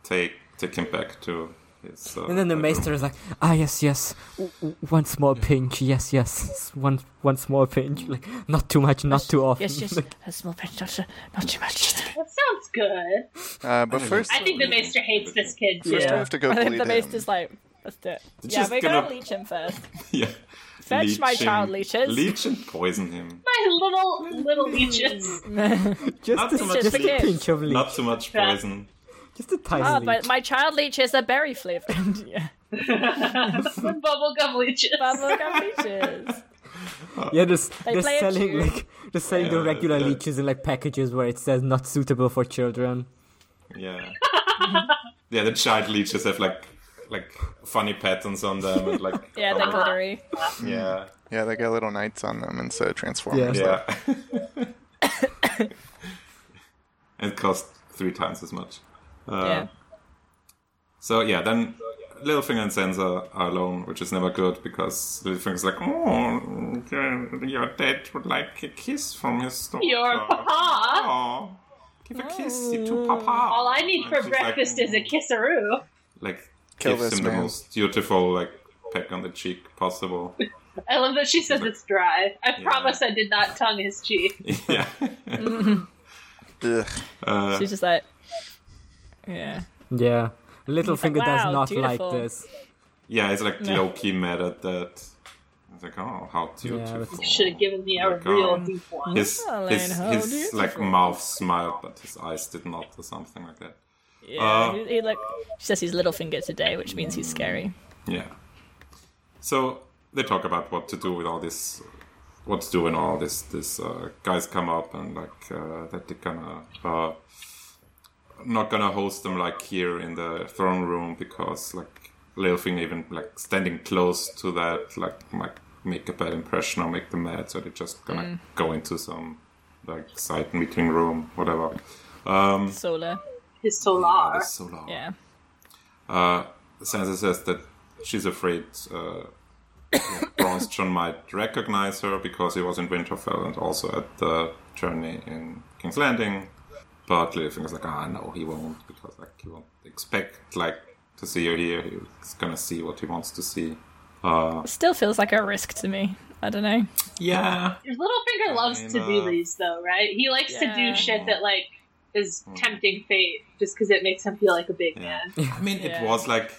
C: take take him back to his. Uh,
E: And then the
C: bedroom.
E: maester is like, ah yes, yes, w- w- once more pinch, yes, yes, one once more pinch, like not too much, not too
D: (laughs)
E: often.
D: Yes, yes. A small pinch, not, not too much. (laughs)
B: that sounds good.
F: Uh, but first,
B: I think the maester hates this kid too.
F: first we have to go
D: I think
F: bleed
D: the
F: him.
D: maester's like, let's do it. yeah,
C: just
D: we're gonna
C: gonna-
D: leech him first.
C: (laughs) yeah.
D: Fetch my
C: him-
D: child leeches.
C: Leech and poison him.
B: My little little leeches.
E: (laughs)
B: (laughs)
E: just
C: Not
E: a,
C: too much
E: just a
D: leech.
E: pinch of leech,
C: Not too much poison.
E: just a tiny
D: Oh,
E: leech.
D: but my child leech is a berry (laughs) flavored. yeah.
B: Bubblegum leeches.
D: Bubblegum leeches. (laughs)
E: yeah, just, they're
D: play a
E: selling
D: tune.
E: like they're selling the
C: Yeah,
E: regular
C: yeah.
E: leeches in like packages where it says not suitable for children.
C: Yeah. yeah, the child leeches have like like funny patterns on them
B: (laughs)
C: and like
D: Yeah, they're
C: colour-
D: glittery.
C: yeah.
F: Yeah, they got little knights on them instead of Transformers.
C: Yeah. (laughs) it costs three times as much. Uh,
D: yeah.
C: So yeah, then Littlefinger and Sansa are alone, which is never good because Littlefinger's like, "Oh, your- your dad would like a kiss from his daughter."
B: Your papa.
C: Oh, give a kiss to papa.
B: All I need for
C: She's like, mm.
B: breakfast is a kisseroo.
C: like
F: Kill
C: gives
F: this
C: him the
F: man.
C: most beautiful like peck on the cheek possible.
F: (laughs)
B: I love that she says it's dry. I promise I did not tongue his cheek.
C: yeah,
F: Ugh.
D: She's just like, yeah.
E: Yeah, Littlefinger
D: wow,
E: does not
D: beautiful.
E: like this.
C: yeah, it's like low key mad at that. It's like, oh, how beautiful.
E: that's-
B: Should have given me a
C: Oh my
B: real
C: God.
B: deep one.
C: his
D: Well,
C: his,
D: then, how do you
C: his like
D: prefer?
C: mouth smiled, but his eyes did not, or something like that.
D: Yeah. he, he like, she says he's little finger today, which means he's scary.
C: Yeah. So they talk about what to do with all this, what to do when all this this uh, guys come up and like uh, that they're gonna uh, not gonna host them like here in the throne room because like Littlefinger even like standing close to that like might make a bad impression or make them mad, so they're just gonna go into some like side meeting room, whatever. Um,
D: Solar.
B: His solar.
C: that's so long.
D: Yeah.
C: Sansa says that she's afraid uh, (coughs) yeah, Bronze John might recognize her because he was in Winterfell and also at the journey in King's Landing. But Littlefinger's like, ah, no, he won't because like he won't expect like to see her here. He's gonna see what he wants to see. Uh,
D: Still feels like a risk to me. I don't know.
C: Yeah,
B: Littlefinger loves to
C: mean,
B: do
C: uh,
B: these, though, right? He likes to
D: Yeah.
B: do shit that, like, is
C: Hmm.
B: tempting fate just because it makes him feel like a big man.
C: I mean,
D: Yeah.
C: it was like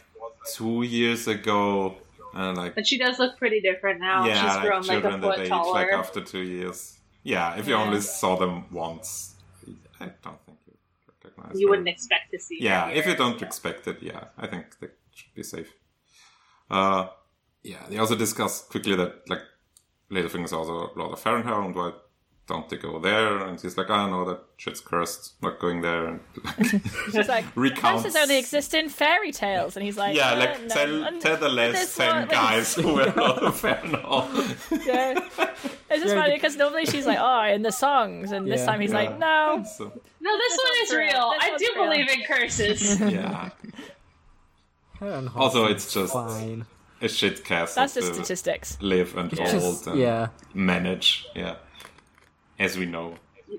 C: two years ago, and like
B: But she does look pretty different now.
C: yeah,
B: She's grown like,
C: children
B: a
C: that
B: foot
C: age
B: taller.
C: like after two years. Yeah, if you
D: Yeah.
C: only saw them once, I don't think you recognize.
B: you
C: her.
B: wouldn't expect to see.
C: Yeah,
B: her
C: if you
B: here.
C: don't expect it, yeah, I think they should be safe. Uh, yeah, they also discuss quickly that like Littlefinger is also Lord of Fahrenheit, and why don't they go there? And he's like, I know that shit's cursed, not going there. And (laughs) like,
D: She's like,
C: recounts.
D: houses only exist in fairy tales. And he's like,
C: yeah,
D: "Uh,
C: like
D: no,
C: tell,
D: un-
C: tell the last
D: there's
C: ten
B: (laughs)
D: not-
C: guys who were (laughs) Lord of Fahrenheit.
D: (laughs) Yeah. It's just funny because normally she's like, oh, in the songs. And this
E: Yeah.
D: time he's
C: Yeah.
D: like, no.
C: so,
B: No, this, one
D: one's
B: is
D: real.
B: real.
D: This
B: I
D: one's
B: do
D: real.
B: believe in curses.
D: (laughs)
C: yeah.
E: And
C: Also, it's just
E: fine.
C: a shit castle.
D: That's just
C: to
D: statistics.
C: Live and
D: Yeah.
C: hold and
E: Yeah,
C: manage. Yeah, as we know.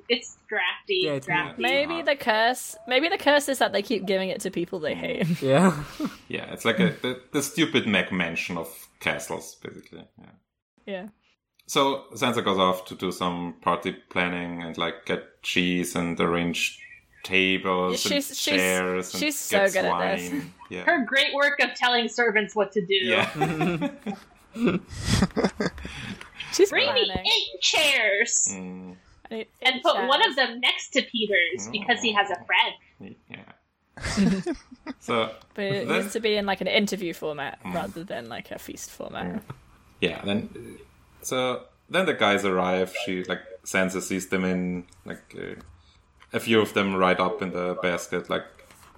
B: it's drafty,
E: Yeah, it's
B: drafty.
D: Maybe the curse. Maybe the curse is that they keep giving it to people they hate.
E: Yeah. (laughs)
C: Yeah, it's like a, the, the stupid Mac mansion of castles, basically. Yeah.
D: (laughs) yeah.
C: So Sansa goes off to do some party planning and like get cheese and arrange tables
D: Yeah, she's-
C: and
D: she's-
C: chairs and
D: she's so
C: gets
D: good at this. (laughs)
C: wine. Yeah.
B: Her great work of telling servants what to do.
C: yeah. (laughs)
D: She's
B: Bring me
D: planning.
B: eight chairs
C: Mm,
D: I need
B: and
D: eight
B: put one
D: chairs.
B: of them next to Peter's because
C: Oh.
B: he has a friend.
C: yeah. so
D: But it
C: Then-
D: needs to be in like an interview format rather than like a feast format.
C: yeah, then so then the guys arrive. She like Sansa sees them in like uh, a few of them right up in the basket, like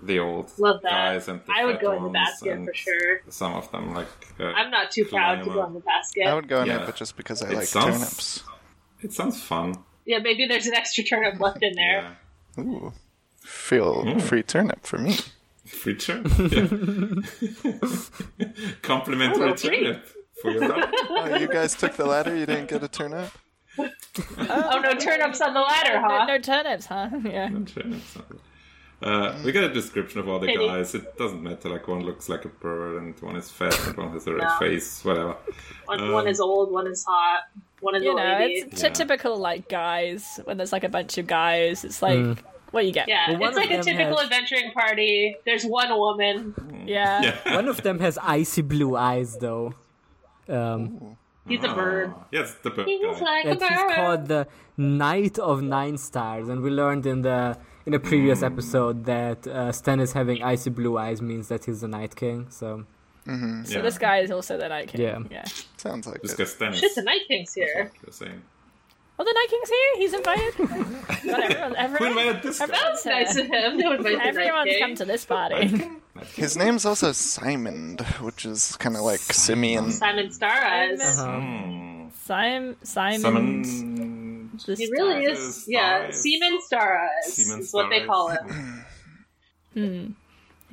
C: the old
B: Love that.
C: guys and the
B: I would
C: fat
B: go in the
C: ones
B: basket
C: and
B: for sure.
C: Some of them like uh,
B: I'm not too proud to go
C: Lima.
B: on the basket.
F: I would go in
C: Yeah.
F: it, but just because I
C: It
F: like
C: sounds-
F: turnips.
C: It sounds fun.
B: Yeah, maybe there's an extra turnip left in there.
C: Yeah.
F: Ooh, feel
C: Mm.
F: free turnip for me.
C: Future? Complimentary
B: Oh, great.
C: turnip for your (laughs) luck.
F: Oh, you guys took the ladder. You didn't get a turnip.
B: Oh no, turnips on the ladder,
D: No,
B: huh?
D: (laughs) no turnips, huh? Yeah.
C: Uh, we got a description of all the
B: Pity.
C: guys. It doesn't matter. Like one looks like a bird, and one is fat, and one has a red
B: Yeah.
C: face. Whatever.
B: One, one is old, one is hot, one is a
D: You know,
B: lady.
D: it's t-
C: Yeah.
D: typical like guys when there's like a bunch of guys. It's like
C: Mm.
D: what you get.
B: yeah,
E: Well, one
B: it's like
E: of
B: a
E: them
B: typical
E: has-
B: adventuring party. There's one woman.
D: Yeah.
B: (laughs)
C: Yeah.
E: One of them has icy blue eyes, though. Um,
D: (laughs)
B: He's a bird.
C: Yes, the bird
B: He's
C: guy.
B: like a
E: and he's
B: bird.
E: called the Knight of Nine Stars, and we learned in the in a previous episode that uh, Stannis having icy blue eyes means that he's the Night King. So
D: So this guy is also the Night King.
E: Yeah.
D: yeah.
F: Sounds like
C: This
F: it.
C: guy's Dennis.
B: Shit, the night king's
D: (laughs)
B: here.
C: You're saying.
D: Oh, the Night King's here. He's invited.
C: (laughs)
D: God, everyone,
C: Who
D: everyone,
C: invited this guy?
D: everyone's, here.
B: Nice of him. to invite the night
D: everyone's
B: king.
D: come to this (laughs) party.
F: His name's also Simon, which is kind of like Simeon.
B: Simon Star Eyes.
D: Uh-huh.
C: Uh-huh.
D: Simon, Simon,
C: Simon.
D: the
B: He really
C: Star
B: is,
C: Eyes.
B: yeah.
C: Star Eyes.
B: Seaman Star Eyes
C: Simon
B: is what they
C: Star
B: call
C: Eyes.
B: him.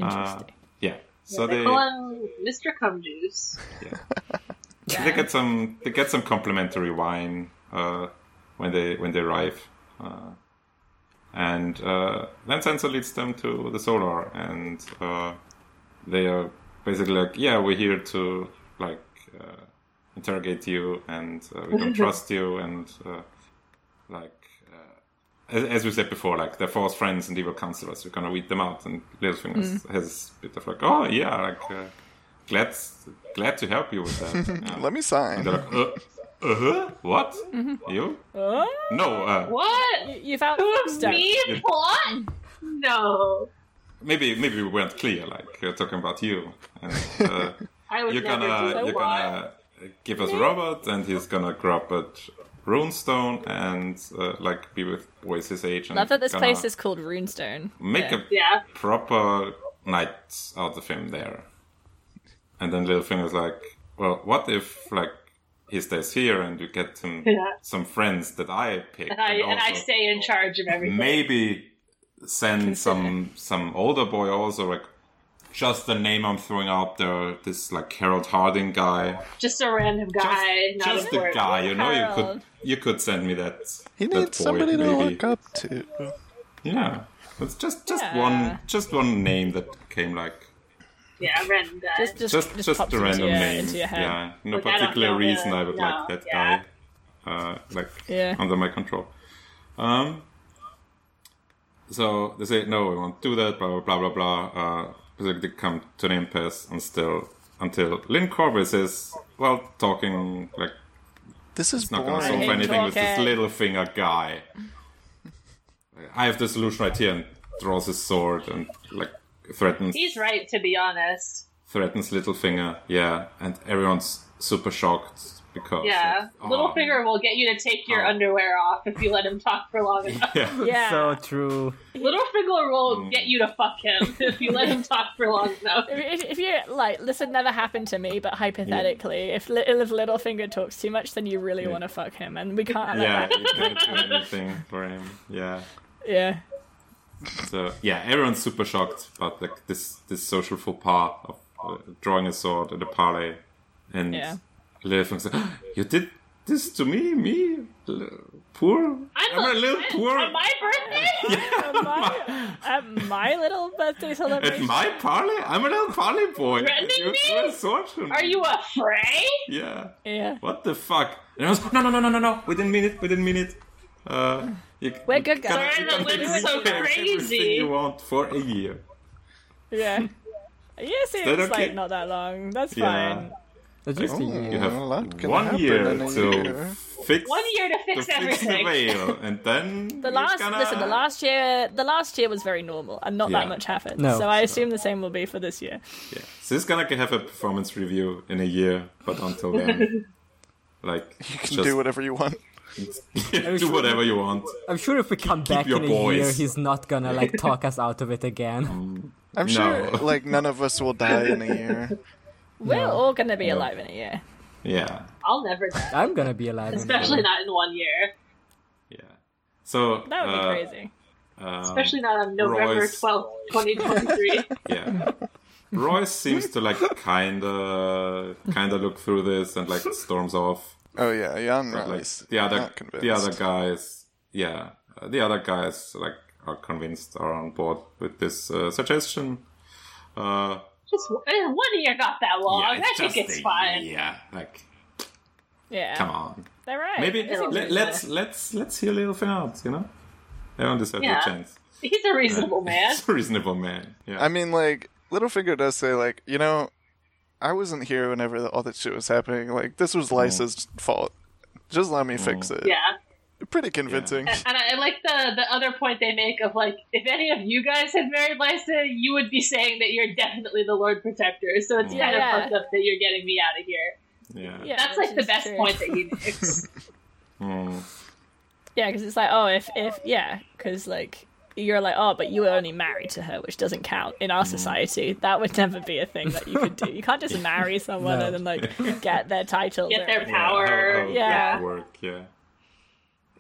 C: Uh, yeah. So
B: They call him Mr. um, Cum Juice.
C: They get some. They get some complimentary wine uh, when they when they arrive, uh, and uh, then Sansa leads them to the Solar, and uh, they are basically like, "Yeah, we're here to like uh, interrogate you, and uh, we don't trust you, and uh, like." uh, As as we said before, like they're false friends and evil counselors, we're gonna weed them out. And Littlefinger has a bit of like, oh yeah, like uh, glad glad to help you with that. Yeah.
F: Let me sign.
C: They're like, uh, uh-huh? What? You? No, uh,
B: Mm-hmm. What?
D: You've out
B: Oh, Me? What? No.
C: maybe maybe we weren't clear, like, uh, talking about you. And, uh,
B: I would
C: you're
B: never do
C: gonna,
B: that.
C: you're
B: What?
C: gonna give us Robert, and he's gonna grow up at Runestone and, uh, like, be with boys his age. And
D: Love that this
C: gonna
D: place is called Runestone.
C: Make a
B: Yeah.
C: proper night out of him there. And then Littlefinger's like, well, what if, like, he stays here and you get him
B: Yeah.
C: some friends that I pick?
B: And I, and I
C: also-
B: stay in charge of everything.
C: maybe send some some older boy also like just the name I'm throwing out there this like Harold Harding guy
B: Just a random
C: just,
B: guy. not
C: just the
B: important.
C: guy you know you
D: Harold.
C: could you could send me that
F: He
C: that
F: needs
C: boy,
F: somebody to
C: maybe.
F: look up to.
C: yeah it's just just
D: Yeah.
C: one just one name that came like
B: Yeah, a random guy.
D: Just, just,
C: just
D: just,
C: just,
D: pops
C: a
D: into
C: random
D: your,
C: name
D: into your head.
C: yeah no
B: Like, I don't
C: particular
B: know
C: reason
B: the-
C: I would
B: no,
C: like that
B: yeah.
C: guy uh like
D: Yeah.
C: under my control um so they say no we won't do that blah blah blah blah blah uh so they come to an impasse and still until Lynn Corbett says well talking like
F: This is
C: not gonna
F: boring.
C: solve
D: hate
C: anything with this
D: talking.
C: little finger guy I have the solution right here and draws his sword and like threatens
B: He's right, to be honest.
C: threatens Littlefinger. Yeah, and everyone's super shocked because
B: Yeah.
C: like, oh,
B: Littlefinger will get you to take your
C: Oh.
B: underwear off if you let him talk for long enough.
C: (laughs) Yeah, Mm.
D: Yeah.
E: so true.
B: Littlefinger will get you to fuck him (laughs) if you let him talk for long enough.
D: if, if you like, this had never happened to me, but hypothetically, if li- if Littlefinger talks too much, then you really want to fuck him, and we can't. Have
C: yeah,
B: (laughs)
D: That.
C: it didn't do anything for him. Yeah.
D: Yeah.
C: So yeah, everyone's super shocked about like this this social faux pas of uh, drawing a sword at a parley, and
D: Yeah.
C: (gasps) Littlefinger's like, "You did this to me, me, L- poor
B: I'm
C: I'm a little poor.
B: On my
C: (laughs)
B: birthday?
D: at, my, (laughs) at my little birthday
C: At
D: celebration.
C: (laughs) my parley? I'm a little parley boy.
B: Threatening
C: You
B: me?
C: threw a sword to me.
B: Are you afraid?
C: Yeah.
D: yeah.
C: What the fuck? And I was no, no, no, no, no, no. We didn't mean it. We didn't mean it. Uh, you,
D: We're
C: you
D: good
C: can-
D: guys.
B: Sorry,
C: you can
B: that
C: take
B: went so
C: everything
B: crazy.
C: You want for a year. (laughs)
D: Yeah. Yes, it's
C: that okay?
D: like not that long. That's
C: Yeah.
D: fine.
E: It's just a year.
C: You have
F: a lot can
C: one
F: happen
C: year
F: in a
C: to
F: year.
C: fix
B: One year to
C: to
B: fix
C: fix the
B: everything.
C: veil, and then
D: (laughs) The last listen, the last year, the last year was very normal, and not
C: Yeah.
D: that much happened.
E: No.
D: So I assume the same will be for this year.
C: Yeah. So he's gonna have a performance review in a year, but until
D: (laughs)
C: then, like
F: You can do whatever you want.
C: (laughs) do whatever you want.
E: I'm sure if we come back
C: your
E: in a
C: boys.
E: year, he's not gonna
C: (laughs)
E: like talk us out of it
C: Mm.
E: again.
F: I'm
C: No.
F: sure like none of us will die in a
C: (laughs)
F: year.
D: We're
E: No.
D: all gonna be alive in a year.
C: Yeah.
B: I'll never die.
E: I'm gonna be alive. in a
B: Especially
E: year.
B: not in one year.
C: Yeah. So
D: That would
C: uh,
D: be crazy.
C: um,
B: Especially not on November
C: Royce.
B: 12th, 2023.
C: yeah. Royce seems to like kinda kinda look through this and like storms off.
F: Oh yeah, Jan
C: But, like
F: Rice.
C: the other
F: not convinced.
C: the other guys, yeah, uh, the other guys like are convinced are on board with this uh, suggestion. Uh,
B: Just one eh, one year, not that long.
C: yeah,
B: Oh, I think
C: just
B: it's
C: a-
B: fine.
C: Yeah, like
D: (laughs) Yeah.
C: come on.
D: They're right.
C: Maybe
D: This is
C: let, let's let's let's hear little thing out. You know, everyone deserves
B: Yeah.
C: a chance.
B: He's a reasonable man.
C: (laughs) He's a reasonable man. Yeah,
F: I mean, like, Littlefinger does say, like, you know, I wasn't here whenever all that shit was happening. Like, this was
C: Mm.
F: Lysa's fault. Just let me fix it.
B: Yeah.
F: Pretty convincing.
B: (laughs) And, and I I like the, the other point they make of like, if any of you guys had married Lysa, you would be saying that you're definitely the Lord Protector. So it's
D: Yeah.
B: kind of
D: Yeah.
B: fucked up that you're getting me out of here.
C: yeah,
D: Yeah,
B: That's like
D: which
B: the
D: is
B: best
D: true.
B: point that he
D: (laughs)
B: makes.
C: Mm.
D: Yeah, because it's like, oh, if if yeah, because like you're like, oh, but you were only married to her, which doesn't count in
C: Mm.
D: our society. That would never be a thing that you could do. You can't
C: (laughs)
D: just marry someone
E: No.
D: and then like get their title.
B: Get
D: there.
B: their
C: Yeah, how-
B: power.
C: how would
D: Yeah.
C: that work. Yeah,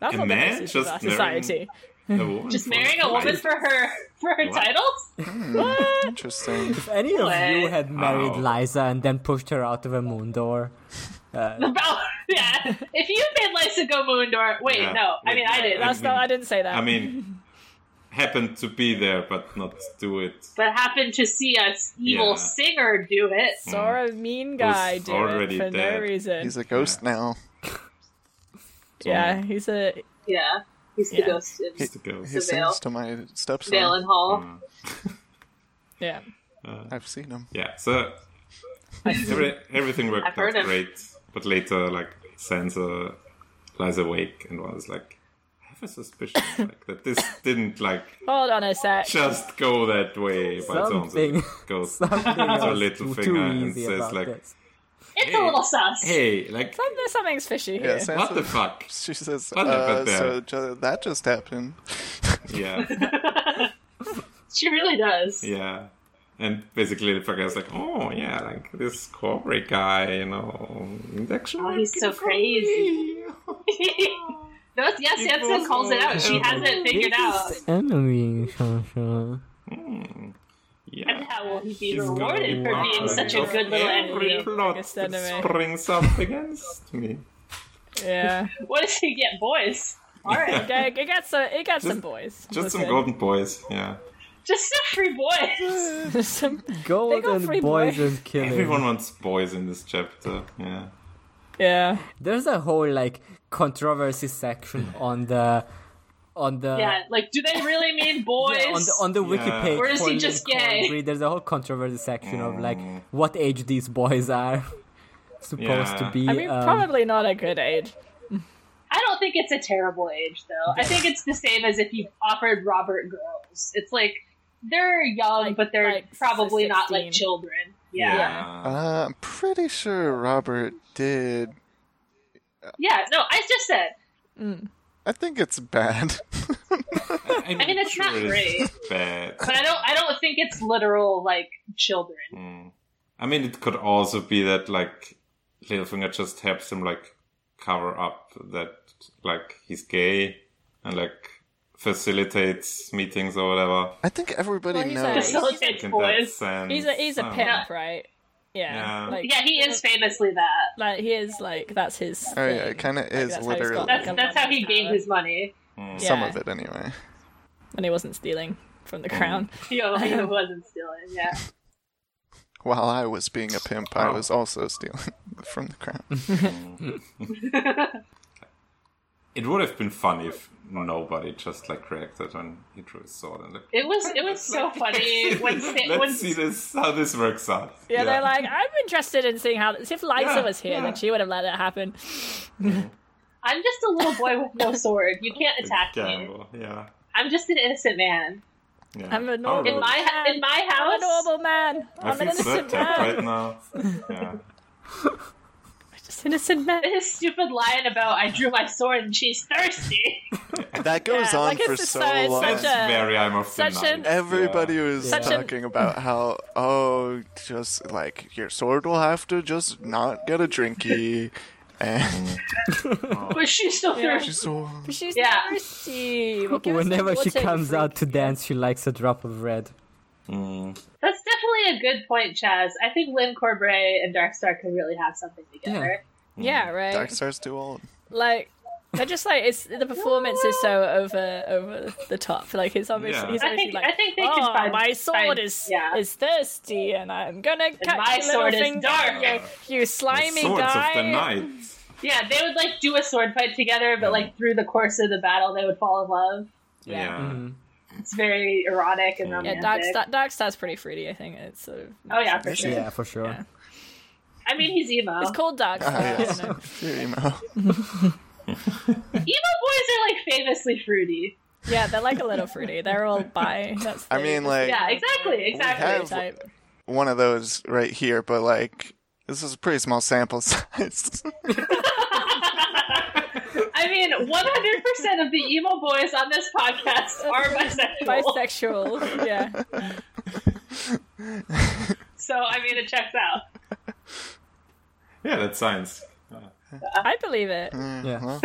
D: That's
C: A
D: not the
C: man
D: basis
C: just
D: of our
C: marrying-
D: society.
C: A woman
B: Just
C: for-
B: marrying a woman
C: Lysa.
B: for her for her
C: What?
B: titles?
F: Interesting.
E: If any of you
B: Like-
E: had married
C: Ow.
E: Liza and then pushed her out of a moon
C: (laughs)
E: door,
B: About (laughs)
D: (laughs)
B: yeah. If you made Lysa go Moondor, wait,
C: Yeah.
B: no. I mean, I did.
C: Yeah.
D: That's not. I didn't say
B: Uh,
D: that.
C: I
B: (laughs)
C: mean, happened to be there, but not do it.
B: But happened to see a s- evil
C: Yeah.
B: singer do it.
D: saw a mean guy
C: Who's
D: do it
C: already
D: for no
C: dead.
D: reason.
F: He's a ghost now.
D: yeah, he's a
B: Yeah, he's the
D: Yeah.
B: ghost in
C: Just to go.
F: He
B: Vale.
F: sings to my
B: Vale
F: stepson.
B: and Hall.
D: yeah.
F: I've seen him.
C: Yeah, so every, everything worked
B: I've heard
C: out
B: him.
C: great, but later, like, Sansa lies awake and was like, I have
B: (laughs)
C: a suspicion like that this didn't like
D: Hold on a sec.
C: just go that way by
E: Something-
C: its own goes
E: (laughs) something
C: to
E: else too,
C: little finger
E: too
C: and
E: easy
C: says
E: about
C: like,
E: this.
B: It's
C: Hey.
B: a little sus. (laughs)
C: "Hey, like,
D: Some- There's something's fishy
F: Yeah,
D: here.
F: Sansa-
C: what the fuck?"
F: She says,
C: What
F: uh,
C: happened
F: so
C: there?
F: ju- that just happened.
B: (laughs)
C: Yeah,
B: She really does.
C: yeah. And basically, the fucker is like, "Oh yeah, like this corporate guy, you know, he's actually
B: Oh, he's so crazy." (laughs) no, yes, Sansa calls it out. She has it figured out.
E: Enemy. sure, sure.
C: Yeah,
B: And how will he be
C: She's
B: rewarded for
C: gonna be
B: being
C: proud
B: such a
C: of
B: good little
C: every
B: enemy?
C: plot
D: Biggest
C: that
D: enemy.
C: springs up against me.
D: Yeah.
B: What does he get, boys? All right,
D: Okay, it gets some, it gets some boys.
C: Just some
D: Listen.
C: golden boys, yeah.
B: just some free boys.
D: (laughs) some
E: Golden
D: free
E: boys
D: boy.
E: and killing.
C: Everyone wants boys in this chapter, yeah.
D: Yeah.
E: There's a whole like controversy section on the on the
B: Yeah, like do they really mean boys?
E: Yeah, on the on the wiki
C: Yeah.
E: page.
C: Or
B: is he
E: for Lynn
B: just gay?
E: Cornbury, There's a whole controversy section of like
C: Mm.
E: what age these boys are (laughs) supposed to
C: Yeah.
E: be.
D: I mean,
E: um,
D: probably not a good age.
B: I don't think it's a terrible age though. I think it's the same as if you offered Robert girls. It's like they're young,
D: Like-
B: but they're
D: like
B: probably not like
D: 16.
B: children. Yeah. yeah.
F: Uh, I'm pretty sure Robert did.
B: no, I just said
F: I think it's bad. (laughs)
C: I
B: mean, it's not great.
C: Bad.
B: but I don't I don't think it's literal like children.
C: I mean, it could also be that, like, Littlefinger just helps him, like, cover up that, like, he's gay and, like, facilitates meetings or whatever.
F: I think everybody
D: Well, he's a-
F: knows.
D: he's-
B: Facilitates
C: In that
B: boys.
C: sense, Um,
D: He's a he's a
C: I don't know.
D: pimp, right? Yeah.
C: Yeah.
D: Like,
B: Yeah, he is famously that.
D: Like he is like that's his.
F: Oh yeah,
D: thing.
F: it kind of is
D: that's how he's
F: literally.
D: got
B: That's
D: Like a
B: that's how he
D: money
B: gained
D: power.
B: his money. (laughs)
F: Some
D: Yeah.
F: of it, anyway.
D: and he wasn't stealing from the crown.
B: He
D: (laughs)
B: only wasn't stealing. Yeah.
F: While I was being a pimp, I was also stealing (laughs) from the crown.
C: It would have been funny if nobody just like reacted when he drew his sword and like.
B: It was it was
C: (laughs)
B: so funny when Sta-
C: Let's
B: when
C: see this how this works out.
D: Yeah, they're like, I'm interested in seeing how. If Lysa
C: Yeah,
D: was here,
C: yeah.
D: then she would have let it happen.
B: I'm just a little boy with no sword. You can't attack me.
C: gamble. Yeah.
B: I'm just an innocent man.
C: yeah.
D: I'm a
C: How
D: normal
B: In
C: rude.
B: my
D: man.
B: in my
D: I'm a
B: house,
D: normal man. I'm
C: I
D: an
C: feel
D: innocent
C: threatened right
D: man. (laughs)
C: now. Yeah.
D: Just
B: (laughs)
D: innocent man.
B: this stupid line about I drew my sword and she's
C: (laughs)
B: thirsty.
F: That goes
D: Yeah,
F: on
D: like,
F: for
D: it's
F: so
D: so- it's
F: long.
C: That's
D: Such a-
C: very I'm of the
D: such
C: night.
D: an-
F: Everybody was
D: Such a-
F: talking about how, oh, just like your sword will have to just not get a drinky. And
B: but she's so thirsty.
F: she's so.
D: She's
B: Yeah.
D: thirsty. Well, give us some
E: Whenever she
D: water, you
E: comes
D: freak.
E: out to dance, she likes a drop of red.
B: That's definitely a good point, Chaz. I think Lynn Corbray and Darkstar could really have something together.
D: Yeah, right.
F: Darkstar's too old.
D: Like they're just like it's the performance is so over over the top. Like it's obviously
C: Yeah.
D: he's
C: I
D: obviously
B: think-
D: like
B: I think they
D: oh,
B: can find-
D: my sword
B: find-
D: is
B: yeah.
D: is thirsty and I'm gonna cut
B: my
D: your little
B: sword is
D: thing
B: dark."
D: down, You, you slimy
C: Swords
D: guy.
C: of the night.
B: Yeah, they would like do a sword fight together, but like through the course of the battle, they would fall in love.
C: Yeah.
B: It's very erotic and
D: Yeah,
B: romantic.
D: Darkstar, Darkstar's pretty fruity. I think it's sort of.
B: Oh yeah, for sure.
E: Yeah, for sure.
D: Yeah.
B: I mean, he's emo.
D: It's called Darkstar.
F: Ah,
D: I
F: yes.
D: don't know.
F: You're emo.
B: Emo boys are like famously fruity.
D: Yeah, they're like a little fruity. They're all
F: (laughs)
D: bi. That's
F: I
D: the-
F: mean, like,
B: Yeah, exactly, exactly.
F: have-
D: type.
F: one of those right here, but like, this is a pretty small sample (laughs) size.
B: I mean, 100% of the emo boys on this podcast are bisexual.
D: (laughs) Bisexual. Yeah.
B: So, I mean, it checks out.
C: Yeah, that's science.
D: I believe it.
E: Yeah.
B: Uh-huh.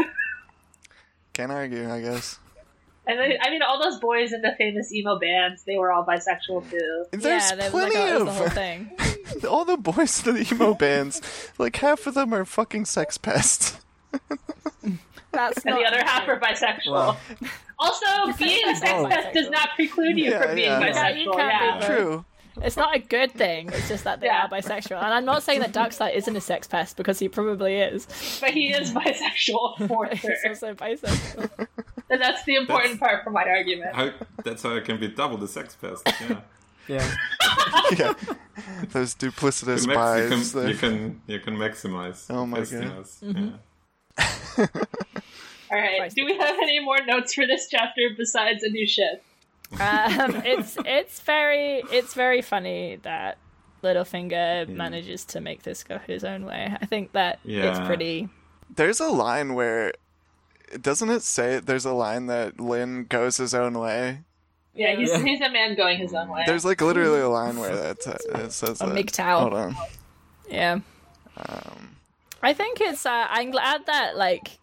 F: Can't argue, I guess.
B: And then, I mean, all those boys in the famous emo bands, they were all bisexual too.
F: There's
D: yeah, there's like
F: plenty
D: a, there's the whole
F: of
D: thing.
F: (laughs) all the boys in the
D: (laughs)
F: emo bands. Like half of them are fucking
D: (laughs)
F: sex pests.
D: That's
B: And
D: not
B: the other half are bisexual.
E: Wow.
B: Also, being a sex
E: Oh.
B: pest does not preclude you
F: Yeah,
B: from being
F: yeah.
D: Yeah, you
B: bisexual.
D: can't
B: Yeah.
D: be both.
F: True. (laughs)
D: It's not a good thing. It's just that they
B: Yeah.
D: are bisexual, and I'm not saying that Darkstar isn't a sex pest because he probably is.
B: But he is
D: (laughs)
B: bisexual for (laughs) sure.
D: He's also bisexual.
B: And that's the important part for my argument.
C: How, that's how I can be double the sex pest. Yeah.
E: Yeah.
F: Yeah. Those duplicitous
C: You, max,
F: buys.
C: you, can, you
F: that-
C: can you can maximize.
F: Oh my
C: pestiness.
D: Mm-hmm.
C: Yeah. Oh,
B: All right. Do we have any more notes for this chapter besides a new ship?
D: Um, it's it's very it's very funny that Littlefinger manages to make this go his own way. I think that it's
C: Yeah.
D: pretty.
F: There's a line where, doesn't it say there's a line that Lynn goes his own way?
B: Yeah, he's, he's a man going his own way.
F: There's like literally a line where that uh, it says
D: A
F: that.
D: MGTOW. Mm-hmm.
F: Hold on.
D: Yeah. I think it's. Uh, I'm glad that like,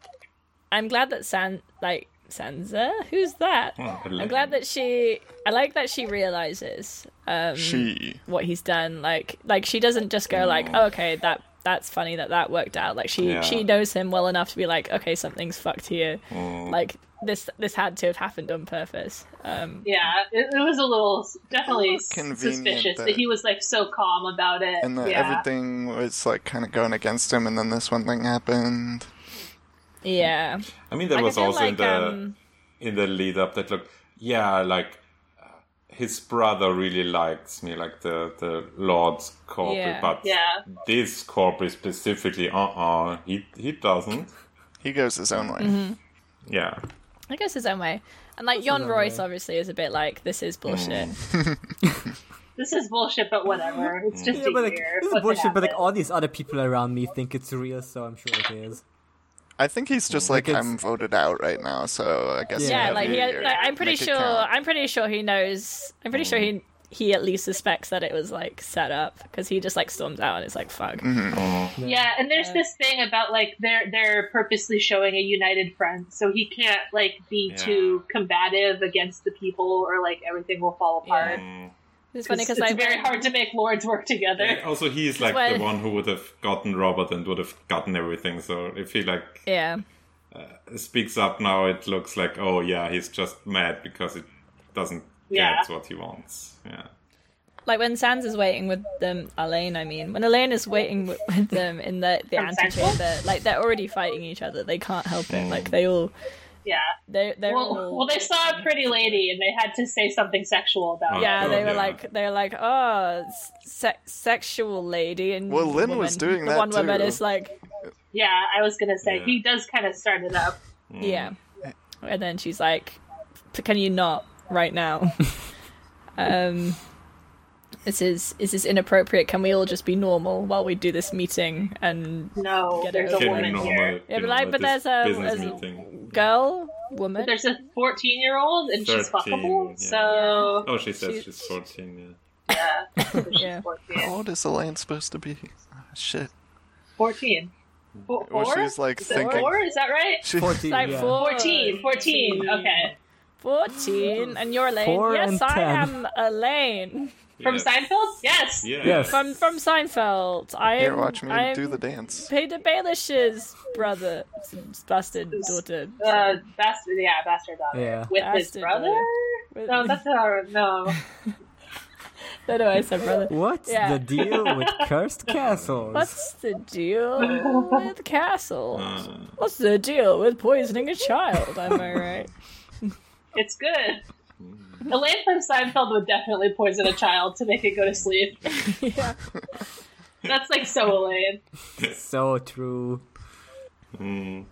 D: I'm glad that San like Sansa. Who's that?
C: Oh,
D: I'm glad that she. I like that she realizes um,
F: She.
D: what he's done. Like, like she doesn't just go like, oh, "Okay, that that's funny that that worked out." Like she
C: Yeah.
D: she knows him well enough to be like, "Okay, something's fucked here.
F: Mm.
D: Like this this had to have happened on purpose." Um,
B: Yeah, it, it was a little s- definitely s-
F: Convenient
B: suspicious that,
F: that-
B: he was like so calm about it.
F: And that
B: yeah.
F: everything was like kind of going against him, and then this one thing happened.
D: yeah,
C: I mean, that
D: Like, I
C: was
D: feel
C: also in
D: like,
C: the
D: um,
C: in the lead up that look, yeah, like uh, his brother really likes me, like the the Lord's Corby,
D: Yeah.
C: but
B: Yeah.
C: this Corby specifically, uh, uh he he doesn't.
F: He goes his own
D: Mm-hmm.
F: way.
C: Yeah,
D: I guess his own way. And like Jon Royce obviously is a bit like, "This is bullshit."
F: Mm.
B: This is bullshit, but whatever. It's just
E: Mm-hmm. Yeah,
B: a
E: but like,
B: year.
E: this
B: What
E: is
B: could
E: bullshit, but like,
B: happen?
E: all these other people around me think it's real, so I'm sure it
D: (laughs)
E: is.
F: I think he's just like,
E: Like, it's-
F: I'm voted out right now, so I guess.
D: Yeah,
E: Yeah,
D: like,
F: you
D: he
F: have
D: had,
F: your-
D: like I'm pretty
F: make it
D: sure.
F: count. Mm.
D: I'm pretty sure he knows. I'm pretty sure he he at least suspects that it was like set up because he just like storms out and it's like fuck.
F: Mm-hmm.
B: Yeah, and there's this thing about like they're they're purposely showing a united front, so he can't like be
C: Yeah.
B: too combative against the people, or like everything will fall apart.
C: Mm.
D: It's funny because
B: it's
D: like
B: very hard to make lords work together.
C: And also he's like
D: why-
C: the one who would have gotten Robert and would have gotten everything. So if he like
D: Yeah.
C: uh, speaks up now, it looks like, oh yeah, he's just mad because it doesn't
B: Yeah.
C: get what he wants. Yeah.
D: Like when Sans is waiting with them, Elaine, I mean, when Elaine is waiting with, with them in the, the
B: From Central?
D: antechamber, like they're already fighting each other. They can't help it. Like they all,
B: Yeah.
D: they, they're
B: Well,
D: all.
B: well, they saw a pretty lady and they had to say something sexual about it.
D: yeah,
C: Oh,
D: they were
C: yeah.
D: like, they were like, oh, se- sexual lady. And
F: Well, Lynn was
D: woman-
F: doing
D: the
F: that
D: one woman
F: too.
D: is like,
B: Yeah, I was gonna say
C: Yeah.
B: he does kind of start it up.
F: Mm.
D: yeah, and then she's like, "P- can you not right now? (laughs) um, this is is this inappropriate? Can we all just be normal while we do this meeting and
B: No,
D: Get
B: there's
D: it
B: a
D: over
C: Can you
B: woman here.
C: normal?
D: Yeah,
C: you
D: but like-
C: know,
D: but
C: this
D: there's a-
C: business
D: there's a-
C: meeting.
D: girl, woman?
B: There's a 14 year old and she's
C: 13,
B: fuckable.
C: yeah.
B: So
C: Oh, she says
D: She-
C: she's, fourteen. Yeah.
B: (laughs)
D: Yeah.
B: 14.
F: How old is Elaine supposed to be? Ah, shit. (laughs)
B: 14. Four,
F: Well,
B: four?
F: she's, like,
B: Is that
F: thinking-
B: Four? Is that right?
F: She,
E: 14,
D: Like
E: yeah.
D: four,
B: 14. 14. Okay.
D: 14, and you're Elaine.
E: Four
D: yes,
E: and
D: I
E: ten.
D: am Elaine
B: From
C: yeah.
B: Seinfeld? Yes.
C: Yeah.
E: Yes.
D: from from Seinfeld. I
F: here, watch me
D: I'm
F: do the dance.
D: Peter Baelish's brother, bastard daughter.
B: Uh, bastard, yeah, bastard daughter.
E: Yeah.
B: With his
D: Bastard
B: brother?
D: daughter. With-
B: No,
D: (laughs)
B: that's our, no.
D: I don't know. why I said brother.
E: What's
D: Yeah.
E: the
D: (laughs)
E: deal with cursed castles?
D: What's the deal with castles?
C: Uh.
D: What's the deal with poisoning a child? Am I right?
B: It's
C: (laughs)
B: good. Elaine from Seinfeld would definitely poison a child to make it go to sleep.
D: (laughs) yeah.
B: That's like so Elaine.
E: So true.
C: Mm.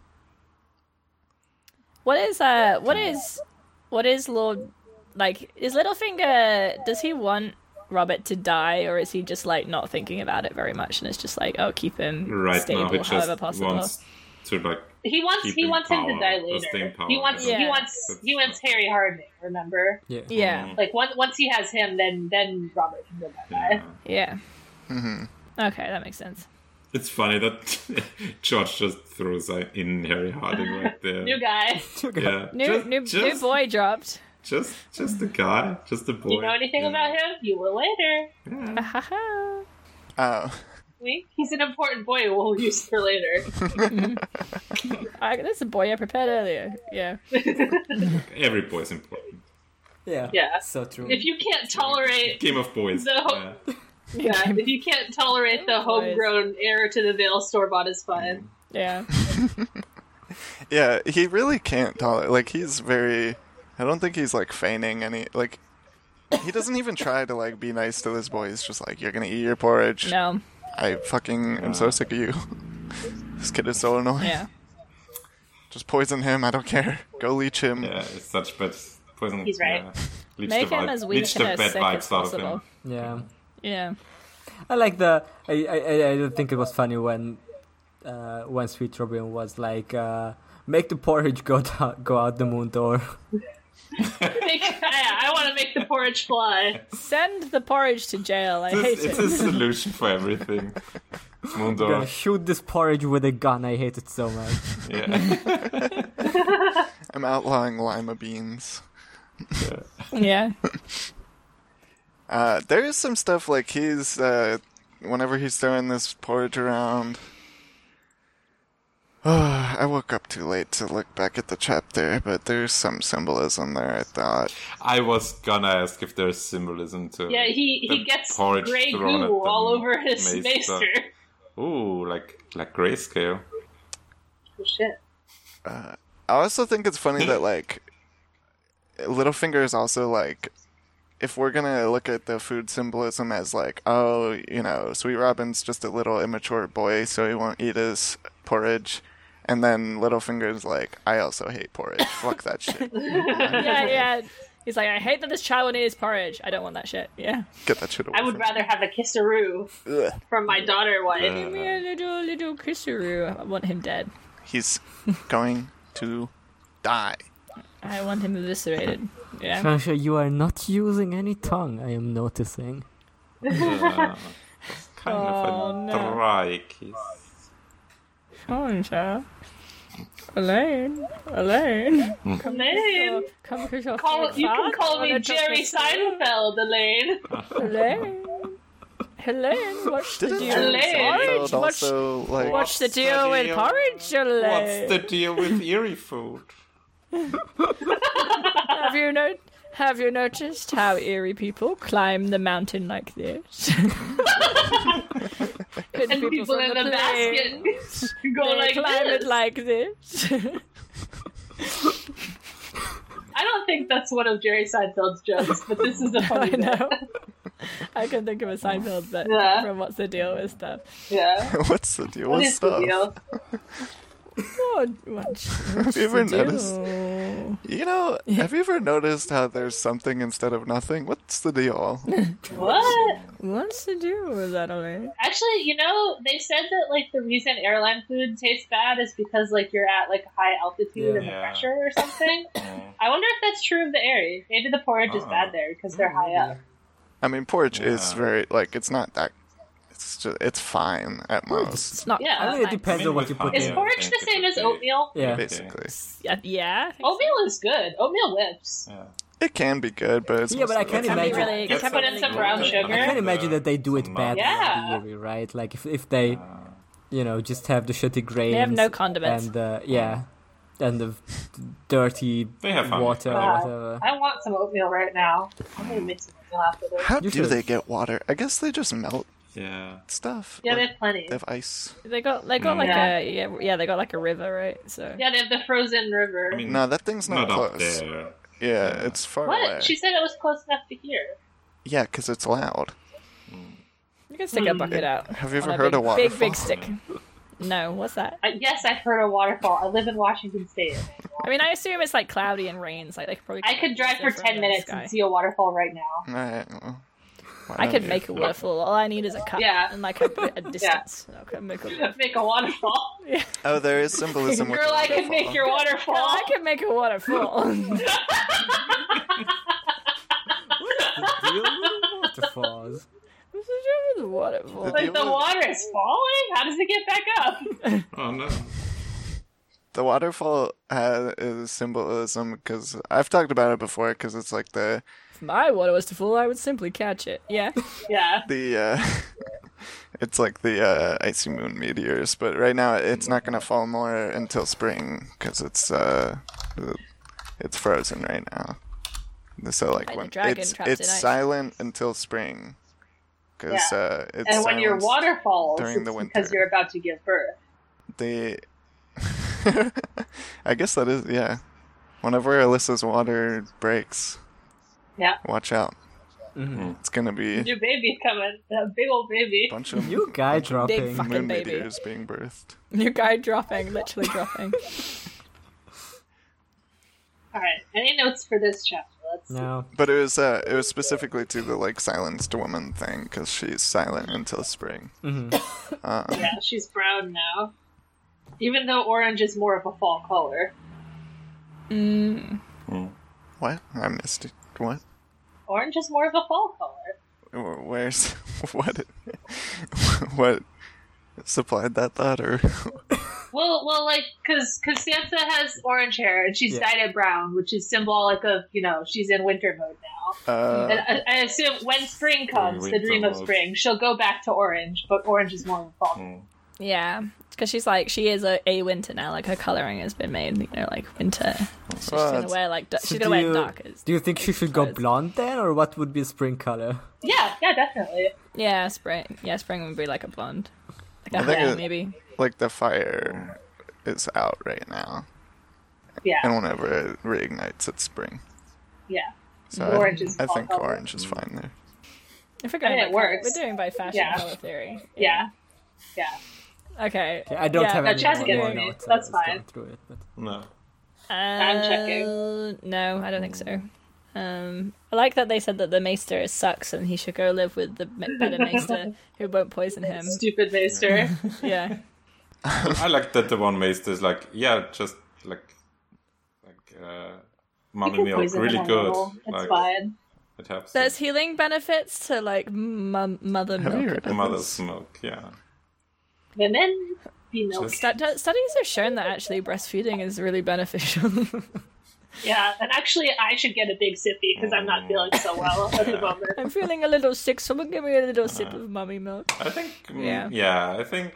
D: What is uh? What is what is Lord like? Is Littlefinger? Does he want Robert to die, or is he just like not thinking about it very much, and it's just like, oh, keep him
C: Right
D: stable
C: now, he
D: however
C: just
D: possible.
C: wants to like.
B: He wants
C: Keep
B: he
C: him
B: wants him to
C: power,
B: die
C: sustain
B: later.
C: power,
B: He wants
D: yeah.
B: he
D: Yeah.
B: wants he wants Harry Harding, remember?
E: Yeah. (laughs)
D: Yeah,
B: Like once once he has him then then Robert can go that
C: Yeah.
D: yeah. Okay, that makes sense.
C: It's funny that (laughs) George just throws uh, in Harry Harding
B: (laughs)
C: right there.
B: New guy.
C: (laughs) Yeah.
D: New
C: just,
D: new
C: just,
D: new boy dropped. (laughs)
C: Just just a guy, just a boy.
B: Do you know anything
C: yeah.
B: about him? You will later.
D: Haha.
F: Oh, (laughs)
B: Wink. He's an important boy we'll (laughs) use for later.
D: I- That's a boy I prepared earlier. Yeah.
C: Every boy's important.
E: Yeah.
B: Yeah.
E: So true.
B: If you
C: (laughs)
B: can't tolerate
C: Game of boys.
B: The whole-
C: Yeah.
B: yeah, if you can't tolerate the homegrown heir to the veil store bought is
C: Mm.
B: (laughs) fun.
D: Yeah.
F: yeah. He really can't tolerate. Like he's very. I don't think he's like feigning any. Like he doesn't even try to like be nice to this boy. He's just like, you're gonna eat your porridge.
D: No. Uh.
F: I fucking am so sick of you. (laughs) this kid is so annoying.
D: Yeah.
F: Just poison him. I don't care. Go leech him.
C: Yeah, it's such bad poison.
B: He's right.
C: Yeah. Leech
D: Make
C: the
D: him
C: vibe-
D: as weak
C: leech
D: and
C: the
D: as
C: bad
D: sick
C: vibes
D: as
C: out of him.
D: possible.
E: yeah.
D: Yeah.
E: I like the. I I I- I don't think it was funny when, uh, when Sweet Robin was like, uh, make the porridge go down, go out the moon door.
B: Make- I, I want to make the porridge
C: (laughs)
B: fly.
D: Send the porridge to jail. I hate
C: (laughs) It's, it's (laughs)
D: it.
C: a solution
D: (laughs)
C: for everything. Mundo.
E: Gonna (laughs) shoot this porridge with a gun. I hate it so much.
C: Yeah.
F: I'm outlawing lima beans.
D: Yeah.
F: Uh, there is some stuff like he's uh, whenever he's throwing this porridge around. (sighs) I woke up too late to look back at the chapter, but there's some symbolism there. I thought.
C: I was gonna ask if there's symbolism to
B: Yeah, he,
C: the
B: he gets
C: porridge
B: gray
C: thrown at
B: goo
C: the
B: all over his
C: maester.
B: maester. (laughs)
C: Ooh, like like grayscale.
B: Oh, shit.
F: I also think it's funny that like Littlefinger is also like if we're gonna look at the food symbolism as like, oh, you know, Sweet Robin's just a little immature boy, so he won't eat his porridge. And then Littlefinger's like, I also hate porridge. Fuck that shit.
D: Yeah. Yeah. He's like, I hate that this child eats porridge. I don't want that shit. Yeah.
F: Get that shit away.
B: I would
F: from
B: rather have a kissaroo
F: me. Ugh.
B: from my daughter wife.
D: Give me a little little kissaru. I want him dead.
F: He's going to die.
D: I want him eviscerated.
B: (laughs)
D: Yeah.
E: Francia, you are not using any tongue. I am noticing.
C: Yeah. It's kind of
D: Oh,
C: a
D: no.
C: dry kiss.
D: Concha. Elaine. Elaine.
B: (laughs) Elaine.
D: Come kiss your
B: Call, you can
D: father
B: call
D: on
B: me
D: the top of
B: Jerry
D: the stairs.
B: Seinfeld, Elaine.
D: Elaine. Helene, watch the
F: Didn't
D: duo
F: Jeremy
D: in porridge.
F: Seinfeld
D: Watch,
F: also like
D: watch the
C: What's the
D: duo in
C: deal?
D: porridge,
C: What's
D: Helene.
C: the (laughs) deal with eerie food?
D: Have you no- Have you noticed how eerie people climb the mountain like
B: (laughs)
D: this? (laughs) and
B: And people in the basket (laughs) go
D: They
B: like
D: climb
B: this.
D: it like this. (laughs)
B: I don't think that's one of Jerry Seinfeld's jokes, but this is a funny
D: (laughs) I
B: bit.
F: (laughs)
D: know. I can think of a Seinfeld, but
B: Yeah.
D: from what's the deal with stuff.
B: Yeah.
F: (laughs) what's the deal
B: What
F: with
B: is the
F: stuff?
B: deal?
D: Oh,
F: (laughs)
D: watch,
F: Have you ever
D: the deal.
F: noticed? You know, have you ever noticed how there's something instead of nothing? What's the
D: (laughs)
F: deal?
B: What?
D: What's the deal with that, Helene?
B: Actually, you know, they said that like the reason airline food tastes bad is because like you're at like a high altitude and the
C: Yeah.
B: pressure or something.
C: Oh.
B: I wonder if that's true of the area. Maybe the porridge is
C: Uh-oh.
B: bad there because they're high up.
F: I mean, porridge is
C: Yeah.
F: very like it's not that. It's just it's fine at most,
D: It's not.
B: Yeah.
E: I mean, it depends
C: I mean,
E: on what you
C: with
E: put
C: honey,
B: Is
C: Yeah,
E: in.
C: pork-
B: porridge
C: I
B: the
C: think it
B: same
C: would
B: as
C: be.
B: oatmeal?
E: Yeah.
F: basically.
D: Yeah, yeah.
B: Oatmeal is good. Oatmeal whips.
C: Yeah.
F: It can be good, but it's
E: Yeah, but I
F: mostly-
D: (laughs)
E: can't
D: Can be
E: imagine.
D: really,
C: Get
D: can
B: put in
D: be really
B: some
D: good.
B: brown
C: gluten
B: sugar.
E: I
C: in
E: can't
C: the-
E: imagine that they do it
C: some uh,
E: bad
B: Yeah.
E: in the Eerie, right? Like if if they, you know, just have the shitty grains.
D: have no condiments.
E: And uh, yeah, and the dirty
C: They have honey.
E: water or
B: God.
E: whatever.
B: I want some oatmeal right now. I'm gonna make some oatmeal after this.
F: How
E: You
F: do
E: should.
F: they get water? I guess they just melt
C: Yeah.
F: stuff.
B: Yeah,
F: Like,
B: they have plenty.
F: they have ice.
D: They got they got like
B: Yeah.
D: a yeah yeah they got like a river right so
B: Yeah, they have the frozen river.
C: I mean,
F: No, that thing's not,
C: not up
F: close.
C: there.
F: Yeah, it's far
B: what?
F: away.
B: She said it was close enough to hear.
F: Yeah, because it's loud.
D: you can stick a bucket out.
F: Hmm. Have you ever
D: on
F: heard
D: big,
F: a
D: Big big
F: waterfall?
D: stick. No, what's that?
B: Uh, yes, I've heard a waterfall. I live in Washington State.
D: I mean, I assume it's like cloudy and rains. Like they could probably.
B: I could drive for
D: from the
B: ten minutes
D: sky.
B: and see a waterfall right now.
F: All right. well, why
D: I
F: don't
D: could
F: you?
D: make a waterfall. All I need is a
B: (laughs)
D: cup
B: Yeah.
D: and like a, a distance. I could make a waterfall.
B: Make a waterfall,
F: Oh, there
D: (laughs)
F: is symbolism. with
B: girl.
F: the
B: I could make
F: waterfall.
B: your waterfall.
D: No, Oh,
F: (laughs)
D: I can make a waterfall.
B: (laughs)
E: Do you know waterfalls?
D: What's the deal with a waterfall?
F: The-
B: Like the water is falling. How does it get back up? (laughs)
C: Oh no.
F: The waterfall uh, is symbolism because I've talked about it before. Because it's like the
D: If my water was to fall, I would simply catch it. Yeah. (laughs)
B: Yeah.
F: the uh, (laughs) it's like the uh, icy moon meteors. But right now, it's not gonna fall more until spring because it's uh, it's frozen right now. So like
D: Like the
F: when
D: dragon
F: it's
D: trapped in
F: it's
D: ice.
F: silent until spring because
B: Yeah.
F: uh, it's
B: And when your
F: silenced
B: water falls,
F: during the
B: it's
F: winter.
B: because you're about to give birth.
F: the (laughs) I guess that is yeah. Whenever Alyssa's water breaks,
B: Yeah.
F: watch out.
D: Mm-hmm.
F: It's gonna be a
B: Your baby's coming. A big old baby.
F: bunch of
E: You guy
D: Big
E: dropping.
D: fucking
F: moon
D: baby.
F: meteors being birthed.
D: Your guy dropping, literally dropping.
B: All right. Any notes for this chapter? Let's see.
E: No.
F: But it was uh, it was specifically to the like silenced woman thing because she's silent until spring.
B: Yeah, she's brown now. Even though orange is more of a fall color.
F: What? I missed it. What?
B: Orange is more of a fall color.
F: Wh- Where's (laughs) what? what supplied that thought or
B: Well, well, like, cause, cause Sansa has orange hair and she's
E: Yeah.
B: dyed it brown, which is symbolic of, you know, she's in winter mode now.
F: uh,
B: and I, I assume when spring comes, the
C: winter
B: dream of
C: mode.
B: spring, she'll go back to orange, but orange is more of a fall.
D: Yeah, because she's like she is a, a winter now. Like her coloring has been made, you know, like winter. So she's gonna
F: that's-
D: wear like da-
E: So
D: she's
E: do
D: gonna wear
E: you-
D: darkers.
E: Do you think she should go
D: clothes.
E: blonde then, or what would be spring color?
B: Yeah, yeah, definitely.
D: Yeah, spring. Yeah, spring would be like a blonde, like
F: I
D: a
F: think
D: hat,
F: it-
D: maybe.
F: like the fire is out right now.
B: Yeah,
F: and whenever it reignites, it's spring.
B: yeah.
F: So
B: Orange
F: I,
B: is
F: I
B: fall
F: think
B: color.
F: orange is fine there.
D: If we're going,
B: I mean,
D: by
B: it
D: color-
B: works.
D: We're doing by fashion
B: Yeah.
D: color theory.
B: Yeah. Yeah.
D: Okay.
E: I don't
D: yeah,
E: have
B: no,
E: any
B: she has
E: more
B: good
E: more
B: memory.
E: notes. I
B: That's
E: was going
B: fine.
E: Through it, but...
C: No.
D: I'm
B: checking.
D: Uh, No, I don't think
B: Mm.
D: so. Um, I like that they said that the maester is sucks and he should go live with the ma-
B: (laughs)
D: better maester who won't poison him.
B: Stupid maester.
D: Yeah.
C: I like that the one maester is like, yeah, just like, like, uh, mummy milk,
B: Poison
C: really
B: him a
C: good.
B: little. It's
C: like,
B: fine.
C: It helps.
D: There's
C: That's
D: healing benefits to like mum mother
F: Have
D: milk.
F: you heard of
C: mother's
F: this?
C: milk, yeah.
B: Women be milked.
C: Just-
D: Stud- studies have shown that actually breastfeeding is really beneficial. (laughs)
B: Yeah, and actually, I should get a big sippy because I'm not feeling so well
C: (laughs)
B: at the moment.
D: I'm feeling a little sick. Someone give me a little
F: Uh,
D: sip of mummy milk.
C: I think. mm,
D: Yeah.
C: Yeah. I think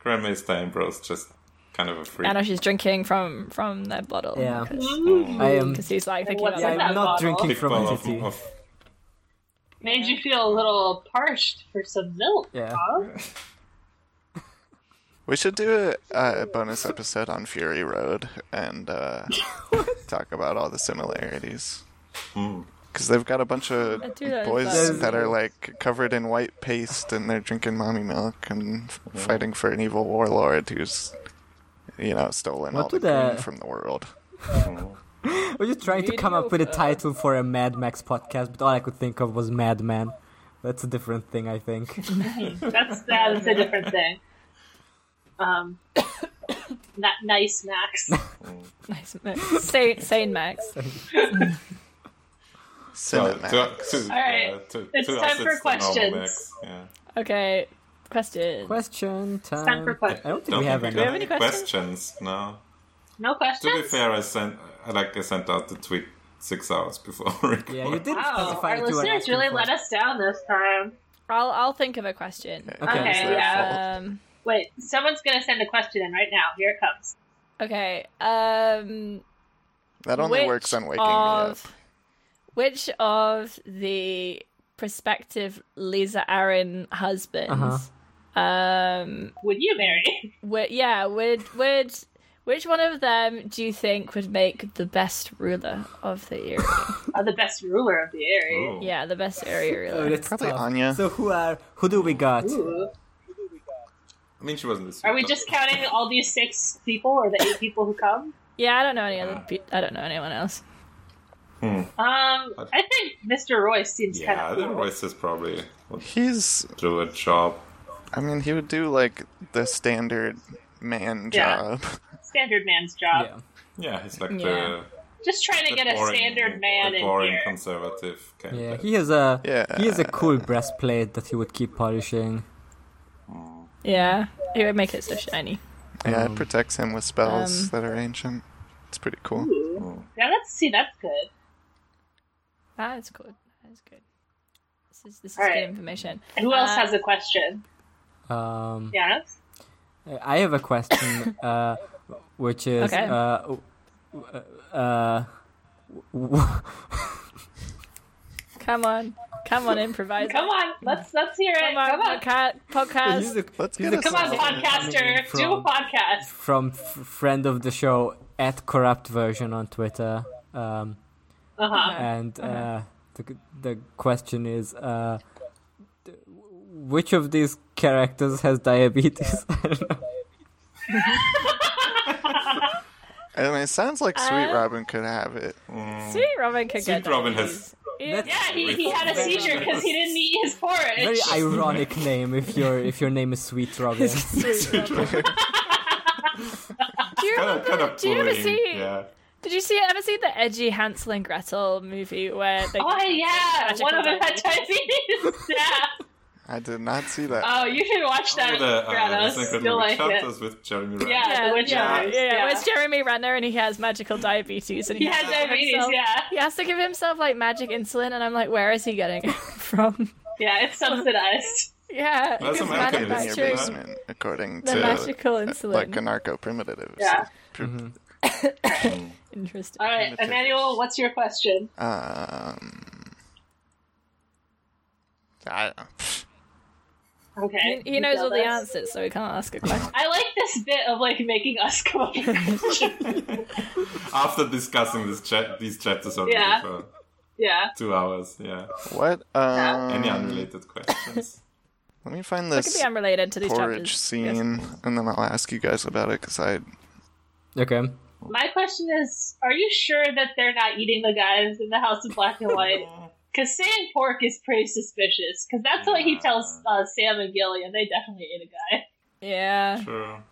C: Grandma Steinbro's just kind of a freak.
D: And now she's drinking from from that bottle.
E: Yeah.
B: Mm,
E: I am.
D: Because he's like thinking
B: what's
D: about
E: Yeah,
B: in that
E: I'm not
B: bottle?
E: drinking
C: Big
E: from
C: bowl of,
E: entity.
C: of-
B: Made you feel a little parched for some milk,
E: Yeah.
B: huh?
F: We should do a, a bonus episode on Fury Road and uh, talk about all the similarities. Because they've got a bunch of
D: I do like
F: boys
D: that.
F: that are like covered in white paste and they're drinking mommy milk and f- fighting for an evil warlord who's, you know, stolen
E: What
F: all the
E: do the-
F: green from the world.
E: We're just trying to come up with a title for a Mad Max podcast, but all I could think of was Madman. That's a different thing, I think.
B: That's that's a different thing. Um, (coughs) not nice, Max.
D: (laughs) Nice Max. Say, say Max.
C: no,
F: Cinemax.
C: to, to,
B: All right.
C: yeah, to,
B: It's
C: to
B: time for
C: us, it's the normal
B: questions.
C: Max, Yeah.
D: Okay, question.
E: (laughs) Question time.
B: Time for
E: I
B: questions.
E: don't think
C: Don't
E: we have
C: think
E: any.
C: we
D: any
C: questions? No.
B: No
C: To
B: questions.
C: be fair, I sent I, like I sent out the tweet six hours before. (laughs) recording.
E: Yeah, you did
B: Wow,
E: specify
B: Oh, our
E: that you were
B: listeners
E: asking
B: really
E: for-
B: let us down this time.
D: I'll I'll think of a question.
E: Okay.
F: It's
B: Okay,
F: their
B: yeah.
D: Um.
B: Wait, someone's gonna send a question in right now. Here it comes.
D: Okay. Um.
F: fault. That only
D: which
F: works on waking me up.
D: of, Which of the prospective Lisa Aaron husbands? Um.
B: Would you marry? (laughs)
D: Would, yeah. Would would which one of them do you think would make the best ruler of the area?
B: (laughs) Uh, the best ruler of the area.
C: Oh.
D: yeah, the best area
B: (laughs)
E: Oh,
D: ruler.
E: that's
F: Probably
E: tough.
F: Anya.
E: So who are who do we got?
B: Ooh.
C: I mean, she wasn't. the
B: Are we
C: super-
B: just counting all these six people or the eight people who come?
D: Yeah, I don't know any other. Pe- I don't know anyone else.
B: Um, I think Mr. Royce seems
C: Yeah,
B: kind
C: the
B: of cool.
C: Royce is probably would
F: He's
C: do a job.
F: I mean, he would do like the standard man
B: Yeah.
F: job. (laughs)
B: standard man's job.
E: Yeah.
C: Yeah, he's like
D: Yeah.
C: the.
B: Just trying to
C: the
B: get a
C: boring-
B: standard man
C: the
B: in
C: boring
B: here.
C: conservative kind
E: Yeah,
C: of
E: he has a
F: Yeah.
E: he has a cool breastplate that he would keep polishing.
D: Yeah, it would make it so shiny.
F: Yeah, it protects him with spells
D: Um,
F: that are ancient. It's pretty cool.
B: Ooh. Yeah, let's see. That's good.
D: That is good. That is good. This is this is
B: All
D: good
B: right.
D: information.
B: Who else
D: Uh,
B: has a question?
E: Um,
B: Yes.
E: I have a question, uh, which is
D: Okay.
E: uh, w- uh, w- w-
D: Come on, come on, improvise.
B: (laughs) Come on, let's let's hear it.
D: come on,
B: Come on,
D: podca- podcast.
E: he's a-
F: Let's
E: he's
F: get
E: a-
F: a
B: come on, podcaster,
E: From-
B: do a podcast.
E: from f- friend of the show at corrupt version on Twitter, um,
B: Uh huh.
E: and
B: Uh-huh.
E: uh, the the question is, uh, th- which of these characters has diabetes? (laughs) I don't know.
F: I mean, it sounds like Sweet
D: Uh,
F: Robin could have it.
D: Sweet Robin could
C: Sweet
D: get
C: Robin
D: diabetes.
E: That's-
B: Yeah, he, he had a
D: Very-
B: seizure because he didn't eat his (laughs)
E: Very (laughs)
B: porridge.
E: ironic name if your if your name is
B: (laughs)
E: Sweet Robin.
D: Sweet Robin. do you
C: Kind
D: remember?
C: of, kind of
D: do you ever
C: bullying,
D: see?
C: Yeah.
D: Did you see? Ever see the edgy Hansel and Gretel movie where they?
B: Oh yeah,
D: Magical
B: one of them had
D: diabetes.
B: diabetes. (laughs) yeah.
F: I did not see that.
D: Uh,
F: (laughs)
B: Oh, you should watch that,
C: All the uh, Lisa
B: Granos.
C: Kudlow
B: You'll like it.
C: chapters with Jeremy Renner.
B: Yeah,
D: Yeah,
B: the witch
D: yeah,
B: Hunters,
D: yeah,
B: yeah.
D: where it's Jeremy Renner and he has magical diabetes and
B: He
D: he,
B: had
D: has to give
B: diabetes,
D: himself-
B: yeah.
D: He has to give himself like magic insulin, and I'm like, where is he getting it (laughs) from?
B: Yeah,
D: (laughs)
B: it's subsidized.
D: Yeah,
C: That's
D: because
C: a market
F: Located in your
C: manufacturing-
F: basement, according
D: the
F: to
D: magical
F: uh,
D: insulin.
F: like a narco primitive.
B: Yeah.
D: Interesting.
B: All right,
F: Primitive.
B: Emmanuel, what's your question?
D: Uh,
F: Um. I don't know.
B: Okay,
D: he, he knows all the
B: this.
D: answers, so he can't ask a question.
B: I like this bit of like making us come up
D: (laughs)
B: with questions.
C: After discussing this cha- these chapters already
B: Yeah.
C: for
B: yeah,
C: two hours. Yeah.
F: What? Um,
C: Any unrelated questions?
F: Let me find
D: It could
F: this
D: be unrelated to these
F: porridge
D: chapters. Yes.
F: scene, and then I'll ask you guys about it because I
E: Okay.
B: my question is: Are you sure that they're not eating the guys in the house in black and white? Because saying pork is pretty suspicious. Because that's what he tells uh, Sam and Gilly, and they definitely ate a guy.
D: Yeah.
C: Sure.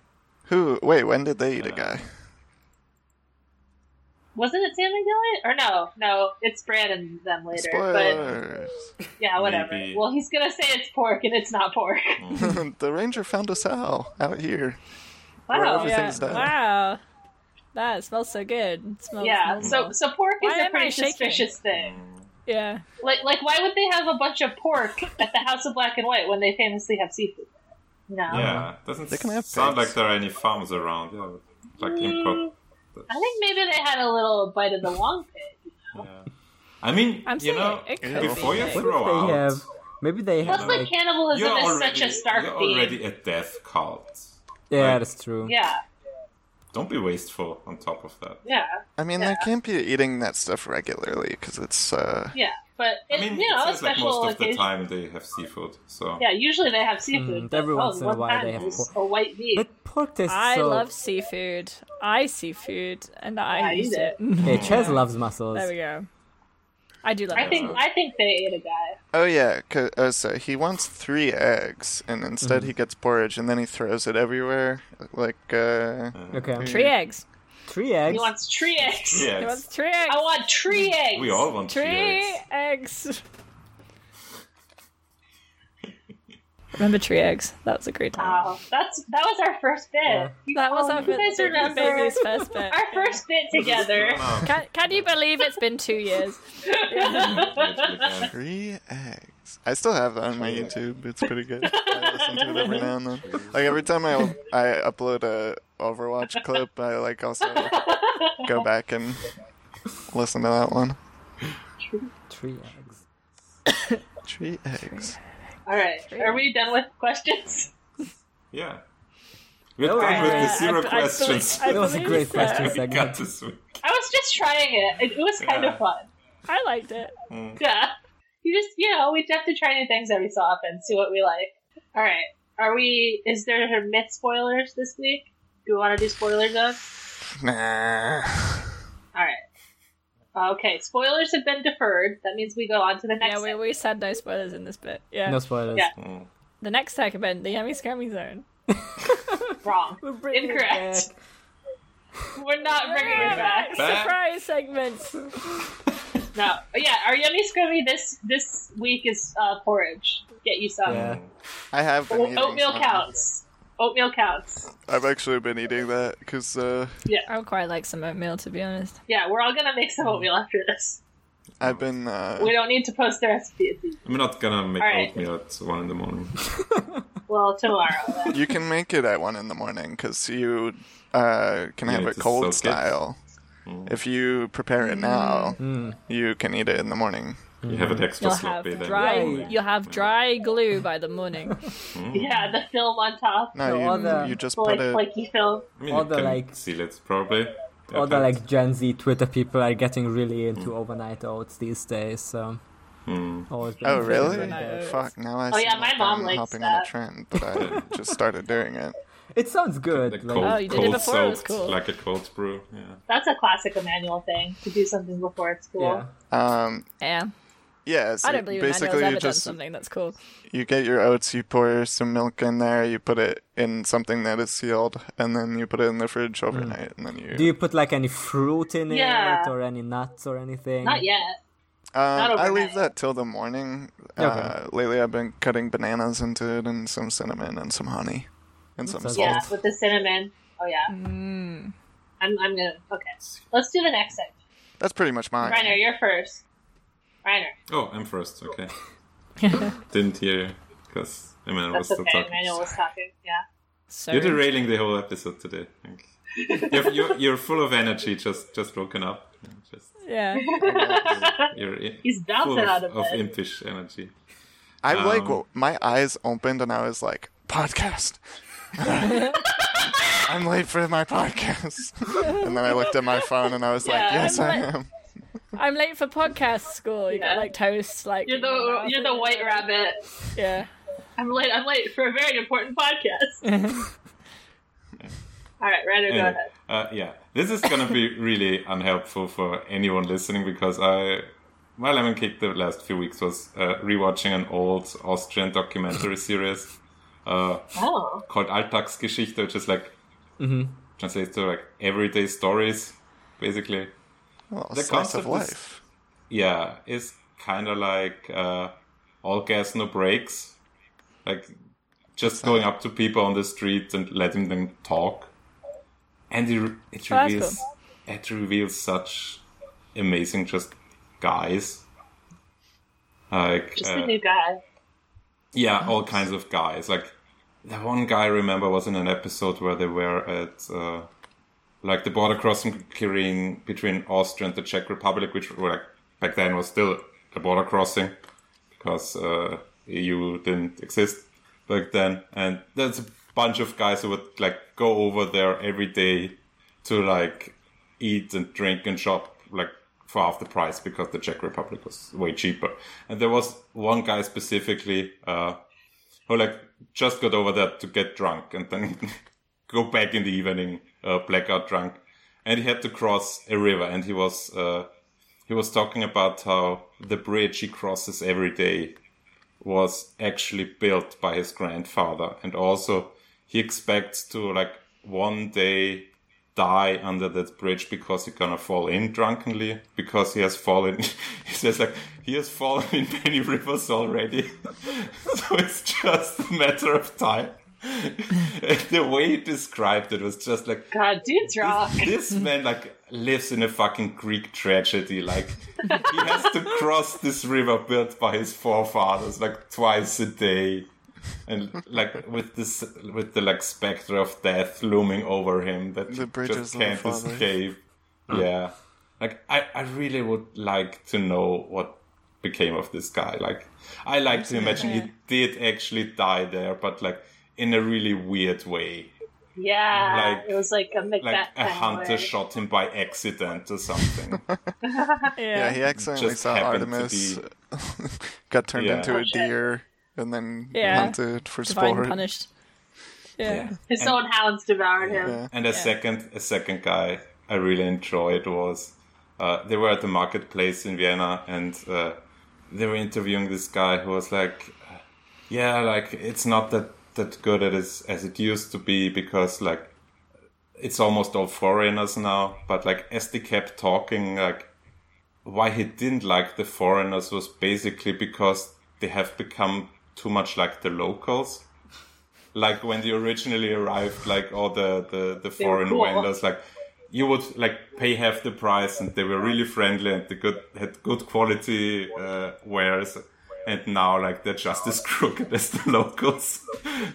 F: Who? Wait, when did they eat a guy?
B: Wasn't it Sam and Gilly? Or no, no, it's Bran and them later.
F: Spoilers.
B: But yeah, whatever.
C: Maybe.
B: Well, he's gonna say it's pork, and it's not pork.
F: (laughs) the ranger found a sow out here.
B: Wow.
F: Wherever
D: Oh, Yeah.
F: Things die.
D: Wow. That smells so good. It smells,
B: Yeah.
D: smells
B: So
D: well.
B: so pork
D: Why
B: is
D: am
B: a
D: I
B: pretty
D: shaking?
B: suspicious thing.
D: yeah,
B: Like like why would they have a bunch of pork (laughs) at the House of Black and White when they famously have seafood? No.
C: Yeah, doesn't
F: They can have
C: sound
F: pigs.
C: like there are any farms around. Yeah, like import.
B: I think maybe they had a little bite of the long pig.
C: Yeah. I mean,
D: I'm
C: you
D: saying
C: know,
D: it could
F: be
C: before you
D: big.
E: What
C: throw
E: if
C: out,
E: they have? Maybe they
B: Plus,
E: have.
B: like
E: Like,
B: cannibalism
C: you're
B: is
C: already,
B: such a stark
C: you're
B: theme.
C: already a death cult.
E: yeah, that's true.
B: Yeah.
C: Don't be wasteful. On top of that,
B: Yeah.
F: I mean, they can't be eating that stuff regularly because it's uh,
B: Yeah. But
C: I
B: it,
C: mean,
B: you know,
C: it
B: a
C: seems like
B: special
C: most of the
B: occasion.
C: time they have seafood. So
B: Yeah, usually they have seafood.
E: Mm,
B: but
E: every
B: oh,
E: once in a
B: one
E: while
B: time
E: they have
B: it was
E: pork.
B: a white meat.
E: But pork tastes
D: I
E: so.
D: love seafood. I seafood, and I,
B: I
D: eat
B: eat
D: it.
E: Hey, Ches loves mussels.
D: There we go. I do love.
B: I think I think they ate a guy.
F: Oh yeah, 'cause- oh, so he wants three eggs, and instead he gets porridge, and then he throws it everywhere. Like, uh,
E: Okay.
D: tree eggs.
E: Three eggs.
B: He wants tree eggs.
C: (laughs) yeah,
D: He
C: it's-
D: wants tree eggs.
B: I want tree eggs.
C: we all want
D: Tree
C: eggs.
D: eggs. (laughs) Remember tree eggs? That was a great time.
B: Wow, that's that was our first bit. You-
D: That was
B: oh,
D: our
B: you guys
D: first,
B: remember
D: baby's first
B: (laughs)
D: bit.
B: our first bit together.
C: (laughs) No,
D: Can, can you believe it's been two years?
C: no, it really can't.
F: three eggs. I still have that on my YouTube. It's pretty good. I listen to it every now and then. Like every time I I upload a Overwatch clip, I like also
B: (laughs)
F: go back and listen to that one.
E: Three eggs.
F: Three eggs.
B: All right, are we done with questions?
C: yeah. We're
E: No,
C: done with
E: I-
C: the
E: I-
C: zero
D: I- I
C: questions.
D: believe-
E: That was a
D: believe
E: great
D: so.
E: question
C: (laughs) we got
E: segment. (laughs)
C: this week.
B: I was just trying it. It, it was kind
C: Yeah.
B: of fun.
D: I liked it.
B: Yeah, you just you know we have to try new things every so often, see what we like. All right, are we? Is there myth spoilers this week? Do we want to do spoilers of?
F: Nah.
B: All right. Okay, spoilers have been deferred. That means we go on to the next.
D: Yeah, we, we said no spoilers in this bit. Yeah.
E: No spoilers.
B: Yeah.
D: The next segment, the Yummy Scammy Zone. (laughs)
B: wrong.
E: We're bringing it
B: Incorrect.
E: back.
B: We're not bringing it back.
C: Back.
D: Surprise segments.
B: No. But yeah, our yummy scrummy this this week is uh, porridge. Get you some.
E: Yeah.
F: I have been
B: O-
F: eating
B: Oh, oatmeal
F: some.
B: counts. Oatmeal counts.
F: I've actually been eating that because uh,
D: I would quite like some oatmeal, to be honest.
B: Yeah, we're all gonna make some oatmeal after this.
F: I've been. Uh,
B: We don't need to post the recipe. at the-
C: I'm not gonna make
B: All right.
C: oatmeal at one in the morning.
B: Well, tomorrow. Then.
F: You can make it at one in the morning because you uh, can have it
C: just soak
F: cold
C: it. Mm.
F: style. If you prepare it now, you can eat it in the morning.
C: You have an extra
D: You'll have
C: sloppy then.
D: dry.
E: Mm-hmm. Right.
D: You'll have dry glue by the
E: (laughs)
D: morning.
B: (laughs) yeah, the film on top.
F: No, uh,
E: So all
F: you,
E: the-
F: you just
B: The,
F: put
B: like
F: it.
B: flaky film.
C: I mean,
E: All
C: you
E: the,
C: can
E: like-
C: seal it probably.
E: All the
C: Yeah,
E: like Gen Z Twitter people are getting really
C: Mm.
E: into overnight oats these days. So.
C: Hmm.
E: Always been
F: oh,
E: a
F: really?
E: favorite there.
F: Fuck! Now I.
B: Oh, yeah,
F: seem
B: my
F: like
B: mom
F: I'm
B: likes
F: hopping on
B: that.
F: a trend, but I just started doing it.
E: It sounds
C: the
E: good.
C: cold,
E: Like,
D: Oh, you did it
C: cold
D: before, it was
C: soaked,
D: cool.
C: like a cold brew. Yeah.
B: That's a classic Emmanuel thing to do something before it's cool.
E: yeah.
F: Um,
D: Yeah.
B: (laughs)
F: yeah, so
D: I don't believe Emmanuel's
F: basically
D: ever
F: you
D: done
F: just
D: something that's cool.
F: you get your oats, you pour some milk in there, you put it in something that is sealed, and then you put it in the fridge overnight, and then you.
E: Hmm. Do you put like any fruit in
B: Yeah.
E: it or any nuts or anything?
B: Not yet.
F: Um, I
B: overnight.
F: leave that till the morning. Uh, lately, I've been cutting bananas into it and some cinnamon and some honey and some
E: sounds
F: salt.
B: Yeah, with the cinnamon. Oh yeah. I'm I'm gonna okay. Let's do the next segment.
F: That's pretty much mine.
B: Reiner, you're first. Reiner,
C: Oh, I'm first.
B: (laughs)
C: Okay. Didn't hear because Emmanuel was
B: that's
C: still
B: okay.
C: talking.
B: Emmanuel was talking. Yeah.
D: So
C: You're derailing the whole episode today. I think. you're, you're, you're full of energy, just just broken up. Just,
D: yeah.
C: you're in,
B: (laughs) He's
C: full
B: bouncing out
C: of,
B: of
C: of
B: bed.
C: impish energy.
F: I like
C: Um,
F: w- my eyes opened and I was like,
B: (laughs)
F: podcast. I'm late for
B: (laughs)
F: my podcast. and then I looked at my phone and I was like,
B: Yeah,
F: yes,
D: I'm
F: I
D: like-
F: am.
D: I'm late for podcast school. You
B: Yeah.
D: got like toast, like
B: You're the you're the white rabbit.
D: yeah.
B: I'm late. I'm late for a very important (laughs) podcast. All right, Reiner, go
C: Anyway,
B: ahead.
C: uh, yeah, this is gonna be really unhelpful for anyone listening because I, my lemon cake the last few weeks was uh, rewatching an old Austrian documentary series uh,
B: Oh,
C: called Alltagsgeschichte, which is like
D: Mhm.
C: translates to like everyday stories, basically.
F: Well, a
C: The
F: slice
C: concept
F: of
C: is-
F: life.
C: Yeah, it's kind of like uh, all gas no brakes, like just going up to people on the street and letting them talk. and it, re- it
D: Oh, that's
C: reveals
D: cool.
C: it reveals such amazing just guys like
B: Just
C: uh,
B: a new guy.
C: yeah all kinds of guys like the one guy I remember was in an episode where they were at uh, like the border crossing between between Austria and the Czech Republic which were like back then was still a border crossing because uh, EU didn't exist back then and there's a bunch of guys who would like go over there every day to like eat and drink and shop like for half the price because the Czech Republic was way cheaper. And there was one guy specifically uh, who like just got over there to get drunk and then (laughs) go back in the evening uh, blackout drunk, and he had to cross a river and he was uh, he was talking about how the bridge he crosses every day was actually built by his grandfather and also he expects to like one day die under that bridge because he's gonna fall in drunkenly because he has fallen (laughs) he says like he has fallen in many rivers already (laughs) so it's just a matter of time (laughs) And the way he described it was just like
B: God, dude's rock.
C: this man like lives in a fucking Greek tragedy. Like he has to cross this river built by his forefathers like twice a day, and like with this with the like specter of death looming over him that
F: The
C: he
F: bridges
C: just can't
F: of the fathers.
C: escape. Yeah, like I I really would like to know what became of this guy. Like I like to imagine he did actually die there, but like in a really weird way
B: Yeah,
C: Like-
B: it was like a Macbeth.
C: like a
B: kind of
C: hunter
B: way.
C: shot him by accident or something.
F: Yeah, he accidentally
C: Just
F: saw
C: happened to
F: Artemis, (laughs) got turned
C: Yeah.
F: into
B: Oh,
F: a
B: shit.
F: deer, and then
D: Yeah.
F: hunted for
D: Divine
F: sport.
D: punished. Yeah.
B: His own hounds devoured him.
F: Yeah.
C: and a second, a second guy I really enjoyed was uh, they were at the marketplace in Vienna, and uh, they were interviewing this guy who was like, uh, "Yeah, like it's not that that good as as it used to be because like it's almost all foreigners now." But like as they kept talking, like why he didn't like the foreigners was basically because they have become too much like the locals. Like when they originally arrived, like all the, the, the foreign
B: cool.
C: vendors, like you would like pay half the price and they were really friendly and they good, had good quality uh, wares. And now like they're just as (laughs) crooked as the locals.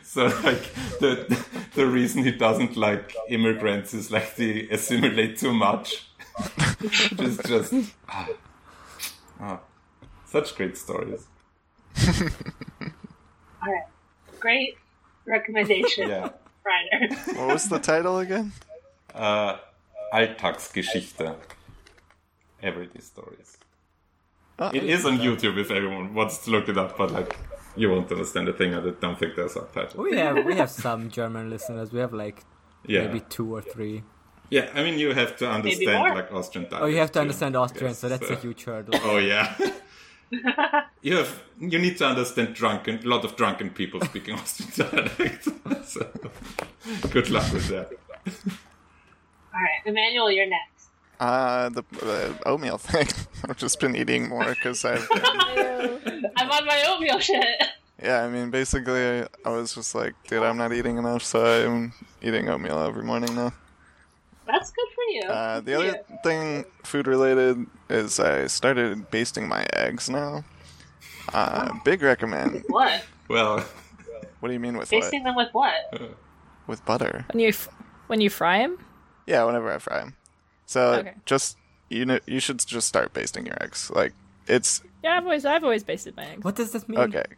C: so like the, the reason he doesn't like immigrants is like they assimilate too much. (laughs) It's just ah, ah, such great stories.
B: All right, great recommendation, (laughs)
C: Yeah.
B: Reiner.
F: What was the title again?
C: Uh, Alltagsgeschichte. Everyday stories.
F: Ah,
C: It is on YouTube if everyone wants to look it up, but like you won't understand a thing. I don't think there's subtitles.
E: We have we have some German listeners. We have like
C: Yeah,
E: Oh, maybe two or three.
C: yeah. I mean, you have to
B: more.
C: understand like Austrian dialect.
E: Oh, you have to
C: too.
E: understand Austrian,
C: Yes,
E: so that's a
C: uh,
E: huge hurdle.
C: Oh yeah. you have you need to understand drunken a lot of drunken people speaking Austrian (laughs) dialect. so, good luck with that.
B: All right, Emmanuel, you're next.
F: Uh, the uh, oatmeal thing. (laughs) I've just been eating more because I've. Been,
B: I'm on my oatmeal shit. (laughs)
F: yeah, I mean, basically, I was just like, dude, I'm not eating enough, so I'm eating oatmeal every morning now.
B: That's good for you.
F: Uh, the
B: Good for
F: other thing, food related, is I started basting my eggs now. Uh, big recommend.
B: you. what?
C: Well,
F: What do you mean with what?
B: Basting them with what?
F: With butter.
D: When you f- when you fry him,
F: Yeah, whenever I fry them. So
D: Okay.
F: just you know, you should just start basting your eggs. Like it's
D: yeah, I've always I've always basted my eggs.
E: What does this
D: Mm.
E: mean?
F: okay.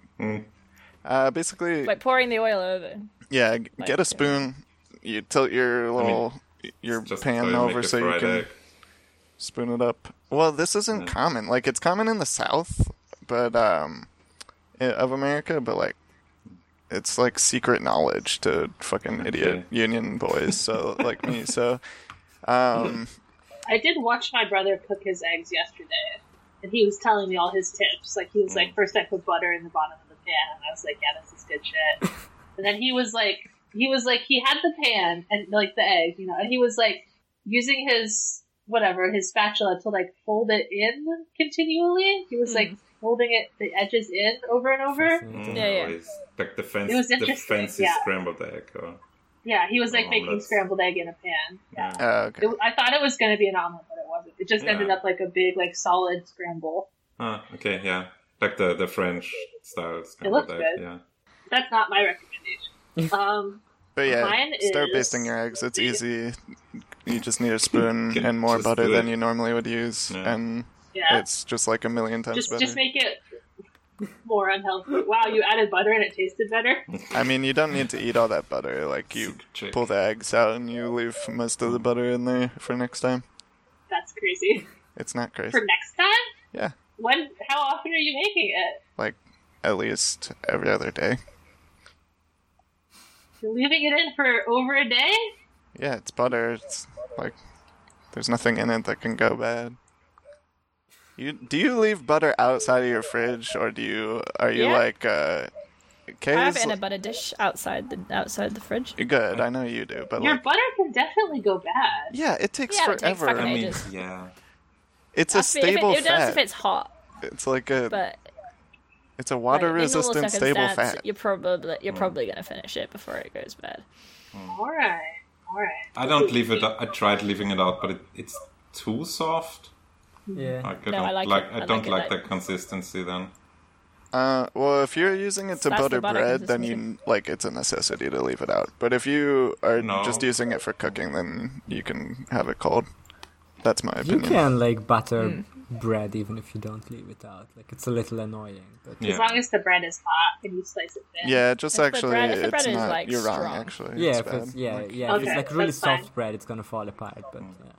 F: Uh, basically,
D: Like pouring the oil over.
F: yeah. g-
D: like,
F: get
D: yeah.
F: a spoon. You tilt your little your
C: just
F: pan
C: try to
F: over
C: make a
F: so you
C: fried
F: can
C: egg.
F: spoon it up. Well, this isn't common. Like it's common in the South, but um, i- of America, but like it's like secret knowledge to
C: (laughs)
F: fucking idiot union boys. So like me. So
D: (laughs)
F: um,
B: I did watch my brother cook his eggs yesterday, and he was telling me all his tips. Like he was
C: Mm.
B: like, first I put butter in the bottom of the pan, and I was like, yeah, this is good
C: (laughs)
B: shit. and then he was like, he was like, he had the pan and like the egg, you know, and he was like using his whatever his spatula to like fold it in continually. He was like folding it the edges in over and over.
C: Mm,
D: Yeah, yeah.
C: always. Like
B: It
C: the
B: was
C: fancy, the
B: interesting,
C: fancy
B: yeah.
C: scrambled egg. Or,
B: Yeah, he was like
C: Oh,
B: making
C: that's-
B: scrambled egg in a pan. Yeah.
F: Oh, okay.
B: It, I thought it was going to be an omelet, but it wasn't. It just
C: Yeah.
B: ended up like a big, like solid scramble.
C: Ah, okay, yeah. Like the, the French style. scrambled
B: looks
C: egg,
B: good.
C: Yeah.
B: That's not my recommendation. (laughs) um,
F: But yeah,
B: Mine
F: start
B: is-
F: basting your eggs. It's easy. You just need a spoon
C: Can
F: and more
C: just
F: butter
C: do
F: than
C: it.
F: you normally would use,
C: Yeah.
F: and
B: yeah,
F: it's just like a million times
B: just
F: better.
B: just make it more unhealthy. Wow, you added butter and it tasted better.
F: I mean, you don't need to eat all that butter. Like you
C: Sick chick.
F: pull the eggs out and you leave most of the butter in there for next time.
B: That's crazy.
F: It's not crazy.
B: For next time,
F: Yeah,
B: when? How often are you making it?
F: like at least every other day.
B: You're leaving it in for over a day.
F: Yeah, it's butter. It's like there's nothing in it that can go bad. You do you leave butter outside of your fridge, or do you are you
D: Yeah.
F: like uh?
D: I have
F: Kay's,
D: it in a butter dish outside the outside the fridge.
F: good. I know you do, but
B: Your
F: like,
B: butter can definitely go bad.
F: yeah, it takes
D: Yeah, it takes
F: forever.
C: I
D: fucking
C: mean,
D: Ages.
C: yeah.
F: it's a
D: That's if it-
F: stable
D: it, does
F: fat.
D: if it's hot,
F: it's like a
D: but
F: it's a water
D: like, in normal
F: resistant stable
D: circumstance,
F: fat. Mm.
D: You're probably you're probably gonna finish it before it goes bad.
B: All right, all right.
C: I don't leave it out. I tried leaving it out, but it, it's too soft.
E: Yeah.
C: Like, I
D: No,
C: don't
D: I like it.
C: I
D: I
C: don't
D: like it
C: like,
D: like-
C: the consistency then.
F: Uh, well, if you're using it to
D: That's the
F: butter
D: butter
F: bread, then you
D: consistency.
F: like it's a necessity to leave it out. But if you are
C: No.
F: just using it for cooking, then you can have it cold. That's my
E: You
F: opinion.
E: can like butter
B: Hmm.
E: bread even if you don't leave it out. Like it's a little annoying, but
C: Yeah.
B: As long as the bread is hot and you slice it thin.
F: Yeah, just
D: If the
F: actually,
D: bread- if the bread
F: it's
D: is,
F: not.
D: like,
F: you're wrong.
D: strong.
F: Actually,
E: yeah,
F: it's
E: if it's,
F: bad.
E: yeah,
F: Like,
E: yeah. If
B: Okay,
E: it's like really
B: that's fine.
E: soft bread, it's gonna fall apart. But yeah.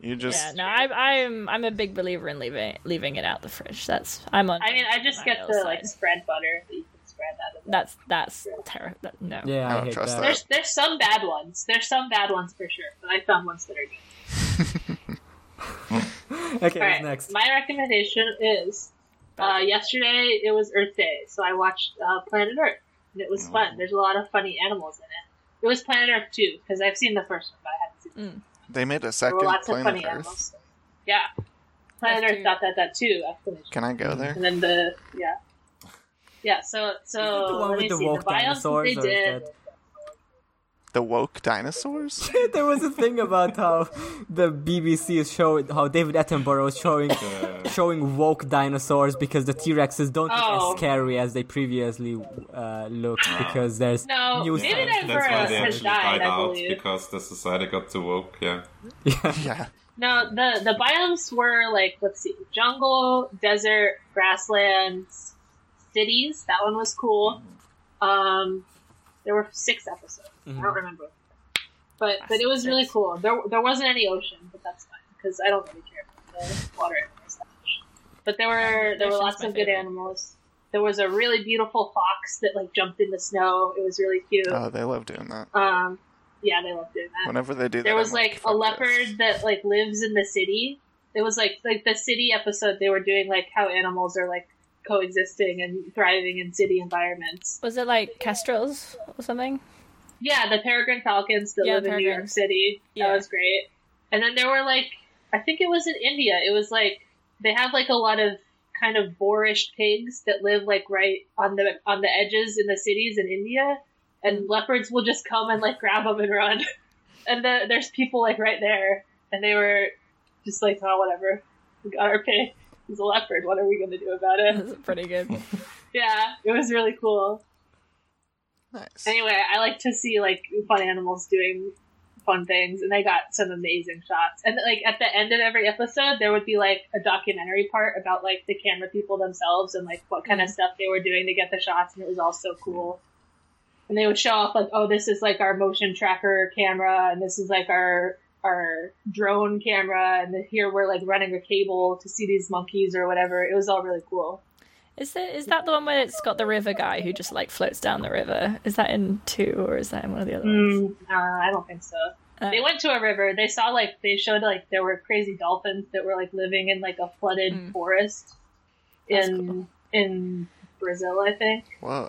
F: You just
D: Yeah, no, I, I'm I'm a big believer in leaving leaving it out the fridge. That's I'm on.
B: I mean, I just
D: my
B: get
D: own
B: the
D: side.
B: like spread butter that you can spread out of. it.
D: that's that's terrible. That, no,
E: yeah, I,
F: I don't
E: hate
F: trust
E: that.
F: that.
B: There's there's some bad ones. There's some bad ones for sure, but I found ones that are good.
E: Okay,
B: (laughs) All
E: who's
B: right,
E: next.
B: my recommendation is. Uh, yesterday it was Earth Day, so I watched uh, Planet Earth, and it
E: Oh,
B: was fun. There's a lot of funny animals in it. It was Planet Earth too, because I've seen the first one, but I haven't seen. the
F: they made a
B: There
F: second
B: were lots of
F: planet
B: funny
F: Earth.
B: animals. Yeah, Planet
D: Earth
B: Earth
D: two.
B: dot dot dot two exclamation.
F: Can I go there?
B: And then the yeah, yeah. So so
E: Is it the
B: let
E: one with
B: me
E: the
B: see
E: woke
B: the biomes that
E: dinosaurs,
B: they
E: or
B: did.
E: is
F: The woke dinosaurs? (laughs)
E: that... (laughs) there was a thing about how the BBC is showing how David Attenborough is
F: (laughs)
E: showing showing woke dinosaurs because the T Rexes don't look
B: Oh.
E: as scary as they previously uh, looked
F: Ah.
E: because there's (laughs)
B: No,
E: new
B: David
E: science.
B: Attenborough-
C: That's why
B: Emperor
C: they
B: has
C: actually
B: died,
C: died
B: I
C: out
B: believe.
C: because the society got too woke. Yeah.
F: yeah,
B: No, the the biomes were like let's see, jungle, desert, grasslands, cities. That one was cool. Um, there were six episodes. I don't remember, but but it was really
D: Six.
B: cool. There there wasn't any ocean, but that's fine because I don't really care about the water animals that much. But there were there were lots
D: Ocean's my
B: of good
D: favorite.
B: animals. There was a really beautiful fox that like jumped in the snow. It was really cute.
F: oh, they love doing that.
B: Um, yeah, they loved doing that
F: Whenever they do that,
B: there was
F: I'm
B: like a
F: "Fuck
B: leopard
F: this."
B: that like lives in the city. It was like like the city episode. They were doing like how animals are like coexisting and thriving in city environments.
D: was it like kestrels or something? (laughs)
B: Yeah, the peregrine falcons that
D: Yeah,
B: live in New York
D: peregrines.
B: City. That
D: Yeah.
B: was great. And then there were like I think it was in India. It was like they have like a lot of kind of boorish pigs that live like right on the on the edges in the cities in India, and leopards will just come and like grab them and run. (laughs) and the, there's people like right there, and they were just like, oh whatever, we got our pig. He's a leopard. What are we gonna do about it?
D: (laughs) That's pretty good.
F: Hmm.
B: Yeah, it was really cool.
F: Nice.
B: Anyway, I like to see like fun animals doing fun things, and they got some amazing shots. And like at the end of every episode, there would be like a documentary part about like the camera people themselves and like what kind of stuff they were doing to get the shots, and it was all so cool. And they would show off like, oh, this is like our motion tracker camera, and this is like our our drone camera, and then here we're like running a cable to see these monkeys or whatever. It was all really cool.
D: Is that is that the one where it's got the river guy who just like floats down the river? Is that in two or is that in one of the other ones?
B: Mm, uh, I don't think so.
D: Uh,
B: They went to a river. They saw like they showed like there were crazy dolphins that were like living in like a flooded forest
D: Hmm. That's
B: in
D: cool.
B: in Brazil, I think.
F: Whoa.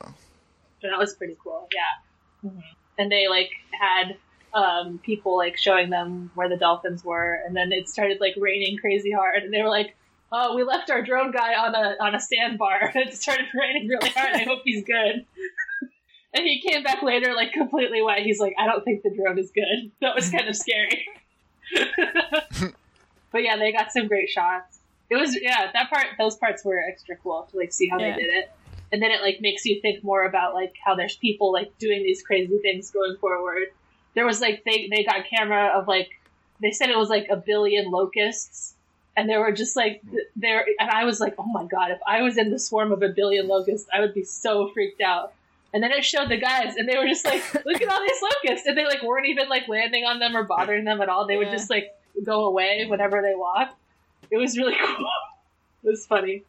B: So that was pretty cool. Yeah.
D: Mm-hmm.
B: And they like had um, people like showing them where the dolphins were, and then it started like raining crazy hard, and they were like, "Oh, we left our (laughs) drone guy on a on a sandbar. it started raining really hard. I hope he's good." (laughs) And he came back later, like completely wet. He's like, I don't think the drone is good. (laughs) That was kind of scary. (laughs) but yeah, they got some great shots. It was yeah, that part, those parts were extra cool to like see how
D: Yeah.
B: they did it. And then it like makes you think more about like how there's people like doing these crazy things going forward. There was like they they got camera of like they said it was like a billion locusts and there were just like th- there and i was like oh my god if i was in the swarm of a billion locusts i would be so freaked out and then it showed the guys and they were just like look at all these locusts and they like weren't even like landing on them or bothering them at all they would
D: Yeah.
B: just like go away whenever they walked it was really (laughs) cool it was funny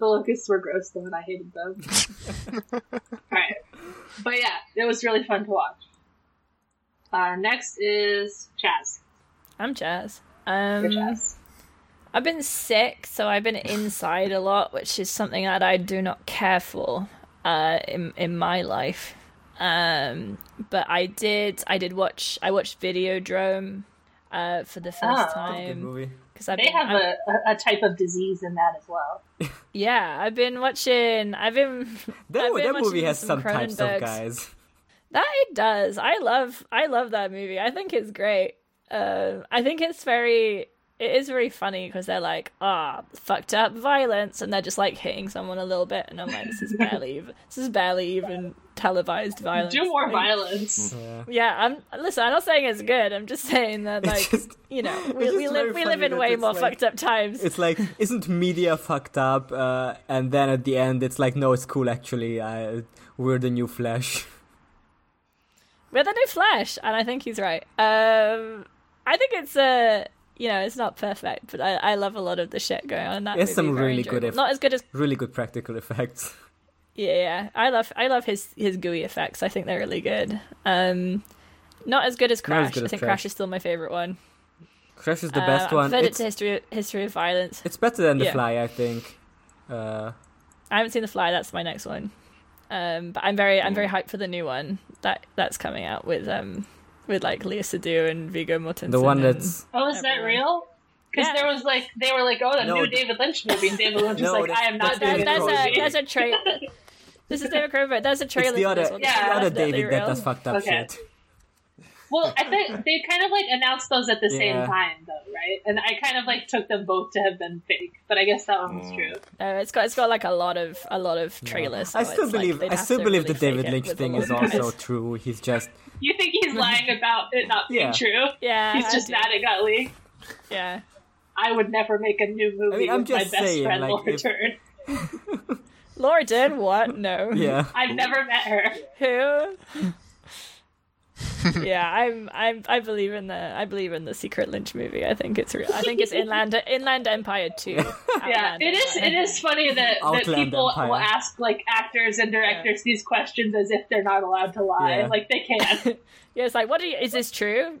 B: the locusts were gross though and i hated them (laughs) all right but yeah it was really fun to watch uh, next is chaz
D: I'm Jazz.
B: You're
D: Um,
B: Chaz.
D: I've been sick, so I've been inside a lot, which is something that I do not care for uh, in in my life. Um, but I did. I did watch. I watched Videodrome uh, for the first
B: Oh.
E: Good
D: time
E: movie.
D: because I've
B: They
D: been,
B: have
D: I've-
B: a, a, a type of disease in that as well.
D: yeah. I've been watching. I've been.
E: That,
D: I've been
E: that movie
D: watching
E: has some types of
D: Cronenbergs.
E: guys.
D: That it does. I love I love that movie. I think it's great. Um I think it's very it is very funny because they're like, ah, fucked up violence, and they're just like hitting someone a little bit, and I'm like, this is barely (laughs) even, this is barely even televised violence.
B: Do more
D: Like,
B: violence.
E: Yeah.
D: Yeah, I'm listen. I'm not saying it's good. I'm just saying
E: (laughs)
D: that like
E: just-
D: you know
E: it's
D: we, we
E: just
D: live
E: very
D: we
E: funny
D: live in
E: that
D: way
E: it's
D: more
E: like-
D: fucked up times.
E: It's like, isn't media fucked up? Uh, and then at the end, it's like, no, it's cool actually. Uh, we're the new Flash.
D: We're the new Flash, and I think he's right. Um, I think it's a you know it's not perfect, but I, I love a lot of the shit going on. in That
E: There's
D: movie,
E: some
D: very
E: really good
D: enjoyable.
E: eff-
D: not as good as
E: (laughs) Really good practical effects.
D: yeah, yeah. I love I love his his gooey effects. I think they're really good. Um, not as good as Crash.
E: good
D: I
E: as
D: think
E: Crash.
D: Crash. is still my favorite one.
E: Crash is the
D: Uh,
E: best
D: I've
E: one.
D: Preferred it
E: It's,
D: to history history of violence.
E: it's better than The
D: Yeah.
E: Fly, I think. Uh,
D: I haven't seen The Fly. That's my next one. Um, but I'm very I'm very hyped for the new one that that's coming out with um with like Lea Seydoux and Viggo Mortensen.
E: the one
D: and-
E: that's
B: Oh, is that
D: Everyone.
B: real? Because
D: Yeah.
B: there was like they were like, oh, the
E: No,
B: new
E: th-
B: David Lynch movie. And David
E: (laughs)
B: Lynch was
E: No,
B: like,
E: that's-
B: I am
E: that's
B: not
D: There's,
B: David
D: there's
B: Lynch.
D: a
E: Crosby.
D: there's a trailer.
B: (laughs)
D: this is David Cronenberg. There's a trailer.
E: it's the
D: for this
E: other,
D: one.
E: it's
B: Yeah.
E: the other
D: That's definitely
E: David that
D: real.
E: does fucked up
B: Okay.
E: shit.
D: Oh,
B: Well, I think they kind of like announced those at the
E: Yeah.
B: same time, though, right? And I kind of like took them both to have been fake, but I guess that one
E: Mm.
B: was true.
D: No, Uh, it's got it's got like a lot of a lot of trailers. so
E: I still
D: it's like
E: believe
D: they'd
E: I
D: have
E: still
D: to
E: believe
D: really
E: the David
D: fake it
E: Lynch
D: with a
E: thing
D: lot
E: is
D: of
E: also
D: guys.
E: true. He's just
B: You think he's lying about it not being
E: Mm-hmm. Yeah.
B: true?
D: Yeah,
B: He's
D: I
B: just
D: do.
B: mad it got leaked.
D: Yeah,
B: I would never make a new movie
E: I mean, I'm
B: with
E: just
B: my best
E: saying,
B: friend
E: like,
B: will
E: if-
B: return.
D: Laura Dern.
E: (laughs)
D: What?
B: (laughs)
D: No.
E: yeah.
B: I've never met her.
D: (laughs)
E: (laughs)
D: Who? yeah, I'm. I'm. I believe in the. I believe in the secret Lynch movie. I think it's real. I think
B: (laughs)
D: it's Inland Inland Empire two.
B: Yeah, it is. It is funny that, that
E: Outland
B: people
E: Empire.
B: will ask like actors and directors these questions as if they're not allowed to lie.
E: Yeah.
B: Like they
D: (laughs)
B: can't.
D: Yeah, it's like, what do you? Is this true?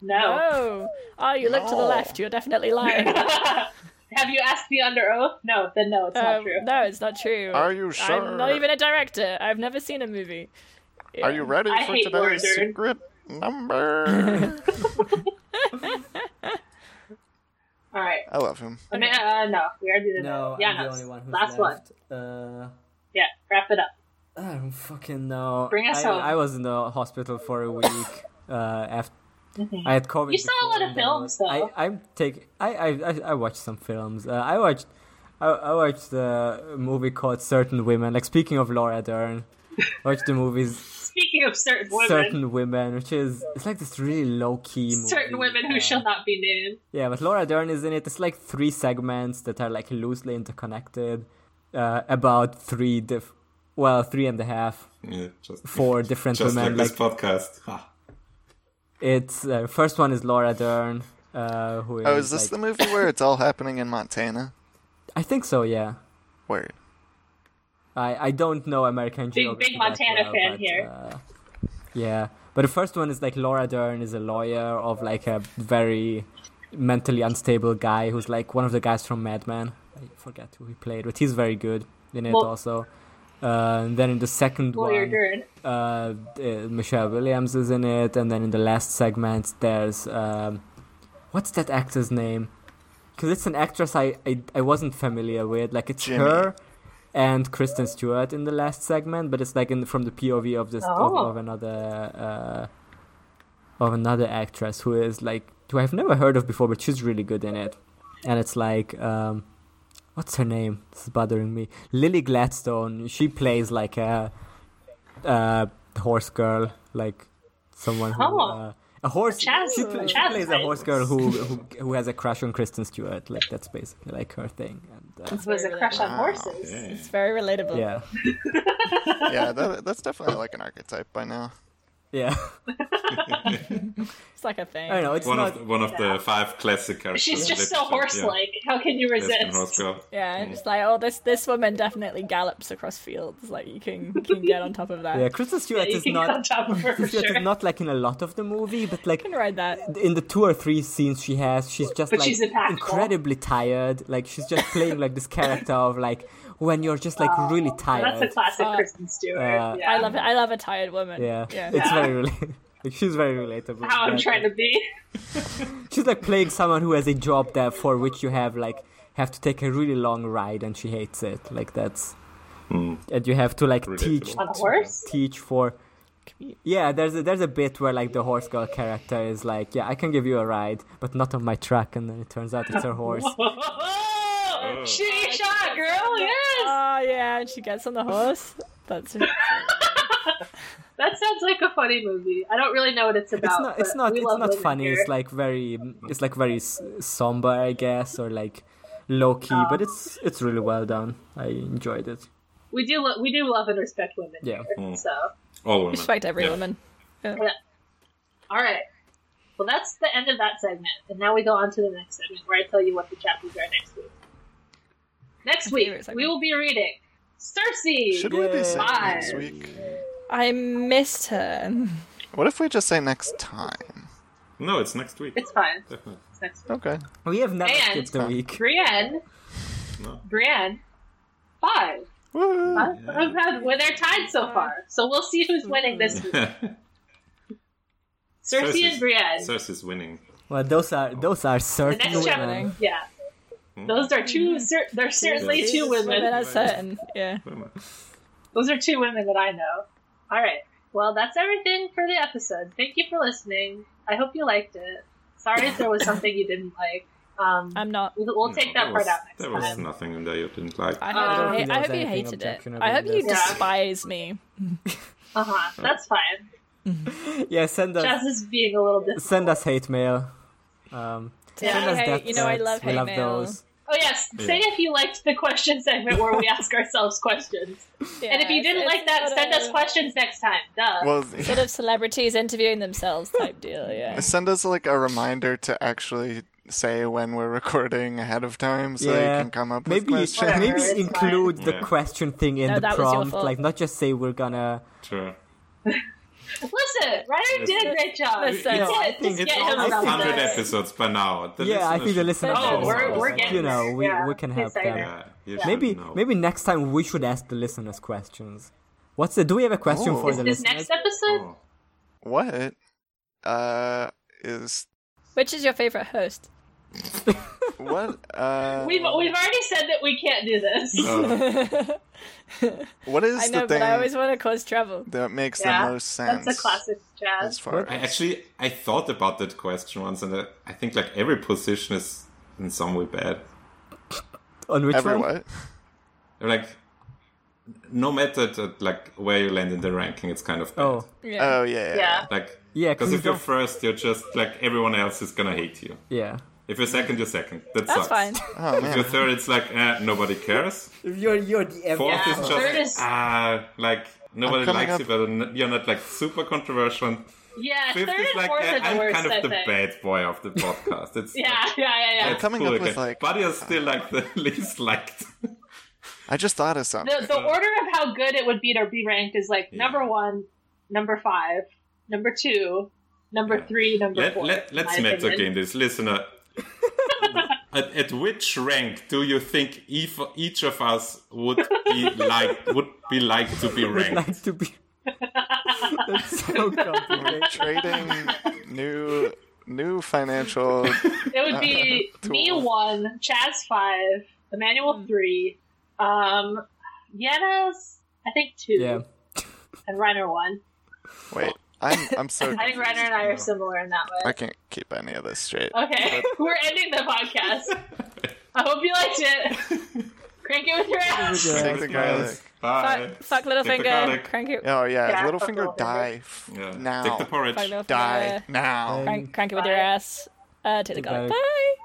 B: No.
D: Oh, oh, you look to the
F: No.
D: left. You're definitely lying.
E: (laughs)
B: Have you asked me under oath? No. Then no, it's not
D: Um,
B: true.
D: No, it's not true.
F: Are you
D: I'm not
F: sure?
D: even a director. I've never seen a movie.
F: Are you ready
B: I
F: for
B: hate
F: today's
B: Werther.
F: secret
E: (laughs)
F: number?
B: All right.
F: I love him.
B: I mean, uh, no, we already did
E: No,
B: that. Yeah,
E: I'm the
B: no.
E: only one who's
B: Last one.
E: left. Uh,
B: Yeah, wrap it up.
E: I don't fucking know.
B: Bring us
E: I,
B: home.
E: I was in the hospital for a week. uh, after I had COVID.
B: You saw a
E: before,
B: lot of
E: and then I
B: films,
E: was-
B: though.
E: I, I'm take. I I I, I watched some films. Uh, I watched. I, I watched a movie called Certain Women. Like speaking of
B: (laughs)
E: Laura Dern, I watched the movies
B: Speaking of certain women, certain,
E: Certain Women, which is it's like this really low key.
B: women who shall not be named.
E: Yeah, but Laura Dern is in it. It's like three segments that are like loosely interconnected, uh, about three diff, well, three and a half,
C: Yeah, just, (laughs)
E: four different
C: just like
E: women.
C: this podcast. Ah, Ha.
E: it's uh, first one is Laura Dern, uh, who is.
F: Oh, is this
E: like-
F: the movie
E: (laughs)
F: where it's all happening in Montana?
E: I think so. Yeah,
F: Word.
E: I I don't know American
B: Big- big
E: geography that
B: Montana
E: well,
B: fan
E: but,
B: here.
E: uh, yeah, but the first one is like Laura Dern is a lawyer of like a very mentally unstable guy who's like one of the guys from Mad Men. I forget who he played, but he's very good in it
B: Well-
E: also. Uh, and then in the second
B: Lawyer
E: one,
B: Dern.
E: uh, uh, Michelle Williams is in it, and then in the last segment, there's um, what's that actor's name? Because it's an actress I, I I wasn't familiar with. Like it's
F: Jimmy.
E: her, and Kristen Stewart in the last segment, but it's like in from the POV of this of,
B: Oh.
E: of another uh, of another actress who is like who I've never heard of before, but she's really good in it. And it's like um, what's her name? This is bothering me. Lily Gladstone. She plays like a uh, horse girl, like someone who.
B: Oh.
E: Uh, a horse.
B: Chas-
E: she, pla- she
B: Chas
E: plays a
B: type.
E: horse girl who, who who has a crush on Kristen Stewart. Like that's basically like her thing. And,
B: Who has a crush on horses.
C: Yeah.
D: It's very
E: uh,
D: relatable.
E: yeah,
F: yeah, that, that's definitely like an archetype by now.
E: yeah.
D: It's like a thing.
E: I don't know. It's
C: One
E: not.
C: of the, one of the five classic characters.
B: She's
C: of
B: just so horse
C: literature.
B: like. How can you
C: Yeah. Lesbian horse
B: resist?
C: girl.
D: Yeah, and it's like, oh, this this woman definitely gallops across fields. Like you can you can get on top of that.
E: yeah, Kristen Stewart
B: You
E: is
B: can get on
E: not.
B: top
E: (laughs)
B: of her for
E: Kristen Stewart
B: sure.
E: is not like in a lot of the movie, but like
D: You can ride that.
E: in the two or three scenes she has, she's just
B: But
E: like
B: she's impactful.
E: incredibly tired. Like she's just playing like this character of like when you're just like really
B: Oh, That's a
E: tired.
B: classic
D: Uh,
B: Kristen Stewart.
E: uh,
B: yeah.
D: I love it. I love a tired woman.
E: Yeah.
D: yeah.
E: it's
B: (laughs)
E: very rela- (laughs) like she's very relatable.
B: how I'm
E: Like,
B: trying to be.
E: She's like playing someone who has a job that for which you have like have to take a really long ride and she hates it. Like that's
C: Hmm.
E: and you have to like teach
C: Relatable.
B: On a
F: (laughs)
B: horse?
E: teach for yeah, there's a, there's a bit where like the horse girl character is like, yeah, I can give you a ride, but not on my truck, and then it turns out
B: (laughs)
E: it's her horse.
B: Oh, she shot, girl. Yes,
D: Oh yeah, and she gets on the horse. That's
B: that sounds like a funny movie. I don't really know what it's
E: it's
B: about.
E: not it's
B: but
E: not
B: we
E: it's
B: love
E: not
B: women
E: funny
B: here.
E: it's like very it's like very s- somber i guess or like low key but it's it's really well done i enjoyed it
B: we do lo- we do love and respect women.
E: Yeah.
B: here,
F: Mm.
B: So
C: All women.
D: respect every
C: Yeah.
D: woman.
B: all right. Well, that's the end of that segment, and now we go on to the next segment where I tell you what the chapters are next week. Next
D: My
B: week
D: favorite segment.
B: we will be reading Cersei.
F: Should we be saying
B: Five.
F: next week?
D: I missed her.
F: What if we just say next time?
C: No, it's next week. (laughs)
B: It's fine.
C: Definitely.
B: It's next week.
F: Okay.
E: we have never
B: And-
E: skipped a week
B: Brienne.
C: No.
B: Brienne. Five.
F: Woo!
B: Huh? I'm proud. Well, they're tied so far, so we'll see who's winning this week. Cersei and Brienne.
C: Cersei's winning.
E: well those are those are
B: the
E: certain
B: next
E: women
B: chapter. Yeah. Those are Hmm. two. Cer- they're certainly Mm-hmm. two
D: But
B: women.
D: that's certain. Yeah.
B: Those are two women that I know. All right. Well, that's everything for the episode. Thank you for listening. I hope you liked it. Sorry if there was something you didn't like. Um,
D: I'm not.
B: we'll we'll take that
C: there
B: part
C: was,
B: out next
C: There was
B: time.
C: nothing in there you didn't like.
D: I
B: I don't
D: hope,
E: think
D: you, I
E: there was
D: hope you
E: anything
D: hated it.
E: objectionable
D: I hope
E: in
D: you
E: this.
B: Um, Yeah.
D: despise me.
B: Uh huh. That's fine.
E: yeah send
B: Jazz
E: us
B: is being a little difficult.
E: send us hate mail um send us
D: Hey,
E: death
D: you know I
E: threats.
D: love
E: we
D: hate
E: love
D: mail.
E: those
B: Oh yes. Say if you liked the question segment where we ask ourselves questions. and if you
D: Yes,
B: didn't
D: it's
B: like that,
D: not
B: send
D: a
B: us questions next time. Duh.
F: Well,
D: Sort of celebrities interviewing themselves (laughs) type deal. Yeah.
F: send us like a reminder to actually say when we're recording ahead of time so
E: yeah
F: you can come up with
E: maybe
F: questions.
B: Whatever,
E: maybe
B: it's
E: include the
C: Yeah.
E: question thing in
D: No,
E: the
D: that was your
E: prompt
D: fault.
E: like not just say we're gonna
C: Sure.
B: Listen, Ryder did a great job.
D: Listen,
B: Just
E: I
B: get,
E: think
B: just
E: it's
B: get
E: all
B: him
E: I
B: about
E: think-
C: 100
B: this.
C: episodes by now. The
E: yeah i think the listeners
B: Oh, we're- we're getting
E: you know
B: there.
E: we,
B: Yeah.
E: we can
B: Pretty
E: help them
B: excited.
C: Yeah, you should
E: Maybe
C: know.
E: maybe next time we should ask the listeners questions. What's the? Do we have a question
F: Oh.
E: for
F: Is
E: the
B: This
E: listeners?
B: next episode,
C: Oh.
F: What uh is
D: Which is your favorite host?
F: what uh
B: we've we've already said that we can't do this.
C: Oh,
F: what is
D: I know,
F: the thing
D: but I always want to cause trouble.
F: that makes
B: Yeah,
F: the most sense?
B: That's a classic
F: As
B: jazz.
F: far
C: I
F: as
C: actually I thought about that question once, and I, I think like every position is in some way bad.
E: On which
F: every
E: one?
F: what?
C: Like no matter that, like where you land in the ranking, it's kind of bad.
E: Oh,
D: Yeah.
F: Oh yeah, yeah.
B: Yeah.
C: Like
E: Yeah, 'cause
C: because
E: you
C: if you're
E: don't-
C: first, you're just like everyone else is gonna hate you.
E: yeah.
C: If you're second, you're second. That
D: That's
C: sucks.
D: fine.
F: Oh
C: If you're
F: man.
C: third, it's like eh, nobody cares.
E: You're you're the
C: Fourth
B: Yeah,
C: is
B: third is-
C: just ah like nobody
F: I'm coming
C: likes
F: up-
C: you, but n- you're not like super controversial. And
B: Yeah,
C: fifth
B: third
C: is
B: and
C: like
B: fourth
C: eh,
B: are the
C: I'm
B: worst.
C: kind
B: I
C: of the
B: think.
C: bad boy of the podcast. It's
B: (laughs) Yeah, yeah, yeah, yeah.
C: It's
F: coming
C: cool
F: up with,
C: again.
F: like- uh,
C: but you're still like the (laughs)
D: (laughs)
C: least liked.
F: I just thought of something.
B: (laughs) The the order of how good it would be to be ranked is like number one, number five, number two, number
C: Yeah.
B: three, number
C: let,
B: four.
C: let,
B: in
C: let's
B: my
C: meta
B: opinion.
C: game
D: (laughs)
C: this, listener. at, at which rank do you think each, each of us would be
D: (laughs)
C: like would be like to be
E: Would
C: ranked?
E: like to be. (laughs) That's so complicated.
F: trading new new financial
B: It would be
F: Tool.
B: me one, Chaz five, Emmanuel three, um, Yena's, I think two,
E: Yeah.
B: and Reiner one.
F: Wait, I'm I'm so.
B: I think Reiner and I are similar in that way.
F: I can't keep any of this straight.
B: Okay, (laughs) we're ending the podcast. I hope you liked it. Crank it with your ass.
F: Take the garlic.
C: Bye.
D: Fuck, fuck
C: Take the
D: Littlefinger.
C: garlic.
D: Crank it.
F: Oh yeah,
B: Yeah, fuck
F: Littlefinger,
B: Littlefinger.
F: die f-
C: Yeah.
F: now.
C: Take the porridge.
D: Fuck Littlefinger.
F: Die now.
D: Crank, crank it with your ass. Uh, take the garlic.
E: garlic.
D: Bye.